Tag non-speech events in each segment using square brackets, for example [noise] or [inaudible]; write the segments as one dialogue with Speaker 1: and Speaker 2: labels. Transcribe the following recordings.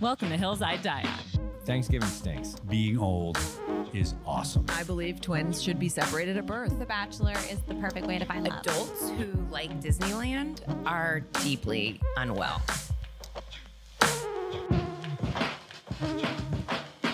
Speaker 1: Welcome to Hills I Die On.
Speaker 2: Thanksgiving stinks.
Speaker 3: Being old is awesome.
Speaker 4: I believe twins should be separated at birth.
Speaker 5: The Bachelor is the perfect way to find love.
Speaker 6: Adults who like Disneyland are deeply unwell.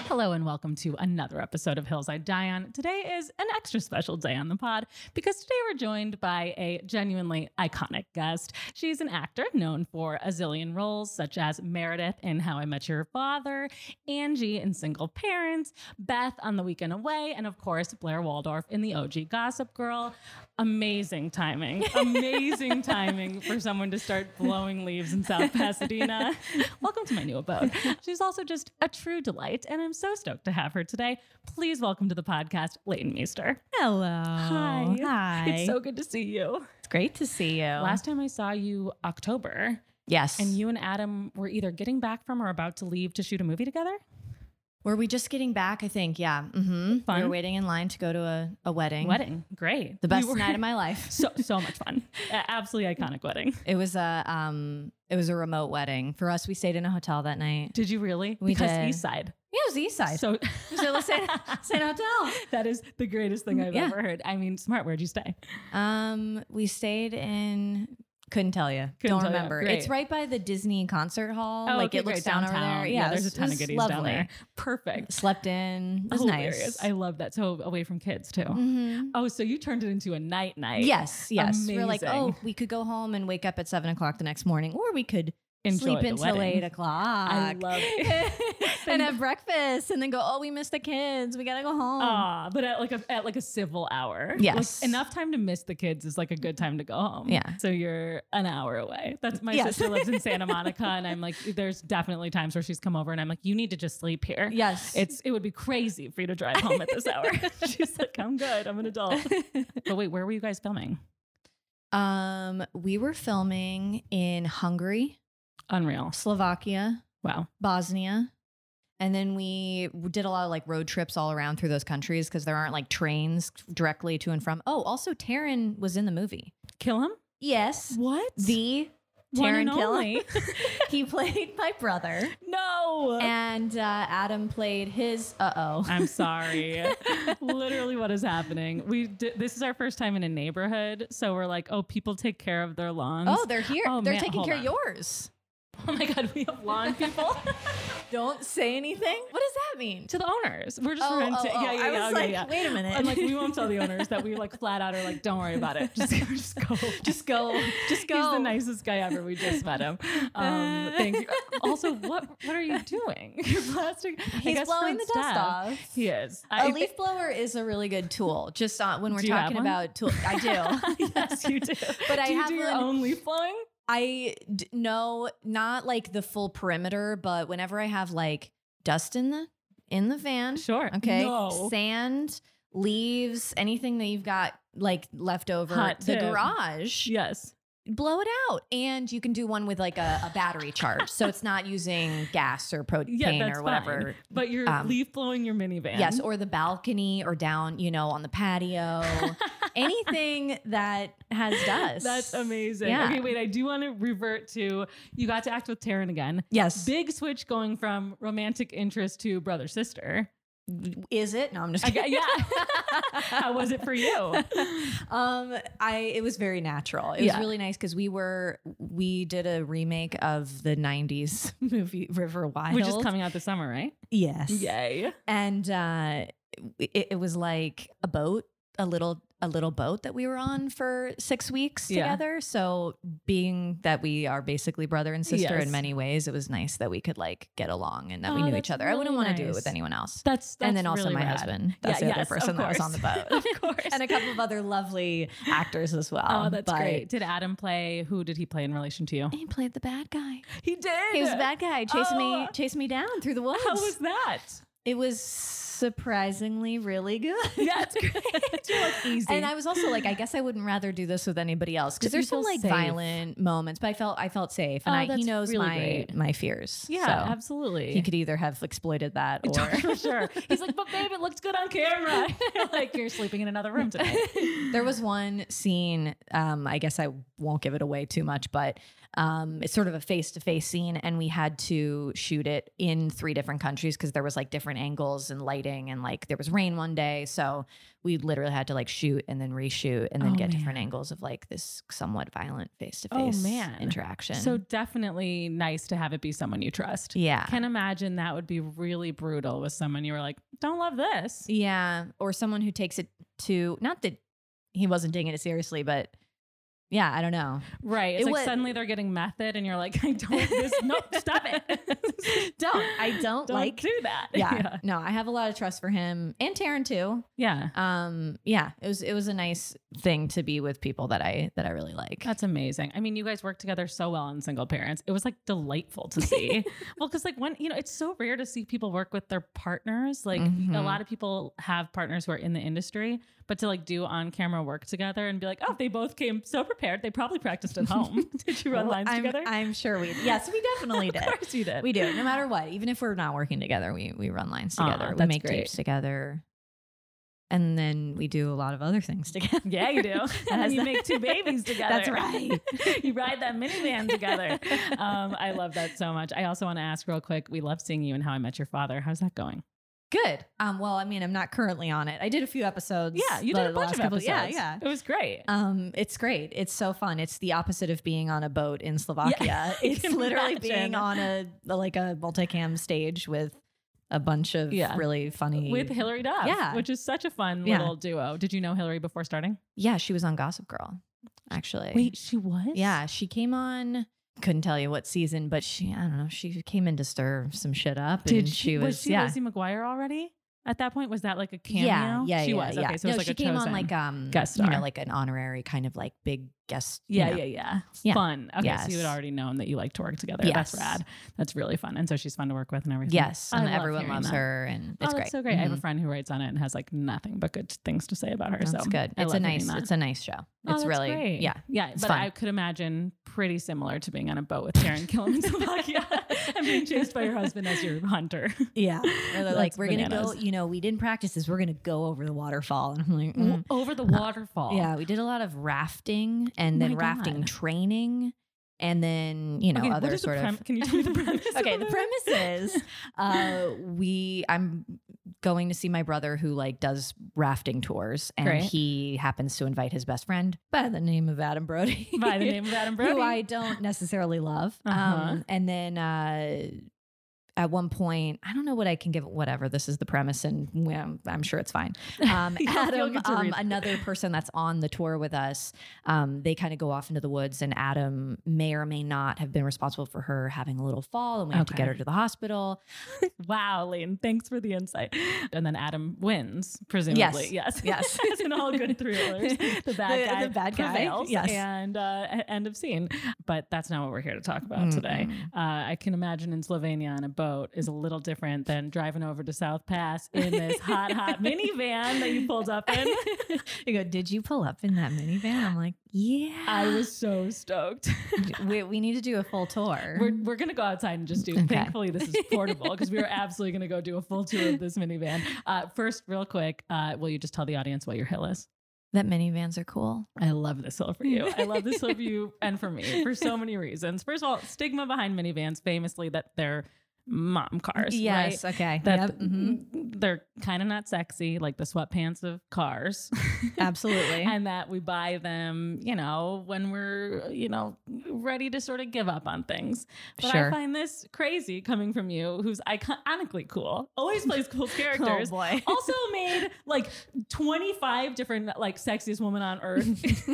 Speaker 1: Hello and welcome to another episode of Hills I Die On. Today is an extra special day on the pod because today we're joined by a genuinely iconic guest. She's an actor known for a zillion roles such as Meredith in How I Met Your Father, Angie in Single Parents, Beth on The Weekend Away, and of course Blair Waldorf in the OG Gossip Girl. Amazing
Speaker 7: [laughs]
Speaker 1: timing. Amazing timing for someone to start blowing leaves in South Pasadena. welcome to my new abode. She's also just a true delight, and I'm so stoked to have her today. Please welcome to the podcast, Leighton Meester.
Speaker 7: Hello.
Speaker 1: Hi.
Speaker 7: Hi.
Speaker 1: It's so good to see you.
Speaker 7: It's great to see you.
Speaker 1: Last time I saw you, October,
Speaker 7: yes.
Speaker 1: and you and Adam were either getting back from or about to leave to shoot a movie together.
Speaker 7: were we just getting back? I think. Yeah. Mm-hmm.
Speaker 1: Fun.
Speaker 7: We were waiting in line to go to a, a wedding.
Speaker 1: Wedding. Great.
Speaker 7: The best
Speaker 1: You were-
Speaker 7: night of my life.
Speaker 1: [laughs] So so much fun. A- Absolutely iconic wedding.
Speaker 7: It was a um. It was a remote wedding for us. We stayed in a hotel that night.
Speaker 1: Did you really?
Speaker 7: We
Speaker 1: because
Speaker 7: did.
Speaker 1: East Side.
Speaker 7: Yeah, it was the East Side.
Speaker 1: So
Speaker 7: [laughs] So let's say- say no tell.
Speaker 1: [laughs] That is the greatest thing I've
Speaker 7: Yeah.
Speaker 1: ever heard. I mean, smart. Where'd you stay?
Speaker 7: um, we stayed in. Couldn't tell you.
Speaker 1: Couldn't
Speaker 7: Don't
Speaker 1: tell ya.
Speaker 7: remember.
Speaker 1: Great. Oh,
Speaker 7: It's right by the Disney concert hall. Oh, like
Speaker 1: okay,
Speaker 7: it looks
Speaker 1: great.
Speaker 7: down
Speaker 1: downtown.
Speaker 7: over there.
Speaker 1: Yeah,
Speaker 7: Yeah, it
Speaker 1: there's
Speaker 7: was-
Speaker 1: a ton
Speaker 7: it
Speaker 1: of
Speaker 7: was
Speaker 1: goodies down
Speaker 7: lovely.
Speaker 1: there. Perfect.
Speaker 7: Slept in. It was
Speaker 1: Hilarious.
Speaker 7: nice.
Speaker 1: I love that. So away from kids too.
Speaker 7: Mhm.
Speaker 1: Oh, so you turned it into a night night.
Speaker 7: Yes, yes. We're like,
Speaker 1: Amazing.
Speaker 7: oh, we could go home and wake up at seven o'clock the next morning, or we could
Speaker 1: Enjoy
Speaker 7: sleep
Speaker 1: the
Speaker 7: until
Speaker 1: wedding.
Speaker 7: eight o'clock.
Speaker 1: I
Speaker 7: [laughs]
Speaker 1: love it.
Speaker 7: and have breakfast, and then go. Oh, we missed the kids. We gotta go home.
Speaker 1: Ah, but at like a at like a civil hour. Like,
Speaker 7: Yes.
Speaker 1: enough time to miss the kids is like a good time to go home.
Speaker 7: Yeah.
Speaker 1: So you're an hour away. That's my
Speaker 7: Yes.
Speaker 1: sister lives in
Speaker 7: [laughs]
Speaker 1: Santa Monica, and I'm like, there's definitely times where she's come over, and I'm like, you need to just sleep here.
Speaker 7: Yes,
Speaker 1: It's it would be crazy for you to drive home at this
Speaker 7: [laughs]
Speaker 1: hour. [laughs] She's like, I'm good. I'm an adult. [laughs] But wait, where were you guys filming?
Speaker 7: um, we were filming in Hungary,
Speaker 1: Unreal.
Speaker 7: Slovakia,
Speaker 1: Wow.
Speaker 7: Bosnia. And then we did a lot of like road trips all around through those countries because there aren't like trains directly to and from. Oh, also Taryn was in the movie.
Speaker 1: Kill him?
Speaker 7: Yes,
Speaker 1: What?
Speaker 7: the
Speaker 1: One and
Speaker 7: Taryn Killam.
Speaker 1: only? [laughs]
Speaker 7: he played my brother,
Speaker 1: No.
Speaker 7: and uh, Adam played his. Uh
Speaker 1: [laughs]
Speaker 7: oh.
Speaker 1: I'm sorry. Literally, what is happening? We di- this is our first time in a neighborhood, so we're like, oh, people take care of their lawns.
Speaker 7: Oh, they're here.
Speaker 1: Oh,
Speaker 7: they're
Speaker 1: man,
Speaker 7: taking
Speaker 1: hold
Speaker 7: care
Speaker 1: on.
Speaker 7: of yours.
Speaker 1: oh my god, we have [laughs] lawn people
Speaker 7: Don't say anything. What does that mean?
Speaker 1: to the owners. We're just
Speaker 7: Oh,
Speaker 1: renting.
Speaker 7: oh, oh.
Speaker 1: Yeah, yeah,
Speaker 7: I
Speaker 1: yeah.
Speaker 7: was
Speaker 1: okay,
Speaker 7: like,
Speaker 1: yeah.
Speaker 7: wait a minute.
Speaker 1: I'm like, we won't tell the owners that we like flat out are like, don't worry about it. Just, [laughs] just go.
Speaker 7: [laughs] just go. Just go.
Speaker 1: [laughs] He's the nicest guy ever. We just met him.
Speaker 7: [laughs]
Speaker 1: Um, thank you. Also, what what are you doing? You're plastic. I
Speaker 7: He's
Speaker 1: guess
Speaker 7: blowing
Speaker 1: front
Speaker 7: the dust
Speaker 1: step.
Speaker 7: off.
Speaker 1: He is.
Speaker 7: A
Speaker 1: I- [laughs]
Speaker 7: leaf blower is a really good tool. Just on, when we're
Speaker 1: Do you have
Speaker 7: talking
Speaker 1: one?
Speaker 7: about tool, I do.
Speaker 1: [laughs]
Speaker 7: [laughs]
Speaker 1: yes, you do.
Speaker 7: But I
Speaker 1: do you
Speaker 7: have
Speaker 1: do your
Speaker 7: one-
Speaker 1: own leaf blowing.
Speaker 7: I d- no, not like the full perimeter, but whenever I have like dust in the in the van,
Speaker 1: Sure.
Speaker 7: Okay.
Speaker 1: No.
Speaker 7: Sand, leaves, anything that you've got like left over
Speaker 1: Hot
Speaker 7: the
Speaker 1: tip.
Speaker 7: garage,
Speaker 1: Yes.
Speaker 7: blow it out. And you can do one with like a, a battery charge. so it's not using gas or propane
Speaker 1: [laughs] Yeah, that's
Speaker 7: or whatever.
Speaker 1: fine. But you're
Speaker 7: Um,
Speaker 1: leaf blowing your minivan.
Speaker 7: Yes, or the balcony or down, you know, on
Speaker 1: [laughs]
Speaker 7: the patio. anything that has dust.
Speaker 1: That's amazing.
Speaker 7: Yeah.
Speaker 1: Okay, wait. I do want to revert to you got to act with Taryn again.
Speaker 7: Yes.
Speaker 1: Big switch going from romantic interest to brother sister.
Speaker 7: Is it? No, I'm just
Speaker 1: I
Speaker 7: kidding. [laughs]
Speaker 1: got, yeah. [laughs] How was it for you?
Speaker 7: um i it was very natural it
Speaker 1: Yeah.
Speaker 7: was really nice because we were we did a remake of the 90s [laughs] movie river wild
Speaker 1: Which is coming out this summer, right?
Speaker 7: yes
Speaker 1: Yay.
Speaker 7: and uh it, it was like a boat a little a little boat that we were on for six weeks
Speaker 1: Yeah.
Speaker 7: together so being that we are basically brother and sister
Speaker 1: Yes.
Speaker 7: in many ways it was nice that we could like get along and that we
Speaker 1: Oh,
Speaker 7: knew
Speaker 1: that's
Speaker 7: each other i wouldn't
Speaker 1: really
Speaker 7: want to do it
Speaker 1: nice.
Speaker 7: with anyone else
Speaker 1: That's, that's
Speaker 7: and then also
Speaker 1: really
Speaker 7: my
Speaker 1: rad.
Speaker 7: husband that's
Speaker 1: Yeah,
Speaker 7: the other
Speaker 1: yes, of
Speaker 7: person that was on the
Speaker 1: course.
Speaker 7: boat
Speaker 1: [laughs]
Speaker 7: [laughs]
Speaker 1: of course. [laughs]
Speaker 7: and a couple of other lovely actors as well.
Speaker 1: Oh, that's
Speaker 7: But
Speaker 1: great. Did Adam play? Who did he play in relation to you?
Speaker 7: He played the bad guy.
Speaker 1: He did.
Speaker 7: [laughs] He was a bad guy. Chased me,
Speaker 1: uh, Oh.
Speaker 7: chased me down through the woods.
Speaker 1: [laughs] How was
Speaker 7: [laughs]
Speaker 1: that?
Speaker 7: it was surprisingly really good.
Speaker 1: Yeah, it's [laughs] great. You're like easy.
Speaker 7: [laughs] And I was also like, I guess I wouldn't rather do this with anybody else because
Speaker 1: Did you
Speaker 7: there's some
Speaker 1: feel
Speaker 7: like
Speaker 1: safe?
Speaker 7: violent moments. But I felt I felt safe, and
Speaker 1: Oh,
Speaker 7: I, he
Speaker 1: that's
Speaker 7: knows
Speaker 1: really
Speaker 7: my
Speaker 1: great.
Speaker 7: my fears.
Speaker 1: Yeah,
Speaker 7: so
Speaker 1: absolutely.
Speaker 7: he could either have
Speaker 1: [laughs]
Speaker 7: exploited that or
Speaker 1: for sure. He's like, but babe, it looks good on camera. [laughs] like you're sleeping in another room tonight.
Speaker 7: [laughs] There was one scene, um, I guess I won't give it away too much, but Um, it's sort of a face to face scene, and we had to shoot it in three different countries because there was like different angles and lighting, and like there was rain one day, so we literally had to like shoot and then reshoot and then
Speaker 1: Oh,
Speaker 7: get
Speaker 1: man.
Speaker 7: different angles of like this somewhat violent face to
Speaker 1: Oh,
Speaker 7: face
Speaker 1: man.
Speaker 7: interaction.
Speaker 1: So definitely nice to have it be someone you trust.
Speaker 7: yeah,
Speaker 1: Can imagine that would be really brutal with someone you were like, don't love this.
Speaker 7: Yeah, or someone who takes it to not that he wasn't taking it seriously, but yeah, I don't know.
Speaker 1: Right. It's
Speaker 7: It
Speaker 1: like
Speaker 7: wa-
Speaker 1: suddenly they're getting method and you're like, I don't this nope, stop
Speaker 7: [laughs]
Speaker 1: it.
Speaker 7: Don't. I don't like-
Speaker 1: do that.
Speaker 7: Yeah,
Speaker 1: [laughs] Yeah.
Speaker 7: no, I have a lot of trust for him and Taryn too.
Speaker 1: Yeah.
Speaker 7: Um, yeah, it was it was a nice thing to be with people that I that I really like.
Speaker 1: That's amazing. I mean, you guys work together so well on single parents. It was like delightful to
Speaker 7: [laughs]
Speaker 1: see. well, because like when you know, it's so rare to see people work with their partners. Like a
Speaker 7: Mhm.
Speaker 1: lot of people have partners who are in the industry, but to like do on camera work together and be like, oh, they both came so prepared. They probably practiced at home. [laughs] did you run
Speaker 7: Well,
Speaker 1: lines
Speaker 7: I'm,
Speaker 1: together?
Speaker 7: I'm sure we yes, we definitely
Speaker 1: [laughs] of
Speaker 7: did.
Speaker 1: course you did.
Speaker 7: We do, no matter what. Even if we're not working together, we we run lines
Speaker 1: Aw,
Speaker 7: together. we
Speaker 1: that's
Speaker 7: make
Speaker 1: great.
Speaker 7: tapes together. And then we do a lot of other things together.
Speaker 1: Yeah,
Speaker 7: [laughs]
Speaker 1: you do. and then
Speaker 7: has
Speaker 1: you
Speaker 7: the-
Speaker 1: make two babies together.
Speaker 7: [laughs] That's
Speaker 1: [laughs]
Speaker 7: right.
Speaker 1: you ride that minivan
Speaker 7: [laughs]
Speaker 1: together. Um, I love that so much. I also want to ask real quick. We love seeing you and How I Met Your Father. How's that going?
Speaker 7: Good. Um, well, I mean, I'm not currently on it. I did a few episodes.
Speaker 1: Yeah, you
Speaker 7: the-
Speaker 1: did a
Speaker 7: the
Speaker 1: bunch
Speaker 7: last
Speaker 1: of
Speaker 7: couple-
Speaker 1: episodes.
Speaker 7: Yeah, yeah.
Speaker 1: it was great.
Speaker 7: Um, it's great. It's so fun. It's the opposite of being on a boat in Slovakia.
Speaker 1: [laughs]
Speaker 7: It's
Speaker 1: can
Speaker 7: literally
Speaker 1: imagine.
Speaker 7: being on a like a multicam stage with a bunch of
Speaker 1: Yeah.
Speaker 7: really funny
Speaker 1: With Hillary Duff,
Speaker 7: Yeah.
Speaker 1: which is such a fun
Speaker 7: Yeah.
Speaker 1: little duo. Did you know Hillary before starting?
Speaker 7: Yeah, she was on Gossip Girl, actually.
Speaker 1: she was.
Speaker 7: Yeah, she came on. Couldn't tell you what season, but she I don't know. She came in to stir some shit up.
Speaker 1: Did
Speaker 7: and
Speaker 1: she,
Speaker 7: she
Speaker 1: was,
Speaker 7: was,
Speaker 1: she
Speaker 7: yeah.
Speaker 1: Lizzie McGuire already at that point? Was that like a cameo?
Speaker 7: Yeah, yeah,
Speaker 1: she
Speaker 7: yeah,
Speaker 1: was.
Speaker 7: yeah.
Speaker 1: Okay, so it
Speaker 7: No,
Speaker 1: was like
Speaker 7: she
Speaker 1: a
Speaker 7: came on
Speaker 1: chosen-
Speaker 7: like um
Speaker 1: guest
Speaker 7: you
Speaker 1: star.
Speaker 7: know like an honorary kind of like big guest. you
Speaker 1: Yeah,
Speaker 7: know.
Speaker 1: yeah, yeah,
Speaker 7: Yeah.
Speaker 1: Fun. Okay, so you had
Speaker 7: Yes.
Speaker 1: already known that you liked to work together. That's
Speaker 7: Yes.
Speaker 1: rad. That's really fun, and so she's fun to work with and everything.
Speaker 7: Yes,
Speaker 1: I
Speaker 7: and
Speaker 1: love
Speaker 7: everyone
Speaker 1: hearing
Speaker 7: loves
Speaker 1: that.
Speaker 7: her, and
Speaker 1: Oh,
Speaker 7: it's
Speaker 1: that's
Speaker 7: great.
Speaker 1: so great. I have a
Speaker 7: Mhm.
Speaker 1: friend who writes on it and has like nothing but good things to say about her.
Speaker 7: That's
Speaker 1: so
Speaker 7: Mm-hmm. good.
Speaker 1: I
Speaker 7: it's
Speaker 1: love
Speaker 7: a
Speaker 1: hearing
Speaker 7: nice.
Speaker 1: that.
Speaker 7: It's a nice show.
Speaker 1: Oh,
Speaker 7: it's
Speaker 1: that's
Speaker 7: really
Speaker 1: great.
Speaker 7: yeah.
Speaker 1: yeah.
Speaker 7: it's
Speaker 1: but
Speaker 7: fun.
Speaker 1: I could imagine pretty similar to being on a boat with
Speaker 7: [laughs]
Speaker 1: Taryn Killam in Slovakia and being chased by your husband as your hunter.
Speaker 7: Yeah, Or they're like
Speaker 1: That's
Speaker 7: we're gonna
Speaker 1: bananas.
Speaker 7: go. You know, we didn't practice this. We're gonna go over the waterfall, and I'm like, mm.
Speaker 1: Over the waterfall.
Speaker 7: yeah, we did a lot of rafting, and
Speaker 1: Oh My
Speaker 7: then rafting
Speaker 1: God.
Speaker 7: training, and then you know
Speaker 1: Okay, what
Speaker 7: other
Speaker 1: is the
Speaker 7: sort
Speaker 1: prem-
Speaker 7: of.
Speaker 1: can you tell me
Speaker 7: [laughs]
Speaker 1: the premise of the
Speaker 7: okay, the
Speaker 1: movie? [laughs]
Speaker 7: premise is uh, we. I'm going to see my brother who like does rafting tours, and
Speaker 1: Great.
Speaker 7: he happens to invite his best friend by the name of Adam Brody.
Speaker 1: By
Speaker 7: [laughs]
Speaker 1: the name of Adam Brody.
Speaker 7: who I don't necessarily love.
Speaker 1: Uh-huh.
Speaker 7: Um, and then uh, at one point, I don't know what I can give. Whatever, this is the premise, and well, I'm sure
Speaker 1: [laughs]
Speaker 7: it's fine. Um,
Speaker 1: You'll- you'll
Speaker 7: Adam,
Speaker 1: get to read
Speaker 7: um,
Speaker 1: it.
Speaker 7: another person that's on the tour with us, um, they kind of go off into the woods, and Adam may or may not have been responsible for her having a little fall, and we have to
Speaker 1: Okay.
Speaker 7: get her to the hospital.
Speaker 1: Wow, Lane. Thanks for the insight. And then Adam wins, presumably. Yes.
Speaker 7: Yes.
Speaker 1: [laughs]
Speaker 7: Yes.
Speaker 1: As in all good thrillers. [laughs] The bad
Speaker 7: The-
Speaker 1: guy.
Speaker 7: the bad guy.
Speaker 1: prevails,
Speaker 7: Yes.
Speaker 1: And uh, e- end of scene. But that's not what we're here to talk about today. Uh, I can imagine in Slovenia on a boat is a little different than driving over to South Pass in this hot, [laughs] hot minivan that you pulled up
Speaker 7: [laughs]
Speaker 1: in.
Speaker 7: You go, did you pull up in that minivan? I'm like, yeah.
Speaker 1: I was so stoked.
Speaker 7: we, we need to do a full tour.
Speaker 1: We're, we're gonna go outside and just do.
Speaker 7: Okay.
Speaker 1: Thankfully, [laughs] this is portable because we are absolutely gonna go do a full tour of this minivan. Uh, first, real quick, uh, will you just tell the audience what your hill is?
Speaker 7: that minivans are cool.
Speaker 1: I love this hill for you. I love this [laughs] hill for you and for me for so many reasons. First of all, stigma behind minivans, famously that they're mom cars. right?
Speaker 7: Yes. Okay.
Speaker 1: That
Speaker 7: Yep, mhm.
Speaker 1: they're kind of not sexy, like the sweatpants of cars.
Speaker 7: Absolutely.
Speaker 1: [laughs] and that we buy them, you know, when we're, you know, ready to sort of give up on things. But I
Speaker 7: Sure.
Speaker 1: find this crazy coming from you, who's iconically cool, always plays
Speaker 7: [laughs]
Speaker 1: cool characters.
Speaker 7: [laughs] Oh boy.
Speaker 1: Also made like 25 different like sexiest woman on earth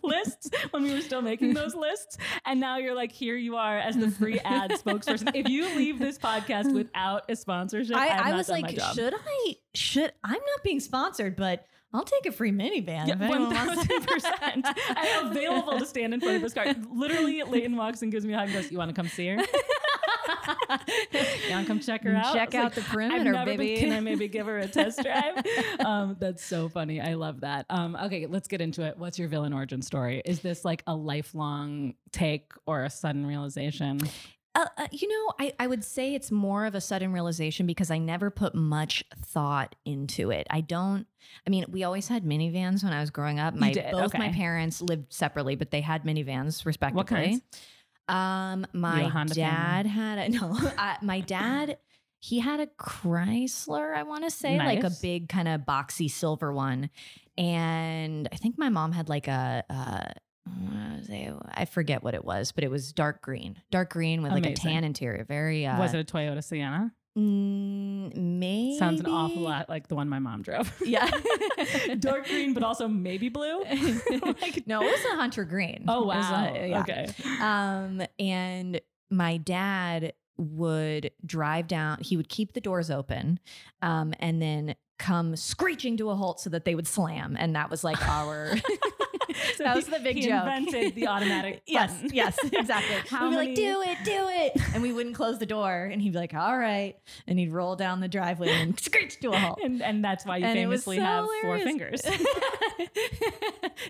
Speaker 7: [laughs]
Speaker 1: lists when we were still making those lists. And now you're like, here you are as the free
Speaker 7: [laughs]
Speaker 1: ad spokesperson. If you leave this podcast without a sponsorship, I, have
Speaker 7: I, I
Speaker 1: not
Speaker 7: was
Speaker 1: done my
Speaker 7: like,
Speaker 1: job.
Speaker 7: should I? Should I'm not being sponsored, but I'll take a free minivan. if anyone
Speaker 1: One
Speaker 7: wants
Speaker 1: thousand
Speaker 7: to- [laughs]
Speaker 1: percent. I am [laughs] available to stand in front of this car. Literally, Leighton walks and gives me a hug and goes, "You want to come see her? you want to come check her out?
Speaker 7: Check
Speaker 1: I was
Speaker 7: out the
Speaker 1: I've
Speaker 7: perimeter,
Speaker 1: never been-
Speaker 7: baby.
Speaker 1: can I maybe give her a
Speaker 7: [laughs]
Speaker 1: test drive? um, that's so funny. I love that. Um, okay, let's get into it. What's your villain origin story? Is this like a lifelong take or a sudden realization?
Speaker 7: Uh, uh, you know, I, I would say it's more of a sudden realization because I never put much thought into it. I don't. I mean, we always had minivans when I was growing up. My
Speaker 1: did,
Speaker 7: both my
Speaker 1: okay.
Speaker 7: parents lived separately, but they had minivans respectively.
Speaker 1: kinds?
Speaker 7: Um, my
Speaker 1: a Honda
Speaker 7: dad had a [laughs] no. Uh, my dad, he had a Chrysler. I want to say like a
Speaker 1: Nice.
Speaker 7: big kind of boxy silver one, and I think my mom had like a. Uh, what was it? I forget what it was, but it was dark green, dark green with like a
Speaker 1: Amazing.
Speaker 7: tan interior. Very uh,
Speaker 1: was it a Toyota Sienna?
Speaker 7: Mm, maybe
Speaker 1: Sounds an awful
Speaker 7: [laughs]
Speaker 1: lot like the one my mom drove.
Speaker 7: Yeah.
Speaker 1: [laughs] Dark green, but also maybe
Speaker 7: [laughs]
Speaker 1: blue. [laughs] Like-
Speaker 7: No, it was a hunter green.
Speaker 1: Oh
Speaker 7: It was a-
Speaker 1: wow.
Speaker 7: yeah.
Speaker 1: Okay.
Speaker 7: Um, and my dad would drive down, he would keep the doors open um, and then come screeching to a halt so that they would slam. And that was like our. [laughs]
Speaker 1: So
Speaker 7: that was
Speaker 1: he-
Speaker 7: the big
Speaker 1: he
Speaker 7: joke.
Speaker 1: invented the automatic
Speaker 7: [laughs] yes,
Speaker 1: button.
Speaker 7: yes, exactly.
Speaker 1: How
Speaker 7: We'd be
Speaker 1: many-
Speaker 7: like, do it, do it. [laughs] And we wouldn't close the door. And he'd be like, all right. And he'd roll down the driveway [laughs] and screech to a halt.
Speaker 1: And, and that's why you
Speaker 7: And it was
Speaker 1: famously
Speaker 7: so
Speaker 1: have four
Speaker 7: hilarious.
Speaker 1: fingers.
Speaker 7: [laughs]
Speaker 1: [laughs]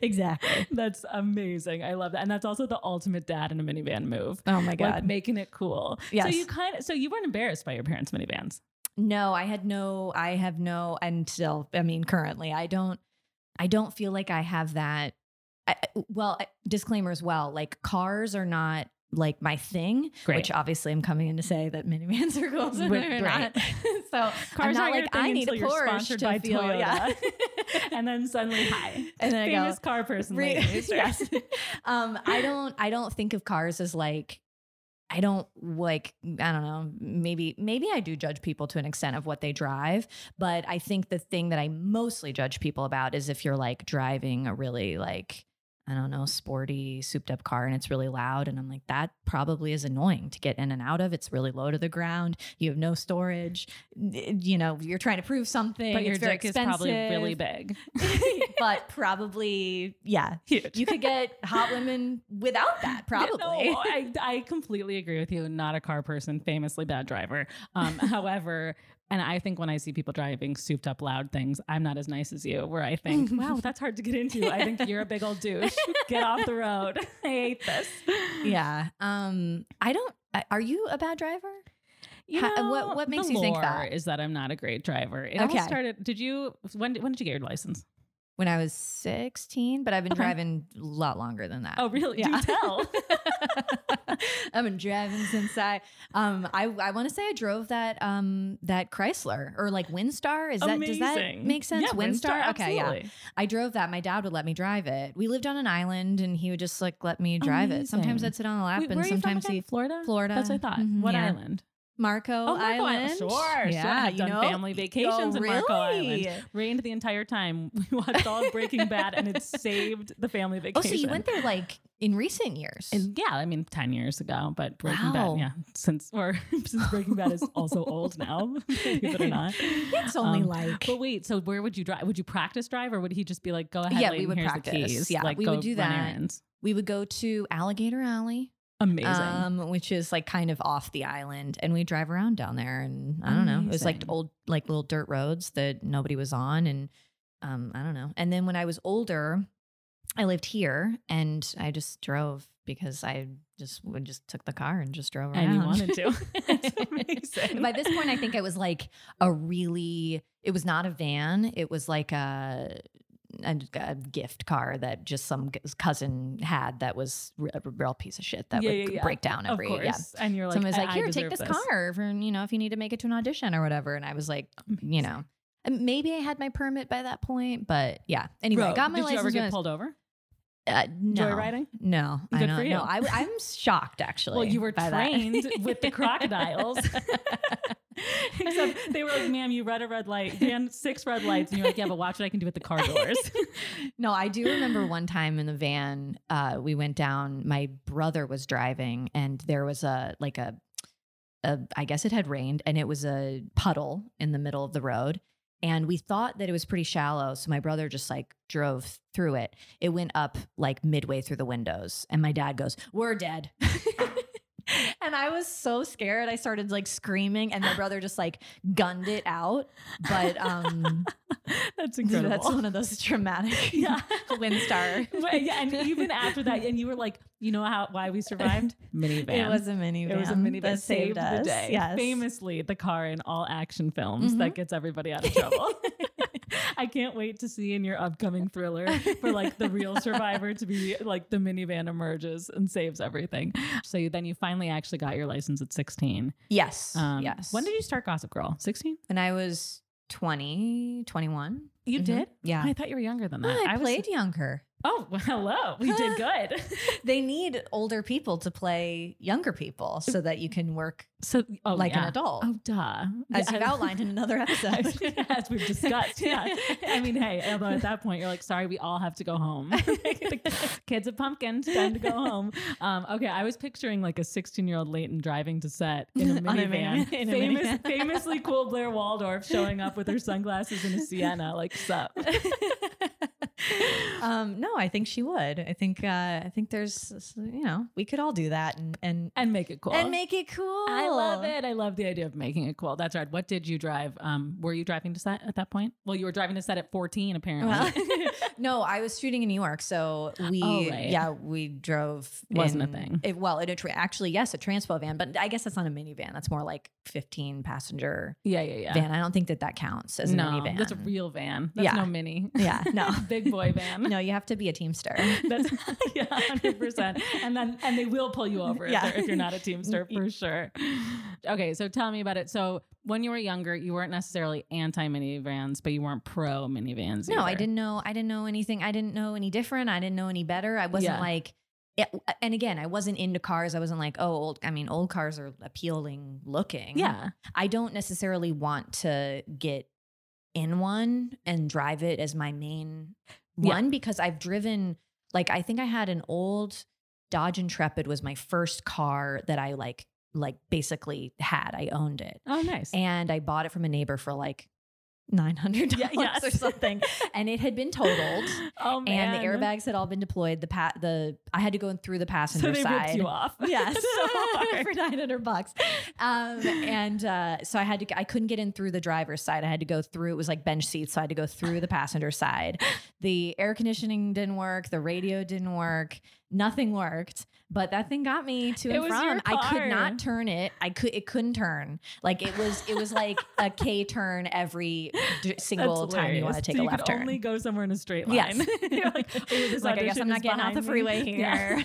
Speaker 7: exactly.
Speaker 1: that's amazing. I love that. And that's also the ultimate dad in a minivan move.
Speaker 7: Oh my
Speaker 1: Like making it cool.
Speaker 7: Yes.
Speaker 1: So you kind of so you weren't embarrassed by your parents' minivans.
Speaker 7: No, I had no, I have no, and still, I mean, currently, I don't, I don't feel like I have that. I, I- well, I- disclaimer as well, like cars are not like my thing,
Speaker 1: Great.
Speaker 7: which obviously I'm coming in to say that [laughs] minivans are cool. So
Speaker 1: Right,
Speaker 7: they're
Speaker 1: right.
Speaker 7: not. [laughs] so I'm
Speaker 1: Cars
Speaker 7: not
Speaker 1: aren't your
Speaker 7: like,
Speaker 1: thing
Speaker 7: I need a
Speaker 1: until you're
Speaker 7: Porsche
Speaker 1: sponsored
Speaker 7: to
Speaker 1: by
Speaker 7: feel,
Speaker 1: Toyota.
Speaker 7: yeah. [laughs]
Speaker 1: and then suddenly, hi.
Speaker 7: and then I go,
Speaker 1: Famous car person.
Speaker 7: Re- [laughs]
Speaker 1: ladies.
Speaker 7: yes. um, I don't I don't think of cars as like I don't like I don't know maybe maybe I do judge people to an extent of what they drive but I think the thing that I mostly judge people about is if you're like driving a really like I don't know sporty souped up car and it's really loud and I'm like that probably is annoying to get in and out of it's really low to the ground you have no storage you know you're trying to prove something
Speaker 1: But your
Speaker 7: it's very
Speaker 1: dick is probably really
Speaker 7: expensive.
Speaker 1: big.
Speaker 7: [laughs] but probably yeah
Speaker 1: Huge.
Speaker 7: you could get hot women without that
Speaker 1: [laughs]
Speaker 7: probably [laughs]
Speaker 1: No, I, I completely agree with you. Not a car person, famously bad driver.
Speaker 7: [laughs]
Speaker 1: Um, however, and I think when I see people driving souped up loud things, I'm not as nice as you, where I
Speaker 7: [laughs]
Speaker 1: think, wow, that's hard to get into. I think you're a big old douche. Get off the road. [laughs] I hate this.
Speaker 7: yeah um i don't I- are you a bad driver
Speaker 1: You
Speaker 7: Ha-
Speaker 1: know,
Speaker 7: uh, what- what makes
Speaker 1: the
Speaker 7: you think
Speaker 1: lore
Speaker 7: that?
Speaker 1: Is that I'm not a great driver. It all
Speaker 7: Okay.
Speaker 1: started, did you, when, when did you get your license?
Speaker 7: when i was 16 but i've been
Speaker 1: Okay.
Speaker 7: driving a lot longer than that
Speaker 1: Oh, really? Do
Speaker 7: Uh, yeah
Speaker 1: tell.
Speaker 7: [laughs] i've been driving since i um i i want to say i drove that um that chrysler or like windstar is that does that
Speaker 1: Amazing.
Speaker 7: make sense
Speaker 1: Yeah,
Speaker 7: okay yeah
Speaker 1: absolutely.
Speaker 7: I drove that. My dad would let me drive it. We lived on an island, and he would just like let me drive it. Sometimes
Speaker 1: Amazing.
Speaker 7: I'd sit on the lap,
Speaker 1: Wait, where
Speaker 7: and
Speaker 1: are you from
Speaker 7: sometimes
Speaker 1: again?
Speaker 7: he
Speaker 1: Florida?
Speaker 7: Florida.
Speaker 1: That's what I thought.
Speaker 7: Mhm,
Speaker 1: what
Speaker 7: yeah.
Speaker 1: island?
Speaker 7: Marco,
Speaker 1: Oh, Marco
Speaker 7: Island.
Speaker 1: Island. Sure,
Speaker 7: yeah,
Speaker 1: sure. I've
Speaker 7: you
Speaker 1: done
Speaker 7: know?
Speaker 1: family vacations
Speaker 7: Oh,
Speaker 1: in Marco Island.
Speaker 7: really?
Speaker 1: Rained the entire time. [laughs] We watched all of Breaking Bad, and
Speaker 7: [laughs]
Speaker 1: it saved the family
Speaker 7: Oh,
Speaker 1: vacation.
Speaker 7: so you went there like in recent years?
Speaker 1: [laughs] And yeah, I mean, ten years ago, but Breaking
Speaker 7: Wow.
Speaker 1: Bad, yeah, since or [laughs] since Breaking Bad is also old now, [laughs] believe
Speaker 7: [laughs]
Speaker 1: it or not.
Speaker 7: it's only
Speaker 1: Um,
Speaker 7: like
Speaker 1: But wait, so where would you drive? Would you practice drive, or would he just be like, "Go ahead,
Speaker 7: Yeah,
Speaker 1: Layton,
Speaker 7: we would
Speaker 1: here's the
Speaker 7: practice.
Speaker 1: keys"?
Speaker 7: Yeah,
Speaker 1: like,
Speaker 7: we
Speaker 1: go
Speaker 7: would do
Speaker 1: run
Speaker 7: that.
Speaker 1: errands.
Speaker 7: we would go to Alligator Alley,
Speaker 1: Amazing.
Speaker 7: um, which is like kind of off the island, and we drive around down there. And I don't know, it was like
Speaker 1: Amazing.
Speaker 7: old, like little dirt roads that nobody was on, and um, I don't know. And then when I was older, I lived here, and I just drove because I just would just took the car and just drove around.
Speaker 1: and you wanted to.
Speaker 7: [laughs]
Speaker 1: [laughs] It's amazing.
Speaker 7: By this point, I think I was like a really. It was not a van. It was like a a, a gift car that just some g- cousin had that was re- a real piece of shit that
Speaker 1: Yeah,
Speaker 7: would
Speaker 1: yeah, yeah.
Speaker 7: break down
Speaker 1: of
Speaker 7: every.
Speaker 1: course.
Speaker 7: Yeah.
Speaker 1: And you're like,
Speaker 7: Someone was
Speaker 1: "I-
Speaker 7: like,
Speaker 1: I
Speaker 7: "Here, take
Speaker 1: deserve
Speaker 7: this, car for you know if you need to make it to an audition or whatever." And I was like,
Speaker 1: Mm-hmm.
Speaker 7: you know, and maybe I had my permit by that point, but yeah. Anyway, I
Speaker 1: Bro,
Speaker 7: got my
Speaker 1: did
Speaker 7: license.
Speaker 1: you ever
Speaker 7: when I
Speaker 1: get
Speaker 7: was-
Speaker 1: pulled over?
Speaker 7: Uh, no,
Speaker 1: Joyriding?
Speaker 7: No, I
Speaker 1: Good
Speaker 7: don't.
Speaker 1: for you.
Speaker 7: No, I, am
Speaker 1: [laughs]
Speaker 7: shocked actually.
Speaker 1: Well, you were
Speaker 7: by that.
Speaker 1: trained with
Speaker 7: [laughs]
Speaker 1: the crocodiles. Except they were like, ma'am, you read a red light, ran six red lights, and you're like, yeah, but watch what I can do with the car
Speaker 7: [laughs]
Speaker 1: doors.
Speaker 7: No, I do remember one time in the van, uh, we went down. My brother was driving, and there was a like a, a I guess it had rained, and it was a puddle in the middle of the road. And we thought that it was pretty shallow, so my brother just like drove through it. It went up like midway through the windows, and my dad goes, "We're dead." [laughs] And I was so scared. I started like screaming, and my brother just like gunned it out. But um,
Speaker 1: That's incredible.
Speaker 7: that's one of those [laughs] traumatic
Speaker 1: Yeah.
Speaker 7: [laughs] Windstar.
Speaker 1: Wait, yeah, and
Speaker 7: [laughs]
Speaker 1: even after that, and you were like, you know how why we survived? Minivan.
Speaker 7: It was a minivan.
Speaker 1: It was a minivan
Speaker 7: that saved
Speaker 1: saved
Speaker 7: us.
Speaker 1: the day.
Speaker 7: Yes.
Speaker 1: Famously, the car in all action films
Speaker 7: Mhm. [laughs]
Speaker 1: that gets everybody out of trouble. [laughs] I can't wait to see in your upcoming thriller for like the
Speaker 7: [laughs]
Speaker 1: real survivor to be like the minivan emerges and saves everything. So you, then you finally actually got your license at 16.
Speaker 7: Yes. yes.
Speaker 1: Um, When did you start Gossip Girl? 16?
Speaker 7: When I was 20, 21.
Speaker 1: You
Speaker 7: Mhm.
Speaker 1: did?
Speaker 7: Yeah.
Speaker 1: I thought you were younger than
Speaker 7: No,
Speaker 1: that.
Speaker 7: I,
Speaker 1: was-
Speaker 7: played younger.
Speaker 1: oh, [laughs] well, hello. We did good.
Speaker 7: [laughs] They need older people to play younger people so that you can work
Speaker 1: so, oh,
Speaker 7: like
Speaker 1: yeah.
Speaker 7: an adult,
Speaker 1: Oh, duh.
Speaker 7: as
Speaker 1: Yeah.
Speaker 7: [laughs] you've
Speaker 1: [laughs]
Speaker 7: outlined in another episode. [laughs]
Speaker 1: as we've discussed. Yeah. I mean, hey, although at that point you're like, sorry, we all have to go
Speaker 7: [laughs]
Speaker 1: home. Kids at Pumpkin, it's time to go home. Um, okay, I was picturing like a 16 year old Leighton driving to set in a
Speaker 7: [laughs] On a
Speaker 1: minivan,
Speaker 7: minivan. In a
Speaker 1: famous,
Speaker 7: minivan.
Speaker 1: [laughs] famously cool Blair Waldorf showing up with her sunglasses and a Sienna, like
Speaker 7: [laughs]
Speaker 1: sup.
Speaker 7: um, no, I think she would. I think uh, I think there's you know we could all do that and and
Speaker 1: and make it cool.
Speaker 7: and make it cool.
Speaker 1: I love
Speaker 7: Oh.
Speaker 1: it. I love the idea of making it cool. That's right. What did you drive? Um, were you driving to set at that point? Well, you were driving to set at 14, apparently.
Speaker 7: Well, no, I was shooting in New York, so we
Speaker 1: Oh, right.
Speaker 7: yeah we drove.
Speaker 1: Wasn't a
Speaker 7: in-
Speaker 1: thing.
Speaker 7: It, well, it tra- actually yes, a transpo van, but I guess that's not a minivan. That's more like fifteen passenger
Speaker 1: [laughs] yeah, yeah, yeah.
Speaker 7: van. I don't think that that counts as a
Speaker 1: no,
Speaker 7: minivan.
Speaker 1: that's a real van. That's
Speaker 7: Yeah.
Speaker 1: no mini.
Speaker 7: yeah [laughs] no
Speaker 1: [laughs] Big boy van.
Speaker 7: no. You have to be a teamster.
Speaker 1: [laughs] That's [laughs] yeah, hundred percent. And then and they will pull you over
Speaker 7: Yeah.
Speaker 1: if, they're- if you're not a
Speaker 7: [laughs]
Speaker 1: teamster for sure. Okay, so tell me about it. So when you were younger, you weren't necessarily anti minivans, but you weren't pro minivans.
Speaker 7: No, I
Speaker 1: either.
Speaker 7: didn't know. I didn't know anything. I didn't know any different. I didn't know any better. I wasn't
Speaker 1: Yeah.
Speaker 7: like. it- and again, I wasn't into cars. I wasn't like, oh, old. I mean, old cars are appealing looking.
Speaker 1: Yeah,
Speaker 7: I don't necessarily want to get in one and drive it as my main
Speaker 1: Yeah.
Speaker 7: one because I've driven like I think I had an old Dodge Intrepid was my first car that I like like basically had. I owned it.
Speaker 1: Oh, nice.
Speaker 7: And I bought it from a neighbor for like nine hundred dollars
Speaker 1: yes.
Speaker 7: or
Speaker 1: [laughs]
Speaker 7: something. and it had been totaled.
Speaker 1: oh
Speaker 7: And
Speaker 1: man,
Speaker 7: the airbags had all been deployed. The pat the I had to go in through the passenger
Speaker 1: So they
Speaker 7: side.
Speaker 1: ripped you off. [laughs]
Speaker 7: Yes,
Speaker 1: so
Speaker 7: [laughs]
Speaker 1: hard.
Speaker 7: for nine hundred bucks. Um, and uh, so I had to. I couldn't get in through the driver's side. I had to go through. It was like bench seats, so I had to go through the passenger side. The air conditioning didn't work. The radio didn't work. Nothing worked. But that thing got me to
Speaker 1: It
Speaker 7: and
Speaker 1: was
Speaker 7: from.
Speaker 1: your
Speaker 7: I
Speaker 1: car.
Speaker 7: could not turn it. I could. It couldn't turn. Like it was. It was like
Speaker 1: [laughs]
Speaker 7: a K turn every d-
Speaker 1: That's
Speaker 7: single time you
Speaker 1: hilarious.
Speaker 7: want to take
Speaker 1: so
Speaker 7: a
Speaker 1: you
Speaker 7: left
Speaker 1: could
Speaker 7: turn.
Speaker 1: only go somewhere in a straight line. [laughs]
Speaker 7: Yes.
Speaker 1: You're like, "Ooh, this
Speaker 7: [laughs] Like, I guess
Speaker 1: audition
Speaker 7: I'm not
Speaker 1: is
Speaker 7: getting off the
Speaker 1: behind me." [laughs]
Speaker 7: freeway
Speaker 1: Yeah.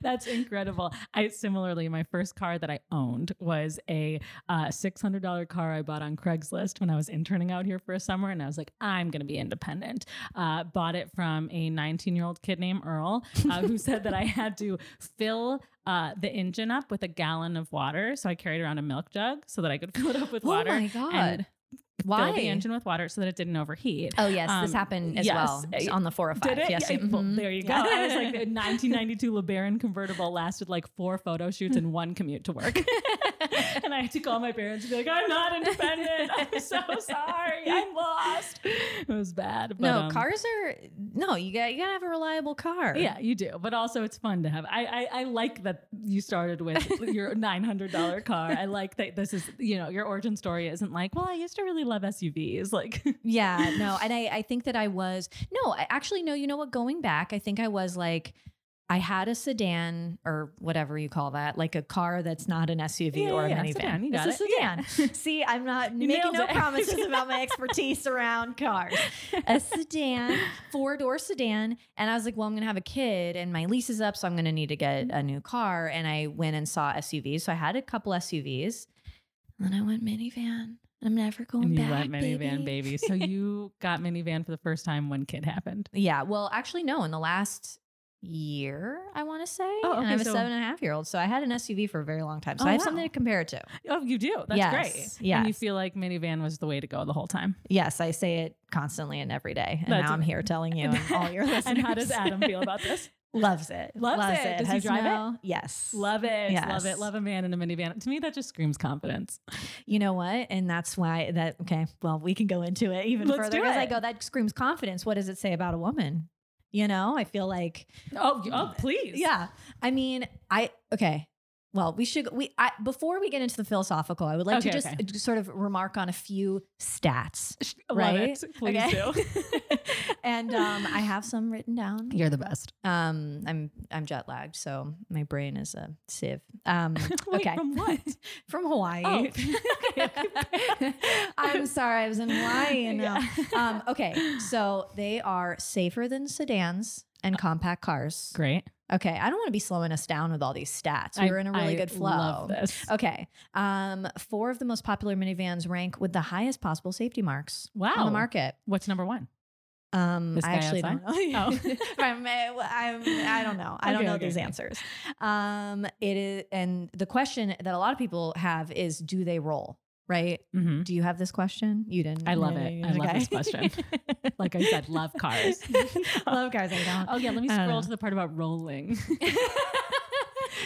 Speaker 1: That's incredible. I similarly, my first car that I owned was a uh, $600 car I bought on Craigslist when I was interning out here for a summer, and I was like, I'm going to be independent. Uh, bought it from a 19 year old kid named Earl, uh, who said that I had to fill. Uh, the engine up with a gallon of water, so I carried around a milk jug so that I could [laughs] fill it up with water.
Speaker 7: Oh my
Speaker 1: and
Speaker 7: god!
Speaker 1: fill the engine with water so that it didn't overheat.
Speaker 7: Oh yes, this
Speaker 1: Um,
Speaker 7: happened as
Speaker 1: yes.
Speaker 7: well
Speaker 1: Uh,
Speaker 7: on the four or five.
Speaker 1: Did it? [laughs]
Speaker 7: Yes,
Speaker 1: Yeah,
Speaker 7: it-
Speaker 1: well,
Speaker 7: mhm.
Speaker 1: there you go.
Speaker 7: Yeah.
Speaker 1: I was
Speaker 7: [laughs]
Speaker 1: like, the 1992 LeBaron convertible lasted like four photo shoots and one commute to
Speaker 7: [laughs]
Speaker 1: work. and I had to call my parents and be like, I'm not independent.
Speaker 7: [laughs]
Speaker 1: I'm so sorry. I'm lost. It was bad. But,
Speaker 7: no,
Speaker 1: um,
Speaker 7: cars are no. You got you gotta have a reliable car.
Speaker 1: Yeah, you do. But also, it's fun to have. I I, I like that you started with
Speaker 7: [laughs]
Speaker 1: your nine hundred dollar car. I like that this is you know your origin story isn't like well I used to really love SUVs like
Speaker 7: yeah. No, and I I think that I was no. I actually no. You know what? Going back, I think I was like. I had a sedan or whatever you call that, like a car that's not an SUV
Speaker 1: Yeah,
Speaker 7: or a
Speaker 1: yeah, yeah,
Speaker 7: minivan.
Speaker 1: sedan, you got
Speaker 7: it's
Speaker 1: it.
Speaker 7: a
Speaker 1: [laughs]
Speaker 7: sedan. See, I'm not
Speaker 1: You
Speaker 7: making
Speaker 1: nailed
Speaker 7: no
Speaker 1: it. [laughs]
Speaker 7: promises about my expertise around cars. A sedan, four door sedan. And I was like, well, I'm going to have a kid and my lease is up. So I'm going to need to get a new car. And I went and saw SUVs. So I had a couple SUVs. And then I went minivan. I'm never going
Speaker 1: and you
Speaker 7: back.
Speaker 1: went minivan baby.
Speaker 7: [laughs]
Speaker 1: So you got minivan for the first time when kid happened.
Speaker 7: Yeah. Well, actually, no. In the last year, I want to say.
Speaker 1: Oh,
Speaker 7: and
Speaker 1: okay,
Speaker 7: I'm a
Speaker 1: so-
Speaker 7: seven and a half year old. So I had an SUV for a very long time. So
Speaker 1: Oh,
Speaker 7: I have
Speaker 1: wow.
Speaker 7: something to compare it to.
Speaker 1: Oh, you do. That's
Speaker 7: Yes,
Speaker 1: great. And you
Speaker 7: yes.
Speaker 1: feel like minivan was the way to go the whole time.
Speaker 7: Yes, I say it constantly and every day. And
Speaker 1: That's
Speaker 7: now I'm
Speaker 1: it.
Speaker 7: [laughs] here telling you [laughs] and all your
Speaker 1: [laughs]
Speaker 7: listeners.
Speaker 1: and how does Adam feel about this?
Speaker 7: [laughs] Loves it.
Speaker 1: Loves it. Does he
Speaker 7: Has
Speaker 1: drive it?
Speaker 7: no- Yes.
Speaker 1: Love it. Love it.
Speaker 7: Yes.
Speaker 1: Love a man in a minivan. To me, that just screams confidence.
Speaker 7: You know what? And that's why that okay, well, we can go into it even
Speaker 1: Let's
Speaker 7: further
Speaker 1: do
Speaker 7: because I
Speaker 1: it.
Speaker 7: go, that screams confidence. What does it say about a woman? You know, I feel like
Speaker 1: Oh, you- oh please.
Speaker 7: Yeah. I mean, I okay. well, we should we I, before we get into the philosophical, I would like
Speaker 1: Okay,
Speaker 7: to just
Speaker 1: okay.
Speaker 7: uh, sort of remark on a few
Speaker 1: [laughs]
Speaker 7: stats,
Speaker 1: Love
Speaker 7: right?
Speaker 1: it. Please do.
Speaker 7: [laughs] and um, I have some written down.
Speaker 1: You're the best.
Speaker 7: Um, I'm I'm jet lagged, so my brain is a sieve. Um,
Speaker 1: [laughs] Wait, [laughs]
Speaker 7: okay,
Speaker 1: from what?
Speaker 7: [laughs] From Hawaii.
Speaker 1: Oh. Okay.
Speaker 7: [laughs] I'm sorry, I was in Hawaii. and now.
Speaker 1: [laughs] Yeah.
Speaker 7: Um, okay, so they are safer than sedans
Speaker 1: Oh.
Speaker 7: and compact cars.
Speaker 1: Great.
Speaker 7: Okay, I don't want to be slowing us down with all these stats. We were in a really
Speaker 1: I
Speaker 7: good flow.
Speaker 1: Love this.
Speaker 7: Okay, um, four of the most popular minivans rank with the highest possible safety marks on
Speaker 1: Wow.
Speaker 7: the market.
Speaker 1: What's number one?
Speaker 7: Um,
Speaker 1: This
Speaker 7: I
Speaker 1: guy
Speaker 7: actually don't know. [laughs]
Speaker 1: outside? Oh.
Speaker 7: I'm, uh, I'm, I don't know. I don't
Speaker 1: Okay,
Speaker 7: know
Speaker 1: okay,
Speaker 7: these
Speaker 1: okay.
Speaker 7: answers. Um, it is, and the question that a lot of people have is, do they roll? Right?
Speaker 1: Mm-hmm.
Speaker 7: Do you have this question? You didn't.
Speaker 1: I love it. I love this question.
Speaker 7: [laughs]
Speaker 1: Like I said, love cars.
Speaker 7: love cars. I
Speaker 1: [laughs]
Speaker 7: don't.
Speaker 1: Oh yeah, let me
Speaker 7: I don't
Speaker 1: scroll
Speaker 7: know.
Speaker 1: to the part about
Speaker 7: [laughs]
Speaker 1: rolling.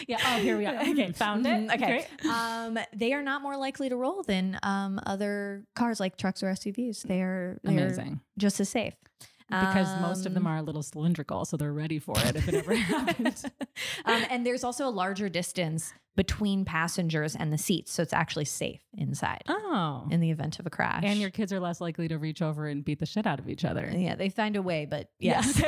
Speaker 1: yeah. Oh, here we are. Mm-hmm, Okay, found it.
Speaker 7: Mhm, Okay.
Speaker 1: Great.
Speaker 7: Um, they are not more likely to roll than um, other cars like trucks or SUVs. They are they're
Speaker 1: Amazing.
Speaker 7: just as safe
Speaker 1: Because most of them
Speaker 7: Um,
Speaker 1: are a little cylindrical, so they're ready for it if it
Speaker 7: [laughs]
Speaker 1: ever happens.
Speaker 7: um, and there's also a larger distance between passengers and the seats, so it's actually safe inside
Speaker 1: Oh.
Speaker 7: in the event of a crash.
Speaker 1: And your kids are less likely to reach over and beat the shit out of each other.
Speaker 7: yeah, they find a way, but yes.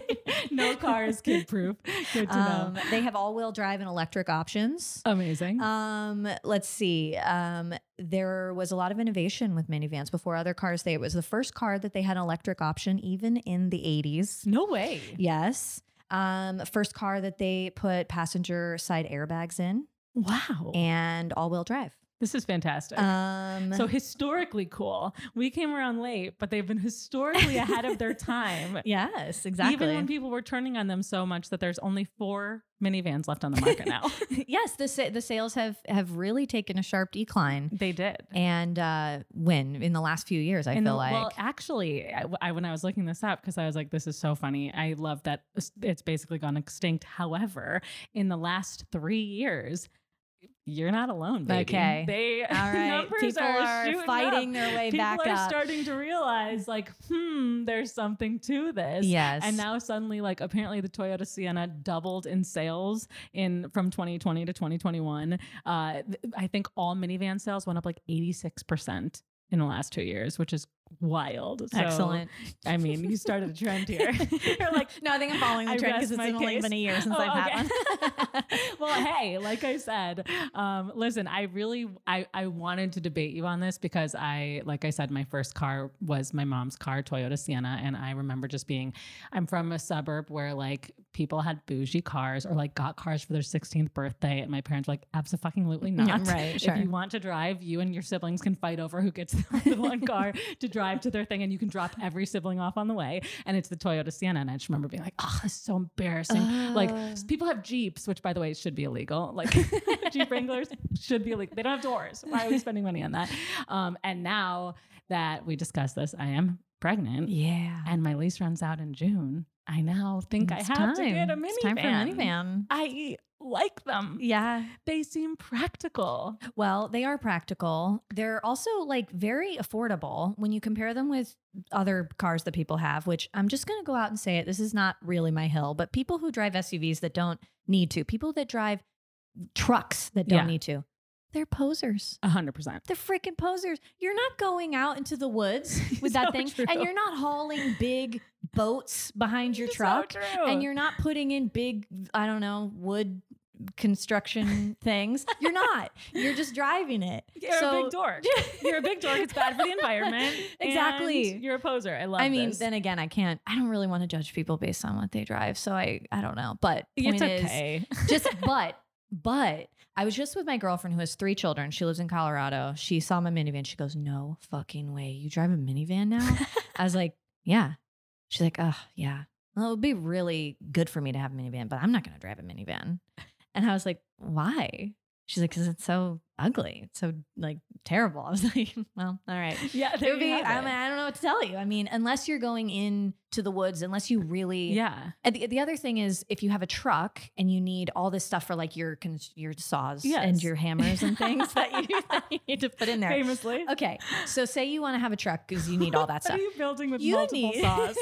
Speaker 1: [laughs] no car is
Speaker 7: [laughs]
Speaker 1: kid proof. Good to
Speaker 7: um,
Speaker 1: know.
Speaker 7: they have all-wheel drive and electric options.
Speaker 1: Amazing.
Speaker 7: Um, let's see. Um, there was a lot of innovation with minivans before other cars. They it was the first car that they had an electric option, even in the 80s.
Speaker 1: no way.
Speaker 7: Yes. Um, first car that they put passenger side airbags in
Speaker 1: Wow.
Speaker 7: and all-wheel drive.
Speaker 1: this is fantastic.
Speaker 7: Um,
Speaker 1: So historically cool. We came around late, but they've been historically ahead of
Speaker 7: [laughs]
Speaker 1: their time.
Speaker 7: yes, exactly.
Speaker 1: Even when people were turning on them so much that there's only four minivans left on the market
Speaker 7: [laughs]
Speaker 1: now.
Speaker 7: [laughs] yes, the sa- the sales have have really taken a sharp decline.
Speaker 1: they did.
Speaker 7: And uh, when in the last few years, I
Speaker 1: And
Speaker 7: feel
Speaker 1: the-
Speaker 7: like
Speaker 1: well, [laughs] actually, I, I- when I was looking this up, because I was like, this is so funny. I love that it's- it's basically gone extinct. However, in the last three years, you're not alone, baby.
Speaker 7: Okay.
Speaker 1: They [laughs]
Speaker 7: all right,
Speaker 1: numbers
Speaker 7: people are,
Speaker 1: shooting up.
Speaker 7: fighting their way
Speaker 1: People
Speaker 7: back
Speaker 1: are
Speaker 7: up.
Speaker 1: starting to realize, like, hmm, there's something to this.
Speaker 7: yes,
Speaker 1: And now suddenly, like apparently, the Toyota Sienna doubled in sales in from 2020 to 2021. Uh, th- I think all minivan sales went up like 86 percent in the last two years, which is wild. So,
Speaker 7: excellent.
Speaker 1: I mean, you
Speaker 7: [laughs]
Speaker 1: started a trend here. You're like.
Speaker 7: no, I think I'm following
Speaker 1: I
Speaker 7: the trend
Speaker 1: rest
Speaker 7: because it's
Speaker 1: my
Speaker 7: only
Speaker 1: case.
Speaker 7: been a year since
Speaker 1: Oh,
Speaker 7: I've had
Speaker 1: okay.
Speaker 7: one.
Speaker 1: [laughs]
Speaker 7: [laughs]
Speaker 1: well, hey, like I said, um, listen, I really, I, I wanted to debate you on this because I, like I said, my first car was my mom's car, Toyota Sienna, and I remember just being, I'm from a suburb where like people had bougie cars or like got cars for their 16th birthday, and my parents were like, absolutely not.
Speaker 7: Yeah, right, sure.
Speaker 1: If you want to drive, you and your siblings can fight over who gets [laughs] the one car to drive to their thing, and you can drop every sibling off on the way. And it's the Toyota Sienna, and I just remember being like, oh, this is so embarrassing. Like
Speaker 7: Oh.
Speaker 1: s- people have Jeeps, which by the way should be illegal.
Speaker 7: [laughs]
Speaker 1: Like [laughs] Jeep Wranglers should be illegal. They don't have doors. Why are we spending money on that? Um, and now that we discussed this, I am pregnant
Speaker 7: yeah,
Speaker 1: and my lease runs out in June. I now think I
Speaker 7: It's
Speaker 1: have to get a
Speaker 7: time.
Speaker 1: minivan.
Speaker 7: It's time for a minivan.
Speaker 1: I like them.
Speaker 7: Yeah.
Speaker 1: They seem practical.
Speaker 7: Well, they are practical. They're also like very affordable when you compare them with other cars that people have, which I'm just going to go out and say it. This is not really my hill, but people who drive SUVs that don't need to, people that drive trucks that don't
Speaker 1: Yeah.
Speaker 7: need to, they're posers.
Speaker 1: A hundred percent.
Speaker 7: They're freaking posers. You're not going out into
Speaker 1: [laughs]
Speaker 7: the woods with that
Speaker 1: So
Speaker 7: thing,
Speaker 1: true.
Speaker 7: and you're not hauling big boats behind your
Speaker 1: So
Speaker 7: truck,
Speaker 1: true.
Speaker 7: and you're not putting in big, I don't know, wood
Speaker 1: [laughs]
Speaker 7: construction things. You're not. You're just driving it.
Speaker 1: You're
Speaker 7: So-
Speaker 1: a big dork.
Speaker 7: [laughs]
Speaker 1: You're a big dork. It's bad for the environment. and
Speaker 7: Exactly.
Speaker 1: you're a poser. I love
Speaker 7: I mean,
Speaker 1: this.
Speaker 7: then again, I can't. I don't really want to judge people based on what they drive, so I I don't know. But
Speaker 1: it's
Speaker 7: point is,
Speaker 1: okay.
Speaker 7: just [laughs] but but I was just with my girlfriend who has three children. She lives in Colorado. She saw my minivan. She goes, "No fucking way, you drive a
Speaker 1: [laughs]
Speaker 7: minivan now." I was like, "Yeah." She's like, "Oh yeah, well, it would be really good for me to have a minivan, but I'm not gonna drive a minivan." And I was like, "Why?" She's like, "Cause it's so ugly. It's so like terrible." [laughs] I was like, "Well, all right."
Speaker 1: [laughs] yeah,
Speaker 7: It
Speaker 1: there
Speaker 7: would
Speaker 1: you
Speaker 7: be,
Speaker 1: have
Speaker 7: I,
Speaker 1: it.
Speaker 7: mean, I don't know what to tell you. I mean, unless you're going into the woods, unless you really
Speaker 1: yeah.
Speaker 7: and the, the other thing is, if you have a truck and you need all this stuff for like your cons- your saws and
Speaker 1: Yes.
Speaker 7: your hammers and things that, you, [laughs] that you need to put in there.
Speaker 1: Famously.
Speaker 7: Okay, so say you want to have a truck because you need all [laughs]
Speaker 1: [laughs]
Speaker 7: that
Speaker 1: What
Speaker 7: stuff.
Speaker 1: are you building with
Speaker 7: You [laughs]
Speaker 1: multiple
Speaker 7: need
Speaker 1: saws?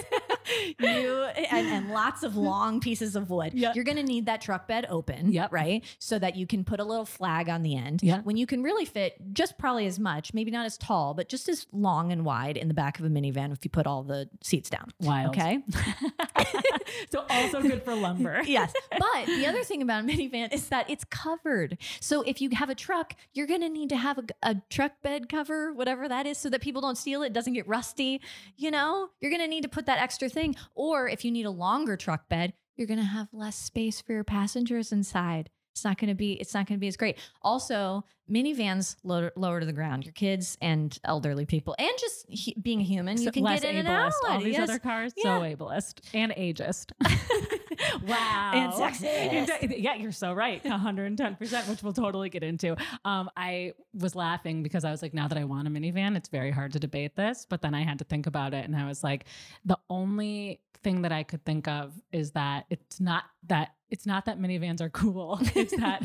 Speaker 7: you and, and lots of long pieces of wood.
Speaker 1: Yeah.
Speaker 7: You're gonna need that truck bed open,
Speaker 1: Yep.
Speaker 7: right? So that you can put a little flag on the end.
Speaker 1: Yeah.
Speaker 7: When you can really fit just probably as much, maybe not as tall, but just as long and wide in the back of a minivan if you put all the seats down.
Speaker 1: Wild.
Speaker 7: Okay.
Speaker 1: [laughs]
Speaker 7: [laughs]
Speaker 1: so also good for lumber. [laughs]
Speaker 7: yes. But the other thing about a minivan is that it's covered. So if you have a truck, you're going to need to have a, a truck bed cover, whatever that is, so that people don't steal it, doesn't get rusty. You know, you're going to need to put that extra thing. Or if you need a longer truck bed, you're going to have less space for your passengers inside. It's not going to be. It's not going to be as great. Also, minivans lower, lower to the ground. Your kids and elderly people, and just he, being a human, you
Speaker 1: So
Speaker 7: can
Speaker 1: less
Speaker 7: get in
Speaker 1: ableist.
Speaker 7: and out.
Speaker 1: All these
Speaker 7: Yes. [laughs]
Speaker 1: other [laughs] cars, so ableist and ageist. [laughs] wow.
Speaker 7: And sexist.
Speaker 1: And de- Yeah, you're so right. 110%, which we'll totally get into. Um, I was laughing because I was like, now that I want a minivan, it's very hard to debate this. But then I had to think about it and I was like, the only thing that I could think of is that it's not that it's not that minivans are cool. [laughs] It's that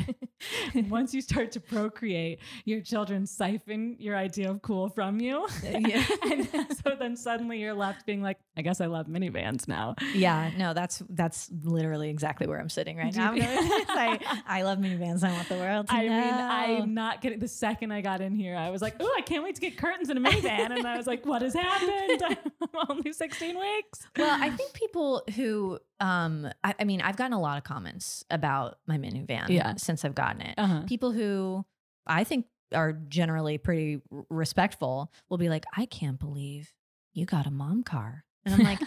Speaker 1: once you start to procreate, your children siphon your idea of cool from you.
Speaker 7: Uh, Yeah.
Speaker 1: [laughs] and so then suddenly you're left being like, I guess I love minivans now.
Speaker 7: Yeah, no, that's that's literally exactly where I'm sitting right
Speaker 1: Do you
Speaker 7: now.
Speaker 1: think-
Speaker 7: It's [laughs] like, I love minivans. I want the world to
Speaker 1: I
Speaker 7: know.
Speaker 1: mean, I'm not getting the second I got in here, I was like, oh, I can't wait to get curtains in a minivan. And I was like, what has happened? [laughs] I'm only 16 weeks.
Speaker 7: well, I think people who, um, I, I mean, I've gotten a lot of comments about my minivan
Speaker 1: Yeah.
Speaker 7: since I've gotten it.
Speaker 1: Uh-huh.
Speaker 7: People who I think are generally pretty r- respectful will be like, I can't believe you got a mom car. And I'm [laughs] like,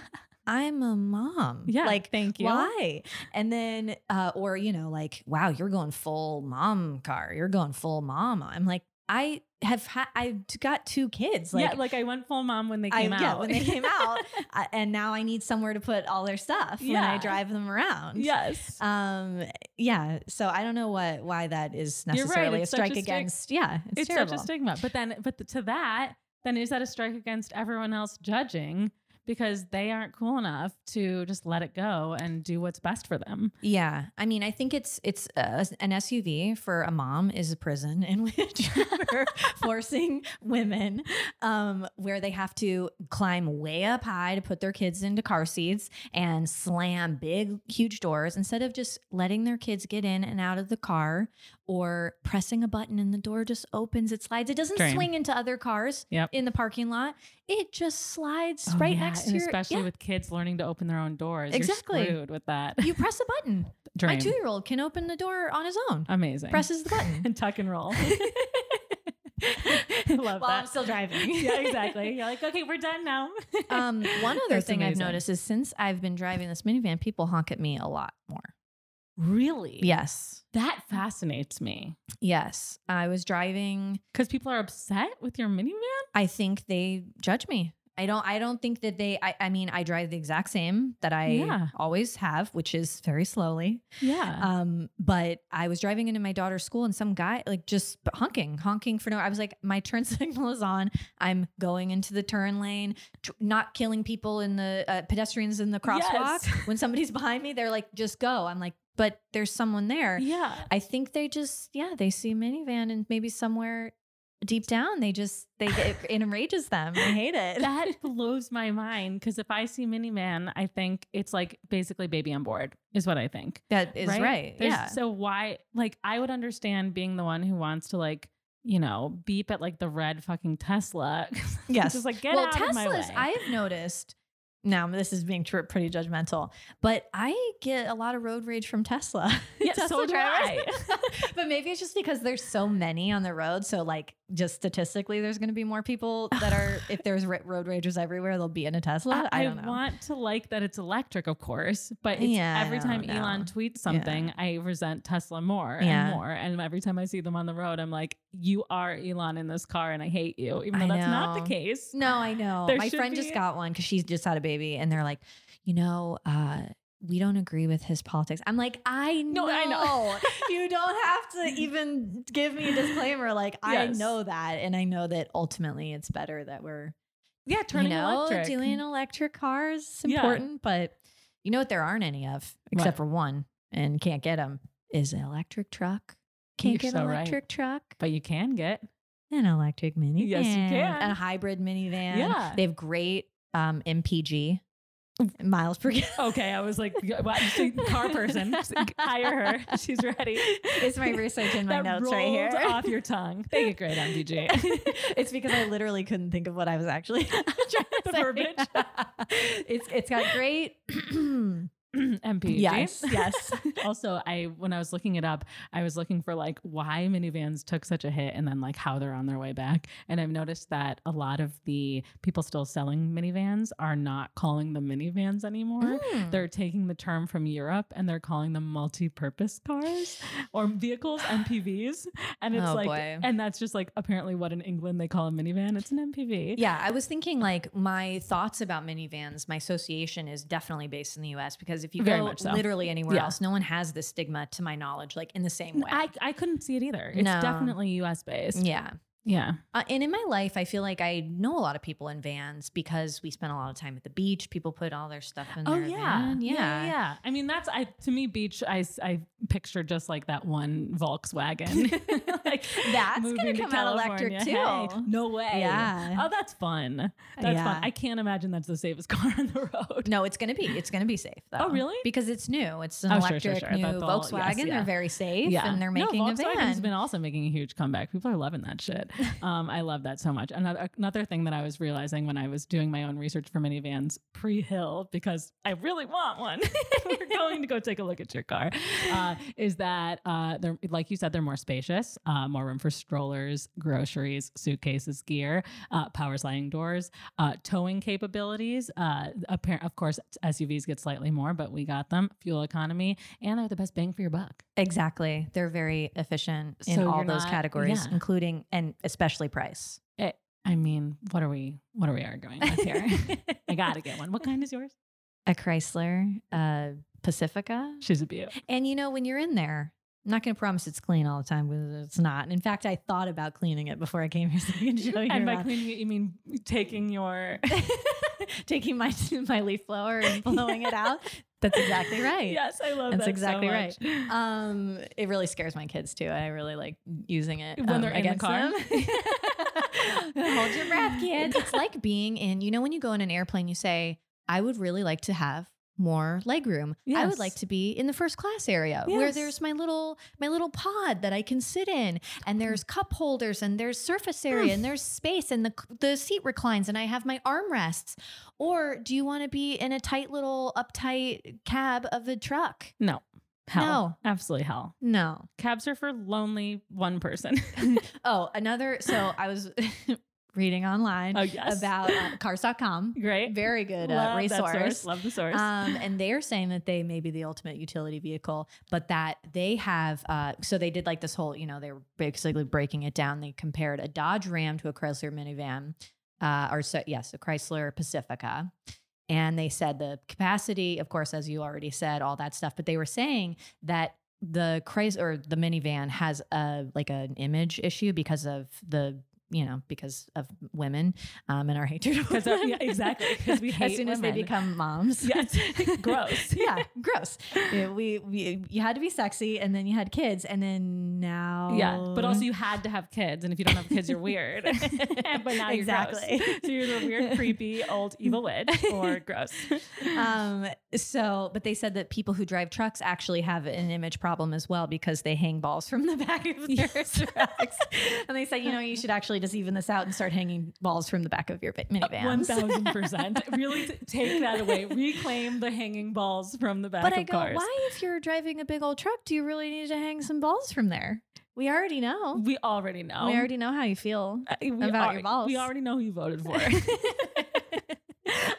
Speaker 7: I'm a mom.
Speaker 1: Yeah.
Speaker 7: Like,
Speaker 1: thank you.
Speaker 7: Why? And then, uh, or you know, like, wow, you're going full mom car. You're going full mom. I'm like, I have, ha- I got two kids. Like,
Speaker 1: yeah, like I went full mom when they
Speaker 7: I,
Speaker 1: came out.
Speaker 7: yeah, when they
Speaker 1: [laughs]
Speaker 7: came out, I, and now I need somewhere to put all their stuff when I
Speaker 1: Yeah.
Speaker 7: drive them around.
Speaker 1: yes.
Speaker 7: Um. Yeah. So I don't know what why that is
Speaker 1: You're right,
Speaker 7: necessarily a
Speaker 1: it's such a
Speaker 7: strike
Speaker 1: stick-
Speaker 7: against. Yeah, it's,
Speaker 1: it's
Speaker 7: terrible.
Speaker 1: such a stigma. But then, but to that, then is that a strike against everyone else judging because they aren't cool enough to just let it go and do what's best for them?
Speaker 7: Yeah, I mean, I think it's it's uh, an SUV for a mom is a prison in [laughs] which we're forcing women um, where they have to climb way up high to put their kids into car seats and slam big, huge doors instead of just letting their kids get in and out of the car or pressing a button and the door just opens, it slides. It doesn't
Speaker 1: Dream.
Speaker 7: swing into other cars
Speaker 1: Yep.
Speaker 7: in the parking lot. It just slides
Speaker 1: Oh,
Speaker 7: right
Speaker 1: yeah,
Speaker 7: next to
Speaker 1: and
Speaker 7: your.
Speaker 1: especially
Speaker 7: yeah.
Speaker 1: with kids learning to open their own doors.
Speaker 7: Exactly.
Speaker 1: You're screwed with that.
Speaker 7: you press a button. My
Speaker 1: Dream.
Speaker 7: two year old can open the door on his own.
Speaker 1: Amazing.
Speaker 7: Presses the [laughs] button.
Speaker 1: and tuck and roll. [laughs] Love
Speaker 7: While
Speaker 1: that.
Speaker 7: I'm still
Speaker 1: [laughs]
Speaker 7: driving. [laughs]
Speaker 1: yeah, exactly. You're like, okay, we're done now.
Speaker 7: um, one other
Speaker 1: That's
Speaker 7: thing
Speaker 1: amazing.
Speaker 7: I've noticed is since I've been driving this minivan, people honk at me a lot more.
Speaker 1: really?
Speaker 7: Yes.
Speaker 1: That fascinates me
Speaker 7: Yes. I was driving.
Speaker 1: because people are upset with your minivan.
Speaker 7: I think they judge me. I don't I don't think that they I, I mean I drive the exact same that I
Speaker 1: Yeah.
Speaker 7: always have, which is very slowly.
Speaker 1: Yeah.
Speaker 7: Um, but I was driving into my daughter's school and some guy like just honking, honking for no. I was like, my [laughs] turn signal is on. I'm going into the turn lane, tr- not killing people in the uh, pedestrians in the crosswalk.
Speaker 1: Yes.
Speaker 7: When somebody's [laughs] behind me, they're like, just go. I'm like, but there's someone there.
Speaker 1: Uh, yeah.
Speaker 7: I think they just, yeah, they see a minivan and maybe somewhere deep down they just they it,
Speaker 1: [laughs]
Speaker 7: it enrages them. They hate it. [laughs]
Speaker 1: That blows my mind because if I see Miniman, I think it's like basically baby on board is what I think.
Speaker 7: that is right.
Speaker 1: There's-
Speaker 7: Yeah.
Speaker 1: So why like I would understand being the one who wants to like, you know, beep at like the red fucking Tesla. [laughs]
Speaker 7: Yes.
Speaker 1: Just like get
Speaker 7: well,
Speaker 1: out
Speaker 7: Teslas,
Speaker 1: of my way.
Speaker 7: I've noticed. Now this is being tr- pretty judgmental, but I get a lot of road rage from Tesla. [laughs]
Speaker 1: Yeah, so do
Speaker 7: but maybe it's just because there's so many on the road. So like, just statistically, there's going to be
Speaker 1: [sighs]
Speaker 7: more people that are. if there's r- road ragers everywhere, they'll be in a Tesla. I, don't know.
Speaker 1: want to like that it's electric, of course, but it's
Speaker 7: Yeah, I
Speaker 1: every
Speaker 7: don't
Speaker 1: time
Speaker 7: know.
Speaker 1: Elon tweets something, I resent Tesla more
Speaker 7: Yeah.
Speaker 1: and more. And every time I see them on the road, I'm like, you are Elon in this car and I hate you, even though
Speaker 7: I
Speaker 1: that's not the
Speaker 7: know.
Speaker 1: case.
Speaker 7: no, I know.
Speaker 1: There
Speaker 7: My
Speaker 1: should
Speaker 7: friend
Speaker 1: be-
Speaker 7: just got one because she just had a baby, and they're like, you know, uh, we don't agree with his politics. I'm like, I
Speaker 1: [laughs]
Speaker 7: know,
Speaker 1: No, I know.
Speaker 7: you don't have
Speaker 1: [laughs]
Speaker 7: to even give me a disclaimer. Like I
Speaker 1: Yes.
Speaker 7: know that, and I know that ultimately it's better that we're
Speaker 1: Yeah, turning
Speaker 7: you know
Speaker 1: electric.
Speaker 7: doing electric cars is
Speaker 1: Yeah.
Speaker 7: important. But you know what? There aren't any of except for one, and can't get them. Is an electric truck. Can't
Speaker 1: You're
Speaker 7: get
Speaker 1: so
Speaker 7: an
Speaker 1: right.
Speaker 7: electric truck.
Speaker 1: [laughs] but you can get.
Speaker 7: An electric minivan.
Speaker 1: Yes, you can.
Speaker 7: A hybrid minivan.
Speaker 1: Yeah. Mm.
Speaker 7: They have great um, MPG miles per gallon.
Speaker 1: Okay, I was like, wow, see, car
Speaker 7: [laughs]
Speaker 1: person, hire her. She's ready.
Speaker 7: It's my research in my
Speaker 1: that
Speaker 7: notes
Speaker 1: rolled
Speaker 7: right here.
Speaker 1: off your tongue. They get great, [clears throat] MDG.
Speaker 7: [laughs] it's because I literally couldn't think of what I was actually [laughs] trying to
Speaker 1: The
Speaker 7: say.
Speaker 1: verbiage.
Speaker 7: [laughs] it's it's got great. [clears throat]
Speaker 1: MPG.
Speaker 7: yes, yes. [laughs]
Speaker 1: Also, I when I was looking it up, I was looking for like why minivans took such a hit and then like how they're on their way back. And I've noticed that a lot of the people still selling minivans are not calling them minivans anymore.
Speaker 7: Mm.
Speaker 1: They're taking the term from Europe and they're calling them multi-purpose cars [laughs] or vehicles, MPVs. And it's
Speaker 7: Oh,
Speaker 1: like
Speaker 7: boy.
Speaker 1: and that's just like apparently what in England they call a minivan. It's an MPV.
Speaker 7: Yeah, I was thinking like my thoughts about minivans, my association is definitely based in the US because if you
Speaker 1: Very
Speaker 7: go
Speaker 1: much so.
Speaker 7: literally anywhere
Speaker 1: Yeah.
Speaker 7: else, no one has this stigma to my knowledge, like in the same way.
Speaker 1: I, I couldn't see it either. It's
Speaker 7: No.
Speaker 1: definitely US based.
Speaker 7: yeah.
Speaker 1: Yeah.
Speaker 7: Uh, and in my life, I feel like I know a lot of people in vans because we spend a lot of time at the beach. People put all their stuff in
Speaker 1: Oh
Speaker 7: their
Speaker 1: yeah.
Speaker 7: van.
Speaker 1: yeah, yeah, yeah. I mean, that's I to me beach. I s- I picture just like that one
Speaker 7: [laughs]
Speaker 1: Volkswagen. [laughs] like
Speaker 7: That's gonna
Speaker 1: moving
Speaker 7: come out electric,
Speaker 1: California.
Speaker 7: too.
Speaker 1: no way.
Speaker 7: Yeah.
Speaker 1: Oh, that's fun. That's
Speaker 7: Yeah.
Speaker 1: fun. I can't imagine that's the safest [laughs] car on the road.
Speaker 7: No, it's gonna be it's gonna be safe though.
Speaker 1: Oh, really?
Speaker 7: Because it's new. It's an
Speaker 1: Oh, sure, sure,
Speaker 7: electric
Speaker 1: sure. I
Speaker 7: new
Speaker 1: thought the whole- yes,
Speaker 7: Volkswagen.
Speaker 1: yeah.
Speaker 7: They're very safe, and they're making
Speaker 1: no,
Speaker 7: a
Speaker 1: has
Speaker 7: van.
Speaker 1: been also making a huge comeback. People are loving that
Speaker 7: [laughs]
Speaker 1: shit. Um, I love that so much. Another another thing that I was realizing when I was doing my own research for minivans pre Hill because I really want one. [laughs] We're going to go take a look at your car. Uh, is that uh, they're like you said they're more spacious, uh, more room for strollers, groceries, suitcases, gear, uh, power sliding doors, uh, towing capabilities. Uh, apparent, of course, SUVs get slightly more, but we got them. Fuel economy, and they're the best bang for your buck.
Speaker 7: exactly. They're very efficient in
Speaker 1: So
Speaker 7: all
Speaker 1: you're
Speaker 7: those
Speaker 1: not-
Speaker 7: categories,
Speaker 1: yeah.
Speaker 7: including and especially price.
Speaker 1: I mean, what are we what are we arguing [laughs] with
Speaker 7: [laughs]
Speaker 1: here? I gotta get one. What kind is yours?
Speaker 7: a Chrysler uh, Pacifica.
Speaker 1: She's a beaut.
Speaker 7: And you know, when you're in there, I'm not going to promise it's clean all the time because it's not. And in fact, I thought about cleaning it before I came here so I can
Speaker 1: [laughs]
Speaker 7: show you.
Speaker 1: And by
Speaker 7: around.
Speaker 1: cleaning it, you mean taking your
Speaker 7: [laughs] Taking my [laughs] my leaf blower and blowing
Speaker 1: [laughs]
Speaker 7: it out. That's exactly right.
Speaker 1: Yes, I love
Speaker 7: That's
Speaker 1: that
Speaker 7: exactly
Speaker 1: so
Speaker 7: right.
Speaker 1: much.
Speaker 7: Um, it really scares my kids too. I really like using it
Speaker 1: When
Speaker 7: um,
Speaker 1: they're in the
Speaker 7: against
Speaker 1: car? [laughs]
Speaker 7: them. Hold your breath, kids. It's like being in. You know, when you go in an airplane, you say, "I would really like to have." more legroom. I
Speaker 1: Yes.
Speaker 7: would like to be in the first class area where
Speaker 1: Yes.
Speaker 7: there's my little my little pod that I can sit in and
Speaker 1: Mm.
Speaker 7: there's cup holders and there's surface area and there's space and the the seat reclines and I have my armrests. Or do you want to be in a tight little uptight cab of a truck?
Speaker 1: No. Hell.
Speaker 7: No.
Speaker 1: Absolutely hell.
Speaker 7: No.
Speaker 1: Cabs are for lonely one person.
Speaker 7: [laughs]
Speaker 1: [laughs]
Speaker 7: Oh, another. So I was [laughs] reading online
Speaker 1: oh yes.
Speaker 7: about uh,
Speaker 1: [laughs]
Speaker 7: cars.com.
Speaker 1: great.
Speaker 7: Very good uh,
Speaker 1: love that source.
Speaker 7: resource.
Speaker 1: Love the source.
Speaker 7: Um, and they are saying that they may be the ultimate utility vehicle, but that they have. Uh, so they did like this whole, you know, they were basically breaking it down. They compared a Dodge Ram to a Chrysler minivan, uh, or so, yes, a Chrysler Pacifica. And they said the capacity, of course, as you already said, all that stuff. But they were saying that the Chrysler or the minivan has a like an image issue because of the you know because of women um, and our hatred of
Speaker 1: 'Cause of-
Speaker 7: women.
Speaker 1: yeah, exactly, 'cause we hate
Speaker 7: [laughs] as soon as they
Speaker 1: women.
Speaker 7: become moms. [laughs]
Speaker 1: yes. Gross.
Speaker 7: yeah, gross. Yeah, we, we you had to be sexy, and then you had kids, and then now
Speaker 1: Yeah, but also you had to have kids, and if you don't have kids, you're weird. [laughs] but now you're
Speaker 7: Exactly.
Speaker 1: gross. [laughs] So you're the weird, creepy, old, evil
Speaker 7: [laughs]
Speaker 1: witch, or gross.
Speaker 7: um so but they said that people who drive trucks actually have an image problem as well because they hang balls from the [laughs] back of their trucks and they said you know you should actually just even this out and start hanging balls from the back of your va- minivans
Speaker 1: Uh, One thousand percent. Really t- take that away. Reclaim the hanging balls from the back
Speaker 7: [laughs] but
Speaker 1: of
Speaker 7: i go
Speaker 1: cars.
Speaker 7: why if you're driving a big old truck do you really need to hang some balls from there we already know
Speaker 1: We already know.
Speaker 7: we already know how you feel
Speaker 1: Uh, we
Speaker 7: about
Speaker 1: alre-
Speaker 7: your balls.
Speaker 1: We already know who you voted
Speaker 7: [laughs]
Speaker 1: for. [laughs]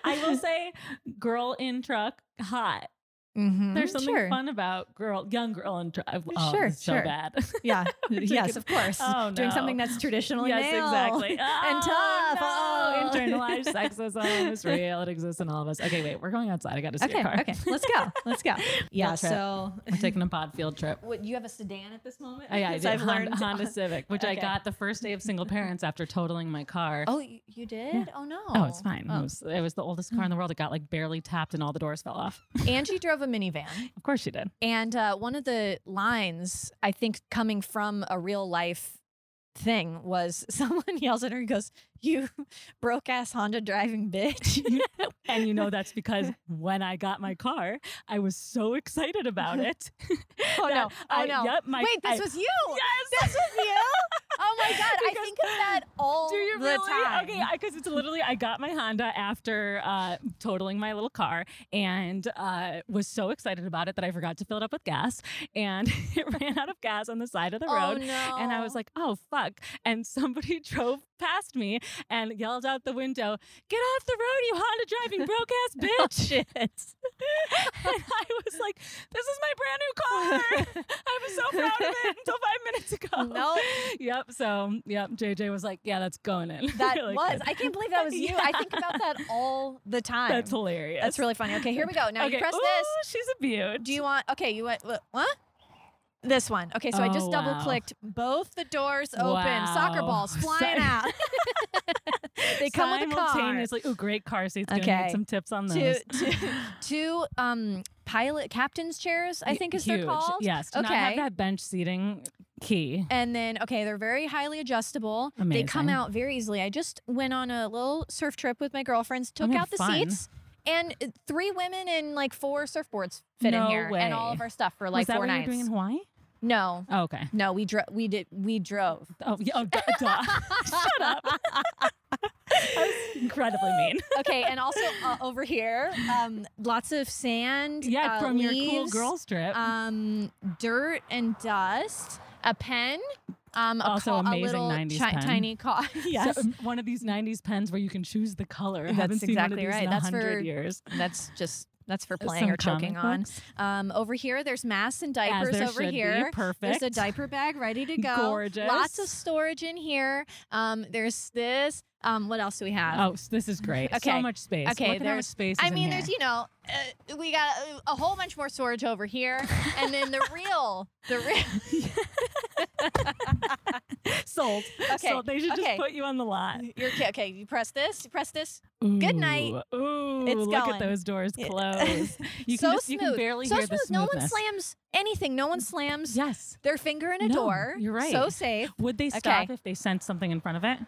Speaker 1: I will say, girl in truck, hot.
Speaker 7: Mhm.
Speaker 1: There's something
Speaker 7: Sure.
Speaker 1: fun about girl, young girl in truck. Oh,
Speaker 7: Sure,
Speaker 1: it's so
Speaker 7: sure.
Speaker 1: bad.
Speaker 7: [laughs]
Speaker 1: [laughs]
Speaker 7: Yeah. yes, of course.
Speaker 1: Oh,
Speaker 7: Doing
Speaker 1: no.
Speaker 7: something that's traditionally
Speaker 1: yes,
Speaker 7: male
Speaker 1: exactly.
Speaker 7: [laughs] and tough.
Speaker 1: Oh, no.
Speaker 7: Oh, [laughs]
Speaker 1: internalized sexism is real. It exists in all of us. Okay, wait, we're going outside. I got to see a
Speaker 7: Okay.
Speaker 1: car.
Speaker 7: Okay. Let's go.
Speaker 1: [laughs]
Speaker 7: Let's go. Yeah.
Speaker 1: Field trip.
Speaker 7: So,
Speaker 1: [laughs] we're taking a pod field trip.
Speaker 7: what, you have a sedan at this moment?
Speaker 1: Oh, yeah, [laughs] I
Speaker 7: Because
Speaker 1: did
Speaker 7: I've
Speaker 1: Honda,
Speaker 7: learned [laughs]
Speaker 1: Honda Civic, which I
Speaker 7: Okay.
Speaker 1: got the first day of single parents after totaling my car.
Speaker 7: Oh, y- you did?
Speaker 1: Yeah.
Speaker 7: Oh no.
Speaker 1: Oh, it's fine. It,
Speaker 7: Oh.
Speaker 1: was, [laughs] it was the oldest car in the world. It got like barely tapped and all the doors fell off.
Speaker 7: Angie drove a minivan,
Speaker 1: Of course she did.
Speaker 7: and uh, one of the lines I think coming from a real life thing was [laughs] someone yells at her and goes, "You [laughs] broke ass Honda driving bitch." [laughs]
Speaker 1: and you know that's because when I got my car, I was so excited about it.
Speaker 7: [laughs] Oh
Speaker 1: that [laughs]
Speaker 7: no!
Speaker 1: I-
Speaker 7: oh no!
Speaker 1: yep, my-
Speaker 7: Wait, this
Speaker 1: I-
Speaker 7: was you.
Speaker 1: [laughs] Yes!
Speaker 7: [laughs] This was you. Oh
Speaker 1: [laughs]
Speaker 7: my god! I
Speaker 1: Because-
Speaker 7: think
Speaker 1: [laughs]
Speaker 7: of that all
Speaker 1: Do you
Speaker 7: the
Speaker 1: really?
Speaker 7: time.
Speaker 1: Okay, because it's literally I got my Honda after uh, totaling my little car and uh, was so excited about it that I forgot to fill it up with gas and [laughs] it ran out of gas on the side of the
Speaker 7: oh
Speaker 1: road.
Speaker 7: no!
Speaker 1: And I was like, [laughs] oh, fuck. And [laughs] somebody drove past me and yelled out the window, get off the road, you Honda driving broke
Speaker 7: [laughs] Oh,
Speaker 1: ass bitch. [laughs] and I was like, this is my brand new
Speaker 7: [laughs]
Speaker 1: car. [laughs] I was so proud of it until five minutes [laughs] ago.
Speaker 7: Nope.
Speaker 1: Yep. So, yep. JJ was like, yeah, that's going in. [laughs]
Speaker 7: that
Speaker 1: Really
Speaker 7: was.
Speaker 1: good.
Speaker 7: I can't
Speaker 1: [laughs]
Speaker 7: believe that was you. I think about that all the time.
Speaker 1: That's hilarious.
Speaker 7: That's really funny. Okay, here we go. Now
Speaker 1: okay.
Speaker 7: you press
Speaker 1: Ooh,
Speaker 7: this.
Speaker 1: She's a beaut.
Speaker 7: Do you want? Okay, you went. wh- What? This one. Okay, so I
Speaker 1: Oh,
Speaker 7: just
Speaker 1: wow.
Speaker 7: double clicked. Both the doors open. Soccer
Speaker 1: Wow. [laughs]
Speaker 7: balls
Speaker 1: Sorry.
Speaker 7: flying out. they come with a car.
Speaker 1: Simultaneously. Ooh, great car seats. Gonna need
Speaker 7: Okay.
Speaker 1: some tips on those.
Speaker 7: Two, two, two um, pilot captain's chairs. I
Speaker 1: Y-
Speaker 7: think is
Speaker 1: huge.
Speaker 7: they're called.
Speaker 1: Yes. To not have
Speaker 7: Okay.
Speaker 1: that bench seating key.
Speaker 7: And then, okay, they're very highly adjustable. They
Speaker 1: Amazing.
Speaker 7: come out very easily. I just went on a little surf trip with my girlfriends, took
Speaker 1: my
Speaker 7: out the
Speaker 1: Oh, fun.
Speaker 7: seats, and uh, three women and like four surfboards fit
Speaker 1: No
Speaker 7: in here,
Speaker 1: way.
Speaker 7: and all of our stuff for like
Speaker 1: Was that
Speaker 7: four
Speaker 1: what you were
Speaker 7: nights.
Speaker 1: doing in Hawaii?
Speaker 7: no,
Speaker 1: Oh, okay.
Speaker 7: no, we drove. We did. We drove.
Speaker 1: Oh, yeah, oh duh,
Speaker 7: [laughs]
Speaker 1: duh. shut up. that was incredibly
Speaker 7: [laughs]
Speaker 1: mean.
Speaker 7: Okay, and also uh, over here, um, lots of sand.
Speaker 1: Yeah,
Speaker 7: uh,
Speaker 1: from your cool
Speaker 7: leaves,
Speaker 1: girl strip.
Speaker 7: Um, dirt and dust. A pen. Um, a
Speaker 1: Also
Speaker 7: ca-
Speaker 1: amazing
Speaker 7: a little
Speaker 1: 90s
Speaker 7: chi-
Speaker 1: pen.
Speaker 7: tiny [laughs] car. yes.
Speaker 1: So, um, [laughs] one of these 90s pens where you can choose the color. I
Speaker 7: That's
Speaker 1: haven't seen one
Speaker 7: exactly
Speaker 1: of these in
Speaker 7: right.
Speaker 1: a
Speaker 7: That's
Speaker 1: 100
Speaker 7: for
Speaker 1: years.
Speaker 7: That's just that's for
Speaker 1: Some
Speaker 7: playing or choking
Speaker 1: comic
Speaker 7: on.
Speaker 1: books.
Speaker 7: Um, over here, there's masks and
Speaker 1: As
Speaker 7: diapers
Speaker 1: there
Speaker 7: over
Speaker 1: should be.
Speaker 7: here.
Speaker 1: Perfect.
Speaker 7: There's a diaper bag ready to go.
Speaker 1: Gorgeous.
Speaker 7: Lots of storage in here. Um, there's this. Um, what else do we have?
Speaker 1: Oh, s- this is great. So
Speaker 7: Okay.
Speaker 1: much space.
Speaker 7: Okay,
Speaker 1: Look at how much
Speaker 7: there's-
Speaker 1: space
Speaker 7: I
Speaker 1: is in
Speaker 7: mean,
Speaker 1: here.
Speaker 7: there's you know, uh, we got a, a whole bunch more storage over here, and
Speaker 1: [laughs]
Speaker 7: then the real, the real.
Speaker 1: [laughs] sold.
Speaker 7: Okay,
Speaker 1: Sold. They should
Speaker 7: okay.
Speaker 1: just put you on the lot.
Speaker 7: You're okay. Okay, you press this. You press this. Good night.
Speaker 1: Ooh, Ooh,
Speaker 7: It's
Speaker 1: look at
Speaker 7: going.
Speaker 1: those doors
Speaker 7: Yeah. [laughs]
Speaker 1: close. You can
Speaker 7: so
Speaker 1: just
Speaker 7: smooth.
Speaker 1: you can barely
Speaker 7: so
Speaker 1: hear
Speaker 7: smooth.
Speaker 1: the
Speaker 7: No one
Speaker 1: smoothness.
Speaker 7: slams anything. No one slams
Speaker 1: Yes.
Speaker 7: their finger in a
Speaker 1: No,
Speaker 7: door.
Speaker 1: you're right.
Speaker 7: So safe.
Speaker 1: Would they
Speaker 7: Okay.
Speaker 1: stop if they sent something in front of it?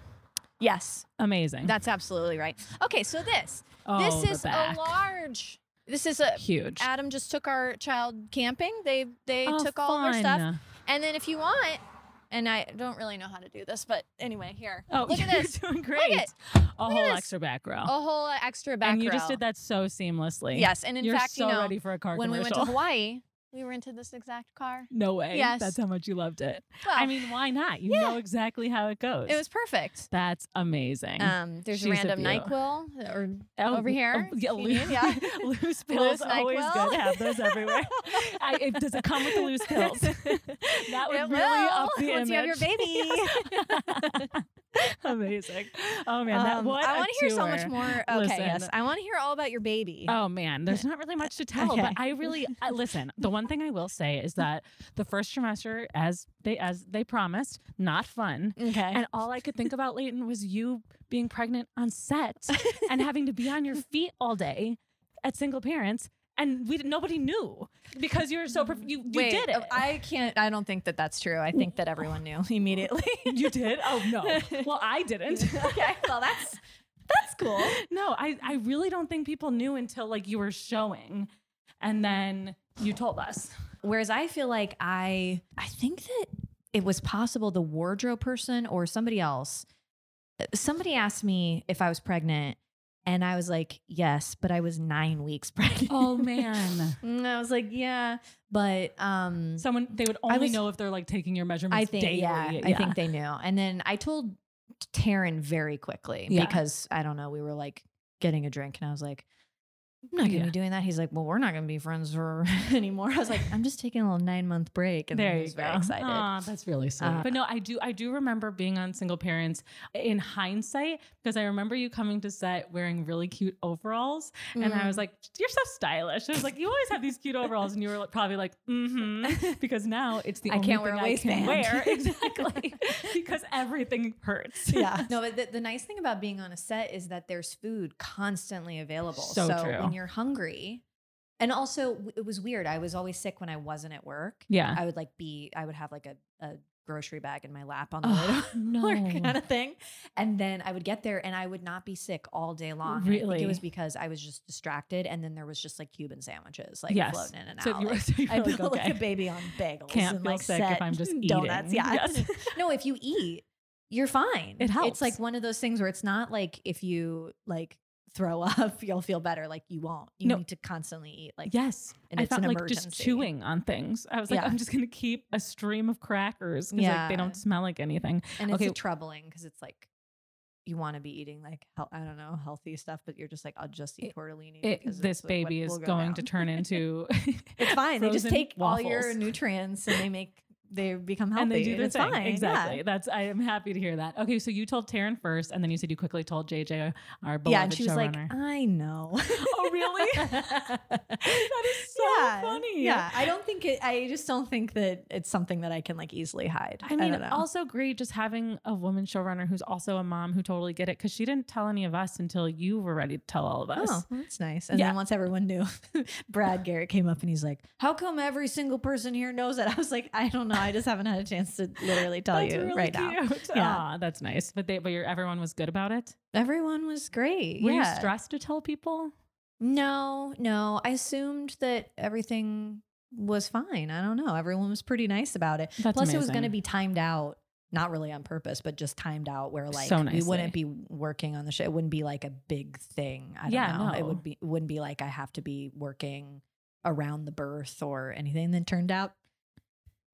Speaker 7: Yes,
Speaker 1: Amazing.
Speaker 7: that's absolutely right. Okay, so this.
Speaker 1: oh, the
Speaker 7: this is a
Speaker 1: back.
Speaker 7: large. This is a.
Speaker 1: Huge.
Speaker 7: Adam just took our child camping. They they
Speaker 1: Oh,
Speaker 7: took all of our stuff.
Speaker 1: fun.
Speaker 7: And then if you want, and I don't really know how to do this, but anyway, here.
Speaker 1: Oh,
Speaker 7: look at
Speaker 1: [laughs] you're
Speaker 7: this.
Speaker 1: doing great.
Speaker 7: Look at
Speaker 1: a
Speaker 7: look at
Speaker 1: whole
Speaker 7: this.
Speaker 1: extra back row.
Speaker 7: a whole extra back
Speaker 1: Oh. and you just
Speaker 7: row.
Speaker 1: did that so seamlessly.
Speaker 7: Yes, and in
Speaker 1: You're
Speaker 7: fact,
Speaker 1: so
Speaker 7: you know,
Speaker 1: ready for a car
Speaker 7: when we went
Speaker 1: commercial.
Speaker 7: to Hawaii, we rented this exact car.
Speaker 1: [laughs] no way.
Speaker 7: Yes.
Speaker 1: That's how much you loved it.
Speaker 7: Well,
Speaker 1: I mean, why not? You
Speaker 7: yeah.
Speaker 1: know exactly how it goes.
Speaker 7: it was perfect.
Speaker 1: That's amazing.
Speaker 7: Um, there's
Speaker 1: She's a
Speaker 7: random
Speaker 1: beaut.
Speaker 7: Nyquil or
Speaker 1: Oh,
Speaker 7: over here.
Speaker 1: yeah,
Speaker 7: if you
Speaker 1: loose,
Speaker 7: need, yeah.
Speaker 1: [laughs] loose pills
Speaker 7: [laughs] Loose
Speaker 1: always
Speaker 7: NyQuil.
Speaker 1: good to have those
Speaker 7: [laughs]
Speaker 1: everywhere. I, it does it come with the loose pills? [laughs] that would really
Speaker 7: It will, [laughs]
Speaker 1: up the image. [laughs]
Speaker 7: once you have your baby.
Speaker 1: Amazing. Oh man, that
Speaker 7: Um,
Speaker 1: what
Speaker 7: I
Speaker 1: a
Speaker 7: wanna hear so much
Speaker 1: tour.
Speaker 7: more. Okay,
Speaker 1: Listen.
Speaker 7: yes, I want to hear all about your baby.
Speaker 1: Oh man, there's not really much to tell, but
Speaker 7: Okay.
Speaker 1: I really I, listen. The one thing I will say is that the first trimester, as they as they promised, not fun.
Speaker 7: okay.
Speaker 1: And all I could think about, Leighton, was you being pregnant on set
Speaker 7: [laughs]
Speaker 1: and having to be on your feet all day at single parents. And we didn't- nobody knew because you were so perf- you you
Speaker 7: Wait, oh,
Speaker 1: did it.
Speaker 7: I can't. I don't think that that's true. I think that everyone knew [laughs] immediately.
Speaker 1: [laughs] [laughs] you did? Oh
Speaker 7: [laughs]
Speaker 1: no. Well, I didn't.
Speaker 7: okay, well that's that's cool.
Speaker 1: no, I I really don't think people knew until like you were showing, and then you told us.
Speaker 7: Whereas I feel like I I think that it was possible the wardrobe person or somebody else somebody asked me if I was pregnant and I was like, "Yes, but I was 9 weeks [laughs] pregnant."
Speaker 1: [laughs] Oh man.
Speaker 7: And I was like, "Yeah, but um
Speaker 1: Someone they would only
Speaker 7: was-
Speaker 1: know if they're like taking your measurements
Speaker 7: I think
Speaker 1: daily.
Speaker 7: yeah, I think they knew. And then I told Taryn very quickly
Speaker 1: Yeah.
Speaker 7: because I don't know, we were like getting a drink and I was like, I'm not gonna
Speaker 1: Yeah.
Speaker 7: be doing that. He's like, Well, we're not gonna be friends for [laughs] anymore. I was like, I'm just taking a little nine month break. And then
Speaker 1: there
Speaker 7: he
Speaker 1: you
Speaker 7: was
Speaker 1: go.
Speaker 7: very excited.
Speaker 1: Aw, that's really sweet.
Speaker 7: Uh,
Speaker 1: but no, I do. I do remember being on Single Parents in hindsight because I remember you coming to set wearing really cute overalls, and
Speaker 7: Mm.
Speaker 1: I
Speaker 7: Mm-hmm.
Speaker 1: was like, "You're so stylish." I was like, "You always have these cute overalls," and you were like, probably like, "Mm-hmm," because now it's the
Speaker 7: I
Speaker 1: only
Speaker 7: can't wear
Speaker 1: thing
Speaker 7: a
Speaker 1: I can
Speaker 7: waistband.
Speaker 1: wear exactly because everything hurts.
Speaker 7: [laughs] [laughs] yeah. No, but the, the nice thing about being on a set is that there's food constantly available.
Speaker 1: So true.
Speaker 7: when you're hungry, and also w- it was weird. I was always sick when I wasn't at work.
Speaker 1: [laughs] yeah.
Speaker 7: I would like be, I would have like a, a grocery bag in my lap on the way
Speaker 1: [laughs]
Speaker 7: to
Speaker 1: Oh,
Speaker 7: [laughs]
Speaker 1: no.
Speaker 7: kind of thing. And then I would get there and I would not be sick all day long. And I think
Speaker 1: Really?
Speaker 7: it was because I was just distracted. And then there was just like Cuban sandwiches like
Speaker 1: Yes.
Speaker 7: floating in and
Speaker 1: So
Speaker 7: out.
Speaker 1: you were- [laughs]
Speaker 7: like,
Speaker 1: so you were
Speaker 7: [laughs] I
Speaker 1: like,
Speaker 7: feel like,
Speaker 1: okay.
Speaker 7: a baby on bagels.
Speaker 1: Can't
Speaker 7: and,
Speaker 1: feel
Speaker 7: like,
Speaker 1: sick if
Speaker 7: set
Speaker 1: I'm just
Speaker 7: [laughs] donuts.
Speaker 1: eating. [laughs]
Speaker 7: Yeah.
Speaker 1: Yes.
Speaker 7: no, if you eat, you're fine.
Speaker 1: It helps.
Speaker 7: It's like one of those things where it's not like if you like throw [laughs] up, you'll feel better. Like you won't. You
Speaker 1: No.
Speaker 7: need to constantly eat. [laughs] Like
Speaker 1: yes.
Speaker 7: and
Speaker 1: I
Speaker 7: it's an
Speaker 1: felt like just
Speaker 7: emergency.
Speaker 1: chewing on things. I was like,
Speaker 7: Yeah.
Speaker 1: I'm just going to keep a stream of crackers because like, they
Speaker 7: Yeah.
Speaker 1: don't smell like anything.
Speaker 7: And it's
Speaker 1: Okay.
Speaker 7: a troubling because it's like you want to be eating like hel- I don't know healthy stuff, but you're just like I'll just eat
Speaker 1: It-
Speaker 7: tortellini.
Speaker 1: It,
Speaker 7: because
Speaker 1: this
Speaker 7: it's, like, what
Speaker 1: baby is
Speaker 7: will go
Speaker 1: going
Speaker 7: down."
Speaker 1: to turn into.
Speaker 7: [laughs] it's fine. They just
Speaker 1: frozen
Speaker 7: take all your
Speaker 1: waffles. [laughs]
Speaker 7: nutrients and they make they become healthy.
Speaker 1: and they do their
Speaker 7: it's
Speaker 1: thing.
Speaker 7: fine.
Speaker 1: exactly. That's. I am happy to hear that. Okay, so you told Taryn first, and then you said you quickly told JJ, our
Speaker 7: Yeah.
Speaker 1: beloved
Speaker 7: yeah, and she was like,
Speaker 1: showrunner.
Speaker 7: I know. [laughs]
Speaker 1: oh really? [laughs] that is so
Speaker 7: yeah,
Speaker 1: funny.
Speaker 7: Yeah, I don't think it. I just don't think that it's something that I can like easily hide.
Speaker 1: I mean,
Speaker 7: don't know.
Speaker 1: also great just having a woman showrunner who's also a mom who totally get it because she didn't tell any of us until you were ready to tell all of us.
Speaker 7: Oh, well, that's nice. And
Speaker 1: Yeah.
Speaker 7: then once everyone knew, [laughs] Brad Garrett came up and he's like, "How come every single person here knows that?" [laughs] I was like, "I don't know. I just haven't had a chance to literally tell
Speaker 1: That's
Speaker 7: you
Speaker 1: really
Speaker 7: right now."
Speaker 1: cute.
Speaker 7: [laughs] Yeah.
Speaker 1: Aw, that's nice. But they, but your everyone was good about it.
Speaker 7: Everyone was great.
Speaker 1: Were
Speaker 7: yeah.
Speaker 1: you stressed to tell people?
Speaker 7: no, no. I assumed that everything was fine. I don't know. Everyone was pretty nice about it.
Speaker 1: That's
Speaker 7: Plus, it was going to
Speaker 1: amazing.
Speaker 7: be [laughs] timed out. Not really on purpose, but just timed out where like
Speaker 1: So
Speaker 7: we wouldn't be working on the show. It wouldn't be like a big thing. I don't
Speaker 1: Yeah,
Speaker 7: know.
Speaker 1: no.
Speaker 7: It would be wouldn't be like I have to be working around the birth or anything. And then turned out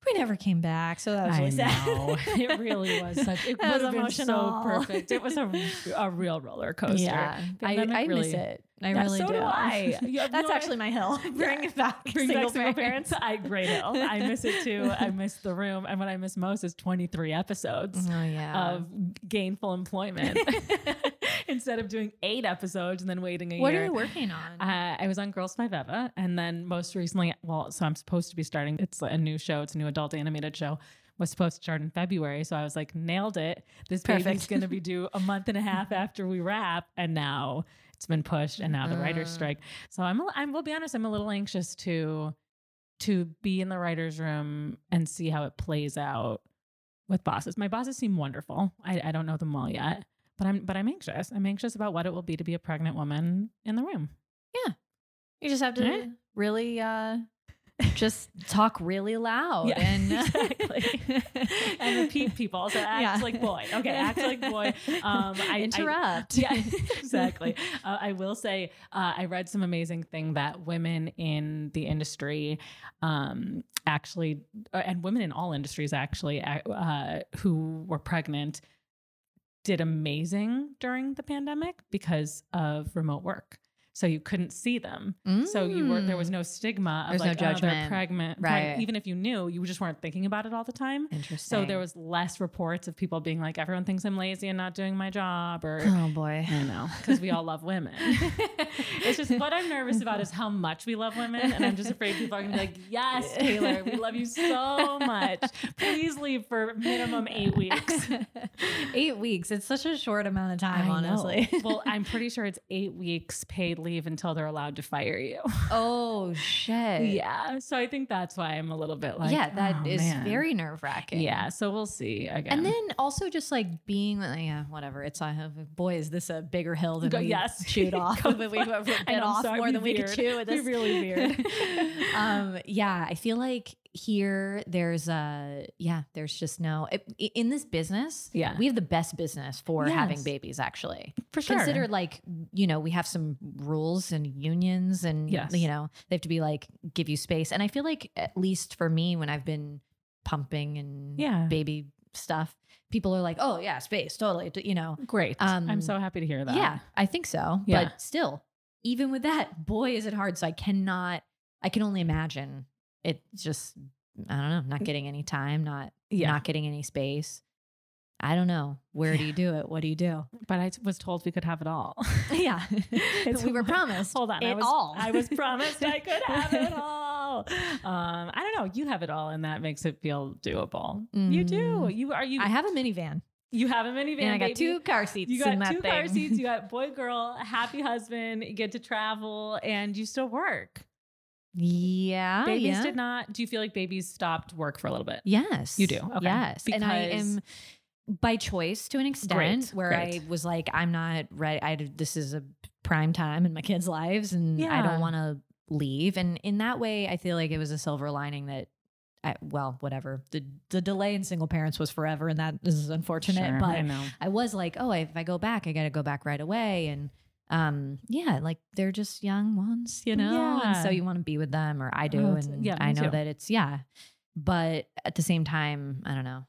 Speaker 7: we never came back. So that was
Speaker 1: I
Speaker 7: really [laughs] sad.
Speaker 1: know. [laughs] it really was such. It
Speaker 7: [laughs] That
Speaker 1: would have
Speaker 7: was
Speaker 1: been so
Speaker 7: emotional.
Speaker 1: perfect. It was a,
Speaker 7: [laughs]
Speaker 1: a real roller coaster.
Speaker 7: Yeah.
Speaker 1: The
Speaker 7: I,
Speaker 1: pandemic
Speaker 7: I
Speaker 1: really-
Speaker 7: miss it. I [laughs]
Speaker 1: Yeah,
Speaker 7: really
Speaker 1: so do I. [laughs] You have
Speaker 7: That's
Speaker 1: no
Speaker 7: actually my hill. [laughs] Bring it back.
Speaker 1: [laughs] Bring back single parents. I great
Speaker 7: [laughs]
Speaker 1: it. I miss it too. I miss the room. And what I miss most is 23 episodes.
Speaker 7: Oh yeah.
Speaker 1: of gainful
Speaker 7: [laughs]
Speaker 1: employment [laughs] instead of doing eight episodes and then waiting a
Speaker 7: what
Speaker 1: year.
Speaker 7: are you working on?
Speaker 1: Uh, I was on Girls Five Eva, and then most recently, well, so I'm supposed to be starting. It's a new show. It's a new adult animated show. Was supposed to start in February, so I was like, nailed it. This baby's
Speaker 7: Perfect.
Speaker 1: going to be due a month and a half after we wrap, and now it's been pushed, and now the writers
Speaker 7: Mm.
Speaker 1: strike. So I'm, a- I will be honest, I'm a little anxious to to be in the writers' room and see how it plays out with bosses. My bosses seem wonderful. I, I don't know them well yet, but I'm but I'm anxious. I'm anxious about what it will be to be a pregnant woman in the room.
Speaker 7: you just have to
Speaker 1: Eh?
Speaker 7: really uh
Speaker 1: [laughs]
Speaker 7: just talk really loud
Speaker 1: Yeah, [laughs]
Speaker 7: [laughs] and
Speaker 1: exactly. [laughs] and repeat people. So act
Speaker 7: Yeah.
Speaker 1: like boy. Okay, act like [laughs] boy. Um, I, I,
Speaker 7: interrupt. [laughs]
Speaker 1: yeah, [laughs] exactly. Uh, I will say uh, I read some amazing thing that women in the industry, um, actually, uh, and women in all industries actually, uh, uh, who were pregnant, did amazing during the pandemic because of remote work. So you couldn't see them. So you were
Speaker 7: Mm.
Speaker 1: there was no stigma of
Speaker 7: There's no
Speaker 1: like oh, they're
Speaker 7: judgment.
Speaker 1: pregnant,
Speaker 7: Right.
Speaker 1: Even if you knew, you just weren't thinking about it all the time.
Speaker 7: interesting.
Speaker 1: So there was less reports of people being like, everyone thinks I'm lazy and not doing my job, or
Speaker 7: oh boy. [laughs]
Speaker 1: I [laughs] know, because we all love women. it's just what I'm nervous about is how much we love women. And I'm just afraid people are going to be like, yes, Taylor, we love you so much. Please leave for minimum
Speaker 7: [laughs]
Speaker 1: eight weeks.
Speaker 7: Eight weeks. It's such a short amount of time,
Speaker 1: I know.
Speaker 7: honestly. [laughs]
Speaker 1: well, I'm pretty sure it's eight weeks paid leave until they're allowed to fire you.
Speaker 7: oh shit.
Speaker 1: yeah. So I think that's why I'm a little bit like,
Speaker 7: yeah, that
Speaker 1: "Oh,
Speaker 7: is
Speaker 1: man."
Speaker 7: very nerve wracking.
Speaker 1: Yeah. So we'll see again.
Speaker 7: And then also just like being, yeah, whatever. It's I have, boy, is this a bigger hill than
Speaker 1: Go-
Speaker 7: we
Speaker 1: yes.
Speaker 7: [laughs] chewed off?
Speaker 1: Go
Speaker 7: we we
Speaker 1: for it.
Speaker 7: bit
Speaker 1: I know, I'm
Speaker 7: off
Speaker 1: sorry,
Speaker 7: more
Speaker 1: we
Speaker 7: than we
Speaker 1: veered.
Speaker 7: could [laughs] chew. at
Speaker 1: We
Speaker 7: this.
Speaker 1: really veered. [laughs]
Speaker 7: um, yeah, I feel like here there's uh yeah, there's just no i- in this business.
Speaker 1: Yeah.
Speaker 7: we have the best business for having
Speaker 1: Yes.
Speaker 7: babies. Actually,
Speaker 1: for sure.
Speaker 7: consider like you know we have some rules and unions and
Speaker 1: Yes.
Speaker 7: you know they have to be like give you space and i feel like at least for me when i've been pumping and
Speaker 1: Yeah.
Speaker 7: baby stuff people are like oh yeah space totally d- you know
Speaker 1: Great. I'm
Speaker 7: Um,
Speaker 1: so happy to hear that.
Speaker 7: yeah i think so
Speaker 1: Yeah.
Speaker 7: but still even with that boy is it hard so i cannot i can only imagine it just i don't know not getting any time not
Speaker 1: Mm. Yeah.
Speaker 7: not getting any space i don't know where do you do it what do
Speaker 1: [laughs]
Speaker 7: you do [laughs]
Speaker 1: But I was told we could have it all.
Speaker 7: yeah
Speaker 1: It's- [laughs]
Speaker 7: we were promised
Speaker 1: Hold on. I
Speaker 7: it
Speaker 1: was,
Speaker 7: all
Speaker 1: I was promised I could have
Speaker 7: [laughs]
Speaker 1: it all. Um, I don't know. You have it all, and that makes it feel doable. You do.
Speaker 7: Mm.
Speaker 1: You are you.
Speaker 7: I have a minivan
Speaker 1: you have a minivan.
Speaker 7: and I got
Speaker 1: baby.
Speaker 7: two car seats.
Speaker 1: You got
Speaker 7: in that
Speaker 1: two car
Speaker 7: thing.
Speaker 1: seats. You got boy, girl, happy husband. You get to travel, and you still work.
Speaker 7: [laughs] Yeah.
Speaker 1: babies
Speaker 7: yeah.
Speaker 1: did not. Do you feel like babies stopped work for a little bit?
Speaker 7: Yes.
Speaker 1: You do? Okay.
Speaker 7: Yes. and I
Speaker 1: Because-
Speaker 7: am by choice to an extent
Speaker 1: Great,
Speaker 7: where
Speaker 1: great.
Speaker 7: I was like, I'm not ready. I, this is a prime time in my kids' lives and I
Speaker 1: Yeah.
Speaker 7: don't want to leave. And in that way, I feel like it was a silver lining that. I, well, whatever. The the delay in single parents was forever, and that is unfortunate.
Speaker 1: Sure,
Speaker 7: but
Speaker 1: I know.
Speaker 7: I was like, oh, if I go back, I got to go back right away. And um, yeah, like they're just young ones, you know? And
Speaker 1: Yeah.
Speaker 7: so you want to be with them, or I do.
Speaker 1: Oh, it's-
Speaker 7: and
Speaker 1: yeah,
Speaker 7: I
Speaker 1: me
Speaker 7: know
Speaker 1: too.
Speaker 7: that it's, yeah. But at the same time, I don't know.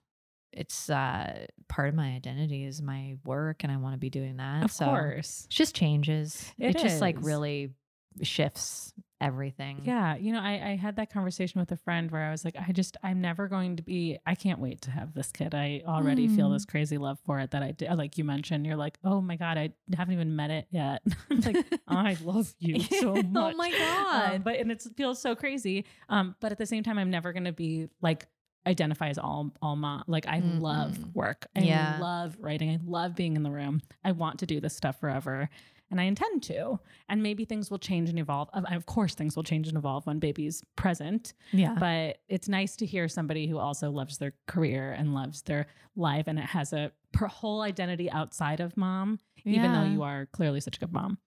Speaker 7: It's uh, part of my identity is my work, and I want to be doing that.
Speaker 1: Of
Speaker 7: so
Speaker 1: course.
Speaker 7: it just changes.
Speaker 1: It
Speaker 7: It, just like
Speaker 1: is.
Speaker 7: really shifts everything.
Speaker 1: Yeah, you know, I, I had that conversation with a friend where I was like, I just, I'm never going to be, I can't wait to have this kid. I already feel
Speaker 7: Mm.
Speaker 1: this crazy love for it that I did. Like you mentioned, you're like, oh my God, I haven't even met it yet. [laughs] I'm like,
Speaker 7: [laughs]
Speaker 1: um, I love you so
Speaker 7: Oh
Speaker 1: much.
Speaker 7: my
Speaker 1: Um,
Speaker 7: God.
Speaker 1: but, and it's- it feels so crazy. Um, but at the same time, I'm never going to be like, identify as all all mom like i love
Speaker 7: Mm-mm.
Speaker 1: work i
Speaker 7: Mm-hmm. Yeah.
Speaker 1: love writing i love being in the room i want to do this stuff forever and i intend to and maybe things will change and evolve of, of course things will change and evolve when baby's present
Speaker 7: Yeah.
Speaker 1: but it's nice to hear somebody who also loves their career and loves their life and it has a per whole identity outside of mom even though
Speaker 7: Yeah.
Speaker 1: you are clearly such a good mom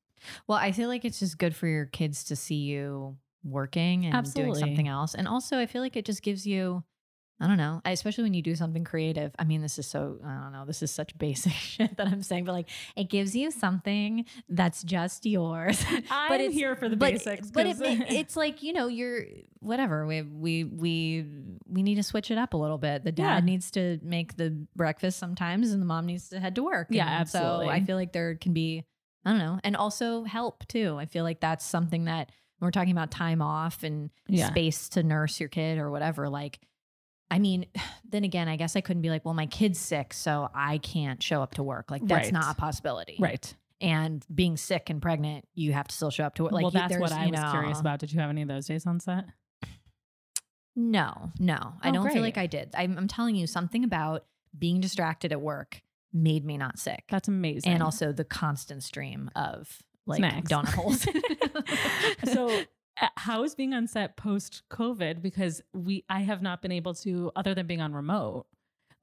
Speaker 7: Well, I feel like it's just good for your kids to see you working and
Speaker 1: Absolutely.
Speaker 7: doing something else. And also, I feel like it just gives you, I don't know, especially when you do something creative. I mean, this is so, I don't know, this is such basic [laughs] shit that I'm saying, but like it gives you something that's just yours. [laughs]
Speaker 1: i'm
Speaker 7: it's-
Speaker 1: here for the
Speaker 7: but,
Speaker 1: basics
Speaker 7: but it,
Speaker 1: 'cause- [laughs]
Speaker 7: ma- it's like you know you're whatever we we we we need to switch it up a little bit the dad
Speaker 1: Yeah.
Speaker 7: needs to make the breakfast sometimes and the mom needs to head to work
Speaker 1: Yeah,
Speaker 7: And
Speaker 1: absolutely.
Speaker 7: so i feel like there can be i don't know and also help too i feel like that's something that when we're talking about time off and
Speaker 1: Yeah.
Speaker 7: space to nurse your kid or whatever like I mean, [sighs] then again, I guess I couldn't be like, well, my kid's sick, so I can't show up to work. Like, that's
Speaker 1: Right.
Speaker 7: not a possibility
Speaker 1: right
Speaker 7: and being sick and pregnant, you have to still show up to work. Like
Speaker 1: well
Speaker 7: you-
Speaker 1: that's
Speaker 7: there's,
Speaker 1: what i
Speaker 7: you
Speaker 1: was curious
Speaker 7: know-
Speaker 1: about did you have any of those days on set
Speaker 7: No, no, I
Speaker 1: Oh,
Speaker 7: don't feel like
Speaker 1: great.
Speaker 7: I did. I'm, I'm telling you, something about being distracted at work made me not sick,
Speaker 1: that's amazing
Speaker 7: and also the constant stream of like
Speaker 1: Snacks.
Speaker 7: donut holes.
Speaker 1: [laughs] [laughs] so uh, how is being on set post covid because we i have not been able to other than being on remote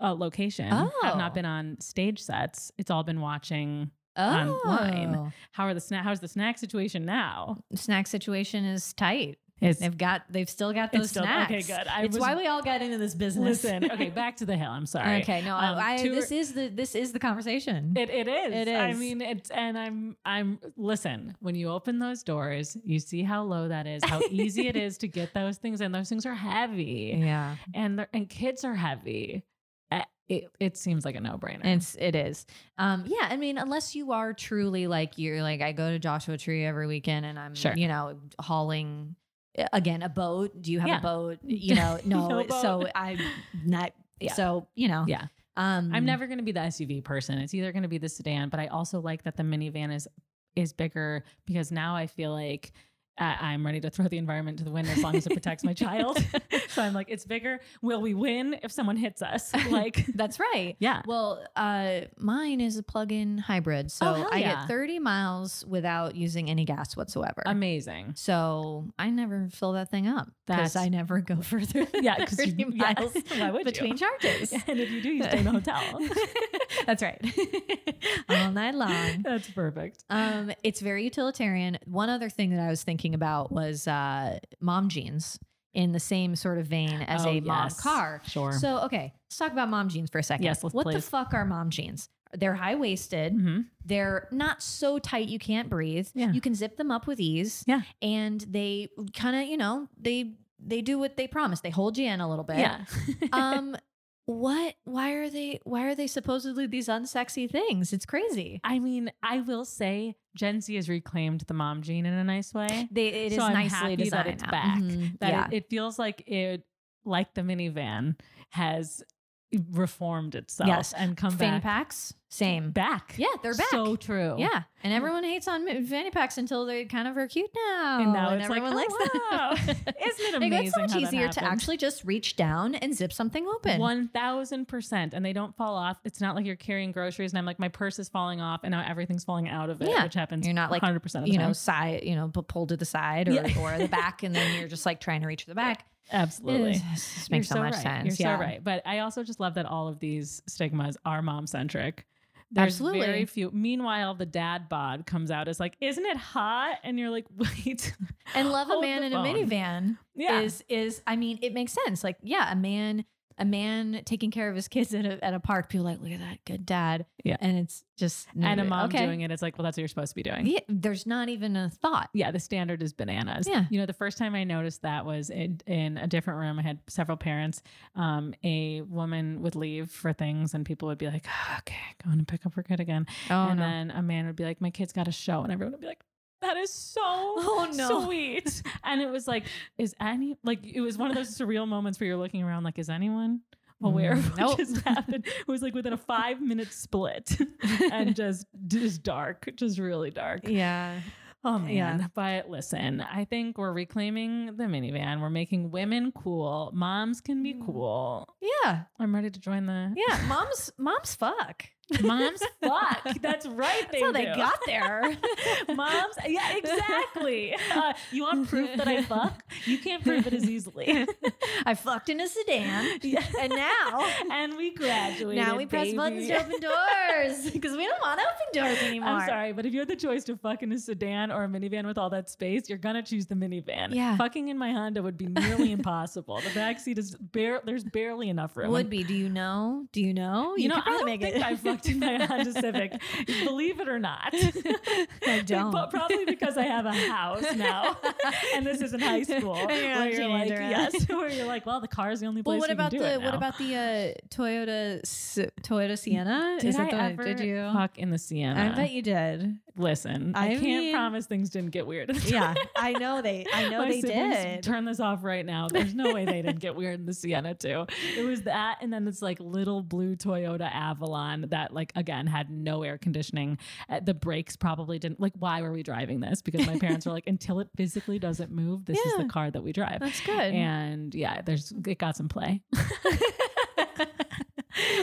Speaker 1: uh, location i've
Speaker 7: Oh.
Speaker 1: not been on stage sets it's all been watching online.
Speaker 7: Oh.
Speaker 1: how are the snack how's the snack situation now
Speaker 7: snack situation is tight.
Speaker 1: it's,
Speaker 7: They've got, they've still got those
Speaker 1: it's still-
Speaker 7: snacks.
Speaker 1: okay good i
Speaker 7: It's
Speaker 1: was
Speaker 7: why we all got into this business. [laughs]
Speaker 1: listen okay back to the hill i'm sorry
Speaker 7: Okay, no,
Speaker 1: Um,
Speaker 7: I,
Speaker 1: two-
Speaker 7: this is the this is the conversation.
Speaker 1: It, it is.
Speaker 7: It
Speaker 1: I
Speaker 7: is.
Speaker 1: mean, it's and I'm I'm listen. When you open those doors, you see how low that is,
Speaker 7: [laughs]
Speaker 1: how easy it is to get those things, and those things are heavy,
Speaker 7: yeah.
Speaker 1: and they're- and kids are heavy. Uh, It, it seems like a no brainer.
Speaker 7: It's it is. Um, yeah, I mean, unless you are truly like you're like I go to Joshua Tree every weekend and I'm
Speaker 1: Sure.
Speaker 7: you know hauling eh, again a boat. Do you have
Speaker 1: Yeah.
Speaker 7: a
Speaker 1: [laughs]
Speaker 7: boat? You know, no.
Speaker 1: No boat.
Speaker 7: So I'm not.
Speaker 1: Yeah.
Speaker 7: So you know,
Speaker 1: Yeah.
Speaker 7: Um,
Speaker 1: I'm never [laughs] going to be the SUV person. It's either going to be the sedan, but I also like that the minivan is is bigger because now I feel like uh, I'm ready to throw the environment to the wind as long as it protects my child. so I'm like, it's bigger. Will we win if someone hits
Speaker 7: [laughs]
Speaker 1: us? Like,
Speaker 7: [laughs] That's right.
Speaker 1: yeah.
Speaker 7: Well, uh, mine is a plug-in hybrid, so
Speaker 1: Oh, hell
Speaker 7: I
Speaker 1: yeah.
Speaker 7: get 30 miles without using any gas whatsoever.
Speaker 1: Amazing.
Speaker 7: so I never fill that thing up
Speaker 1: That's-
Speaker 7: because I never go [laughs] further than
Speaker 1: Yeah, 'cause
Speaker 7: 30
Speaker 1: you- [laughs] yeah.
Speaker 7: miles
Speaker 1: Why would you?
Speaker 7: between charges.
Speaker 1: [laughs] And if you do, you stay
Speaker 7: [laughs]
Speaker 1: in a hotel. [laughs]
Speaker 7: That's right. [laughs] All night
Speaker 1: [laughs]
Speaker 7: long.
Speaker 1: That's perfect.
Speaker 7: Um, it's very utilitarian. One other thing that I was thinking about was uh, mom jeans in the same sort of vein as
Speaker 1: Oh,
Speaker 7: a mom
Speaker 1: yes.
Speaker 7: car.
Speaker 1: Sure.
Speaker 7: So, okay, let's talk about mom jeans for a second.
Speaker 1: Yes, let's
Speaker 7: What the
Speaker 1: please.
Speaker 7: fuck are mom jeans? They're high waisted.
Speaker 1: Mhm.
Speaker 7: They're not so tight you can't breathe.
Speaker 1: Yeah.
Speaker 7: You can zip them up with ease.
Speaker 1: Yeah.
Speaker 7: And they kind of, you know, they they do what they promise. They hold you in a little bit
Speaker 1: Yeah. [laughs]
Speaker 7: um what why are they why are they supposedly these unsexy things it's crazy
Speaker 1: I mean, I will say Gen Z has reclaimed the mom gene in a nice way.
Speaker 7: they it is
Speaker 1: So I'm
Speaker 7: nicely
Speaker 1: happy that
Speaker 7: designed
Speaker 1: it's
Speaker 7: now.
Speaker 1: back,
Speaker 7: Mhm.
Speaker 1: That
Speaker 7: yeah
Speaker 1: it, it feels like it, like the minivan, has reformed itself
Speaker 7: Yes.
Speaker 1: and come
Speaker 7: fanny
Speaker 1: back.
Speaker 7: packs Same.
Speaker 1: Back.
Speaker 7: Yeah, they're back.
Speaker 1: So true.
Speaker 7: Yeah, and everyone hates on fanny packs until they kind of are cute now,
Speaker 1: And now it's like,
Speaker 7: everyone
Speaker 1: oh, wow.
Speaker 7: likes them.
Speaker 1: [laughs]
Speaker 7: [laughs]
Speaker 1: Isn't it
Speaker 7: Like,
Speaker 1: amazing?
Speaker 7: it's so much
Speaker 1: how that
Speaker 7: easier to
Speaker 1: happens?
Speaker 7: actually just reach down and zip something open.
Speaker 1: One thousand percent, and they don't fall off. It's not like you're carrying groceries, and I'm like, my purse is falling off, and now everything's falling out of it,
Speaker 7: Yeah.
Speaker 1: which happens.
Speaker 7: You're not like
Speaker 1: hundred percent of the
Speaker 7: you know
Speaker 1: time.
Speaker 7: side, you know, pu- pulled to the side or,
Speaker 1: Yeah. [laughs]
Speaker 7: or the back, and then you're just like trying to reach for the back.
Speaker 1: Absolutely,
Speaker 7: This this makes
Speaker 1: You're
Speaker 7: so much
Speaker 1: right.
Speaker 7: sense.
Speaker 1: You're
Speaker 7: yeah.
Speaker 1: so right. But I also just love that all of these stigmas are mom centric. There's
Speaker 7: Absolutely.
Speaker 1: very few. Meanwhile, the dad bod comes out as like, isn't it hot? And you're like, [laughs] wait.
Speaker 7: And love a
Speaker 1: Hold
Speaker 7: man
Speaker 1: the
Speaker 7: in
Speaker 1: phone.
Speaker 7: a minivan
Speaker 1: Yeah.
Speaker 7: is is I mean, it makes sense. Like, yeah, a man a man taking care of his kids at a, at a park. People are like, look at that good dad.
Speaker 1: Yeah.
Speaker 7: and it's just
Speaker 1: and a mom
Speaker 7: okay.
Speaker 1: doing it, it's like, well, that's what you're supposed to be doing.
Speaker 7: Yeah, there's not even a thought.
Speaker 1: yeah, the standard is bananas.
Speaker 7: Yeah.
Speaker 1: You know, the first time I noticed that was in, in a different room. I had several parents. Um, a woman would leave for things, and people would be like, "Ah, okay, go on and pick up her kid again.
Speaker 7: Oh
Speaker 1: and then a man would be like, my kid's got a show. And everyone would be like, that is so
Speaker 7: [laughs] Oh, no.
Speaker 1: sweet. and it was like, is any, like, it was one of those surreal moments where you're looking around, like, is anyone? Aware of what
Speaker 7: Nope. [laughs]
Speaker 1: just happened it was like within a five minute split [laughs]
Speaker 7: um, [laughs]
Speaker 1: and just just dark, just really dark.
Speaker 7: yeah.
Speaker 1: [laughs] Oh
Speaker 7: Yeah.
Speaker 1: man. But listen, I think we're reclaiming the minivan. We're making women cool. Moms can be
Speaker 7: Mm-hmm.
Speaker 1: cool.
Speaker 7: Yeah.
Speaker 1: I'm ready to join the
Speaker 7: Yeah. Mom's mom's fuck.
Speaker 1: moms
Speaker 7: [laughs]
Speaker 1: fuck. That's right. They
Speaker 7: That's how they
Speaker 1: do. [laughs]
Speaker 7: got there.
Speaker 1: Moms,
Speaker 7: [laughs]
Speaker 1: yeah, exactly. Uh, you want proof that I fuck? You can't prove it as
Speaker 7: [laughs]
Speaker 1: easily.
Speaker 7: I fucked in a sedan. And now
Speaker 1: and [laughs] we graduated.
Speaker 7: now we press
Speaker 1: baby.
Speaker 7: buttons to open doors [laughs] because we don't want open doors
Speaker 1: [laughs]
Speaker 7: anymore.
Speaker 1: I'm sorry, but if you had the choice to fuck in a sedan or a minivan with all that space, you're gonna choose the minivan.
Speaker 7: Yeah.
Speaker 1: Fucking in my Honda would be nearly impossible. The back seat is bare there's barely enough room.
Speaker 7: Would be. Do you know? Do Oh, you know?
Speaker 1: You, know,
Speaker 7: could
Speaker 1: I don't
Speaker 7: probably
Speaker 1: think I fucked in
Speaker 7: [laughs]
Speaker 1: my Honda Civic, believe it or [laughs] not.
Speaker 7: I don't.
Speaker 1: But probably because I have a house
Speaker 7: [laughs]
Speaker 1: now, and this isn't high school.
Speaker 7: And you're
Speaker 1: where
Speaker 7: a
Speaker 1: you're like,
Speaker 7: teenager, right?
Speaker 1: yes, [laughs] where you're like, well, the car is the only place.
Speaker 7: well, what
Speaker 1: we can
Speaker 7: about
Speaker 1: do
Speaker 7: the
Speaker 1: it
Speaker 7: what
Speaker 1: now.
Speaker 7: about the uh, Toyota S- Toyota Sienna?
Speaker 1: Did
Speaker 7: Is that
Speaker 1: I
Speaker 7: the one-
Speaker 1: ever
Speaker 7: did you?
Speaker 1: fuck in the Sienna?
Speaker 7: I bet you did.
Speaker 1: Listen, I,
Speaker 7: I
Speaker 1: can't
Speaker 7: mean-
Speaker 1: promise things didn't get weird.
Speaker 7: [laughs]
Speaker 1: at the
Speaker 7: Yeah,
Speaker 1: time.
Speaker 7: I know they.
Speaker 1: [laughs]
Speaker 7: I know
Speaker 1: My
Speaker 7: they
Speaker 1: siblings,
Speaker 7: did.
Speaker 1: Turn this off right now. There's no way they
Speaker 7: [laughs]
Speaker 1: didn't get weird in the Sienna too. It was that, and then this like little blue Toyota Avalon that like again had no air conditioning. Uh, the brakes probably didn't. Like, why were we driving this? Because my parents were like, until it physically doesn't move, this is
Speaker 7: Yeah.
Speaker 1: the car that we drive.
Speaker 7: That's good.
Speaker 1: And yeah, there's it got some
Speaker 7: [laughs]
Speaker 1: play.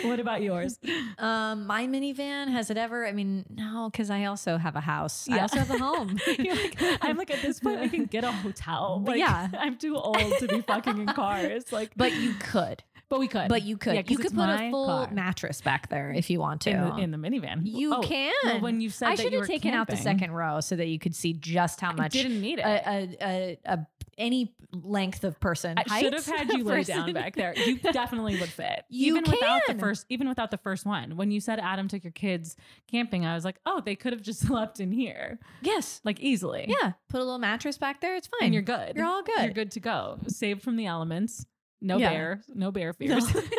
Speaker 1: what about
Speaker 7: [laughs]
Speaker 1: yours?
Speaker 7: um, my minivan has it ever? I mean, no, because I also have a house. I
Speaker 1: Yeah.
Speaker 7: also have a home.
Speaker 1: [laughs] You're like, I'm like at this point we can get a hotel.
Speaker 7: But
Speaker 1: Like, [laughs]
Speaker 7: yeah.
Speaker 1: I'm too old to be fucking in cars. Like,
Speaker 7: [laughs] but you could.
Speaker 1: but we could.
Speaker 7: But you could.
Speaker 1: Yeah, 'cause
Speaker 7: you could
Speaker 1: it's
Speaker 7: put a
Speaker 1: my
Speaker 7: full
Speaker 1: car.
Speaker 7: mattress back there if you want to.
Speaker 1: in the, in the minivan.
Speaker 7: you
Speaker 1: Oh,
Speaker 7: can.
Speaker 1: Well, when you said
Speaker 7: I
Speaker 1: that
Speaker 7: should
Speaker 1: you
Speaker 7: have
Speaker 1: were
Speaker 7: taken out the
Speaker 1: camping,
Speaker 7: second row so that you could see just how
Speaker 1: I
Speaker 7: much Uh,
Speaker 1: didn't need it.
Speaker 7: a, a, a, a any length of person.
Speaker 1: I should have
Speaker 7: height [laughs]
Speaker 1: had you lay down
Speaker 7: person.
Speaker 1: back there.
Speaker 7: [laughs]
Speaker 1: You definitely would fit.
Speaker 7: You
Speaker 1: even without the
Speaker 7: can.
Speaker 1: first even without the first one. When you said Adam took your kids camping, I was like, "Oh, they could have just [laughs] slept in here
Speaker 7: Yes.
Speaker 1: like easily."
Speaker 7: Yeah. Put a little mattress back there. It's fine. [laughs]
Speaker 1: And you're good.
Speaker 7: You're all good.
Speaker 1: You're good to go. Saved from the elements. No
Speaker 7: Yeah.
Speaker 1: bear, no bear
Speaker 7: No.
Speaker 1: fears.
Speaker 7: [laughs]
Speaker 1: [laughs]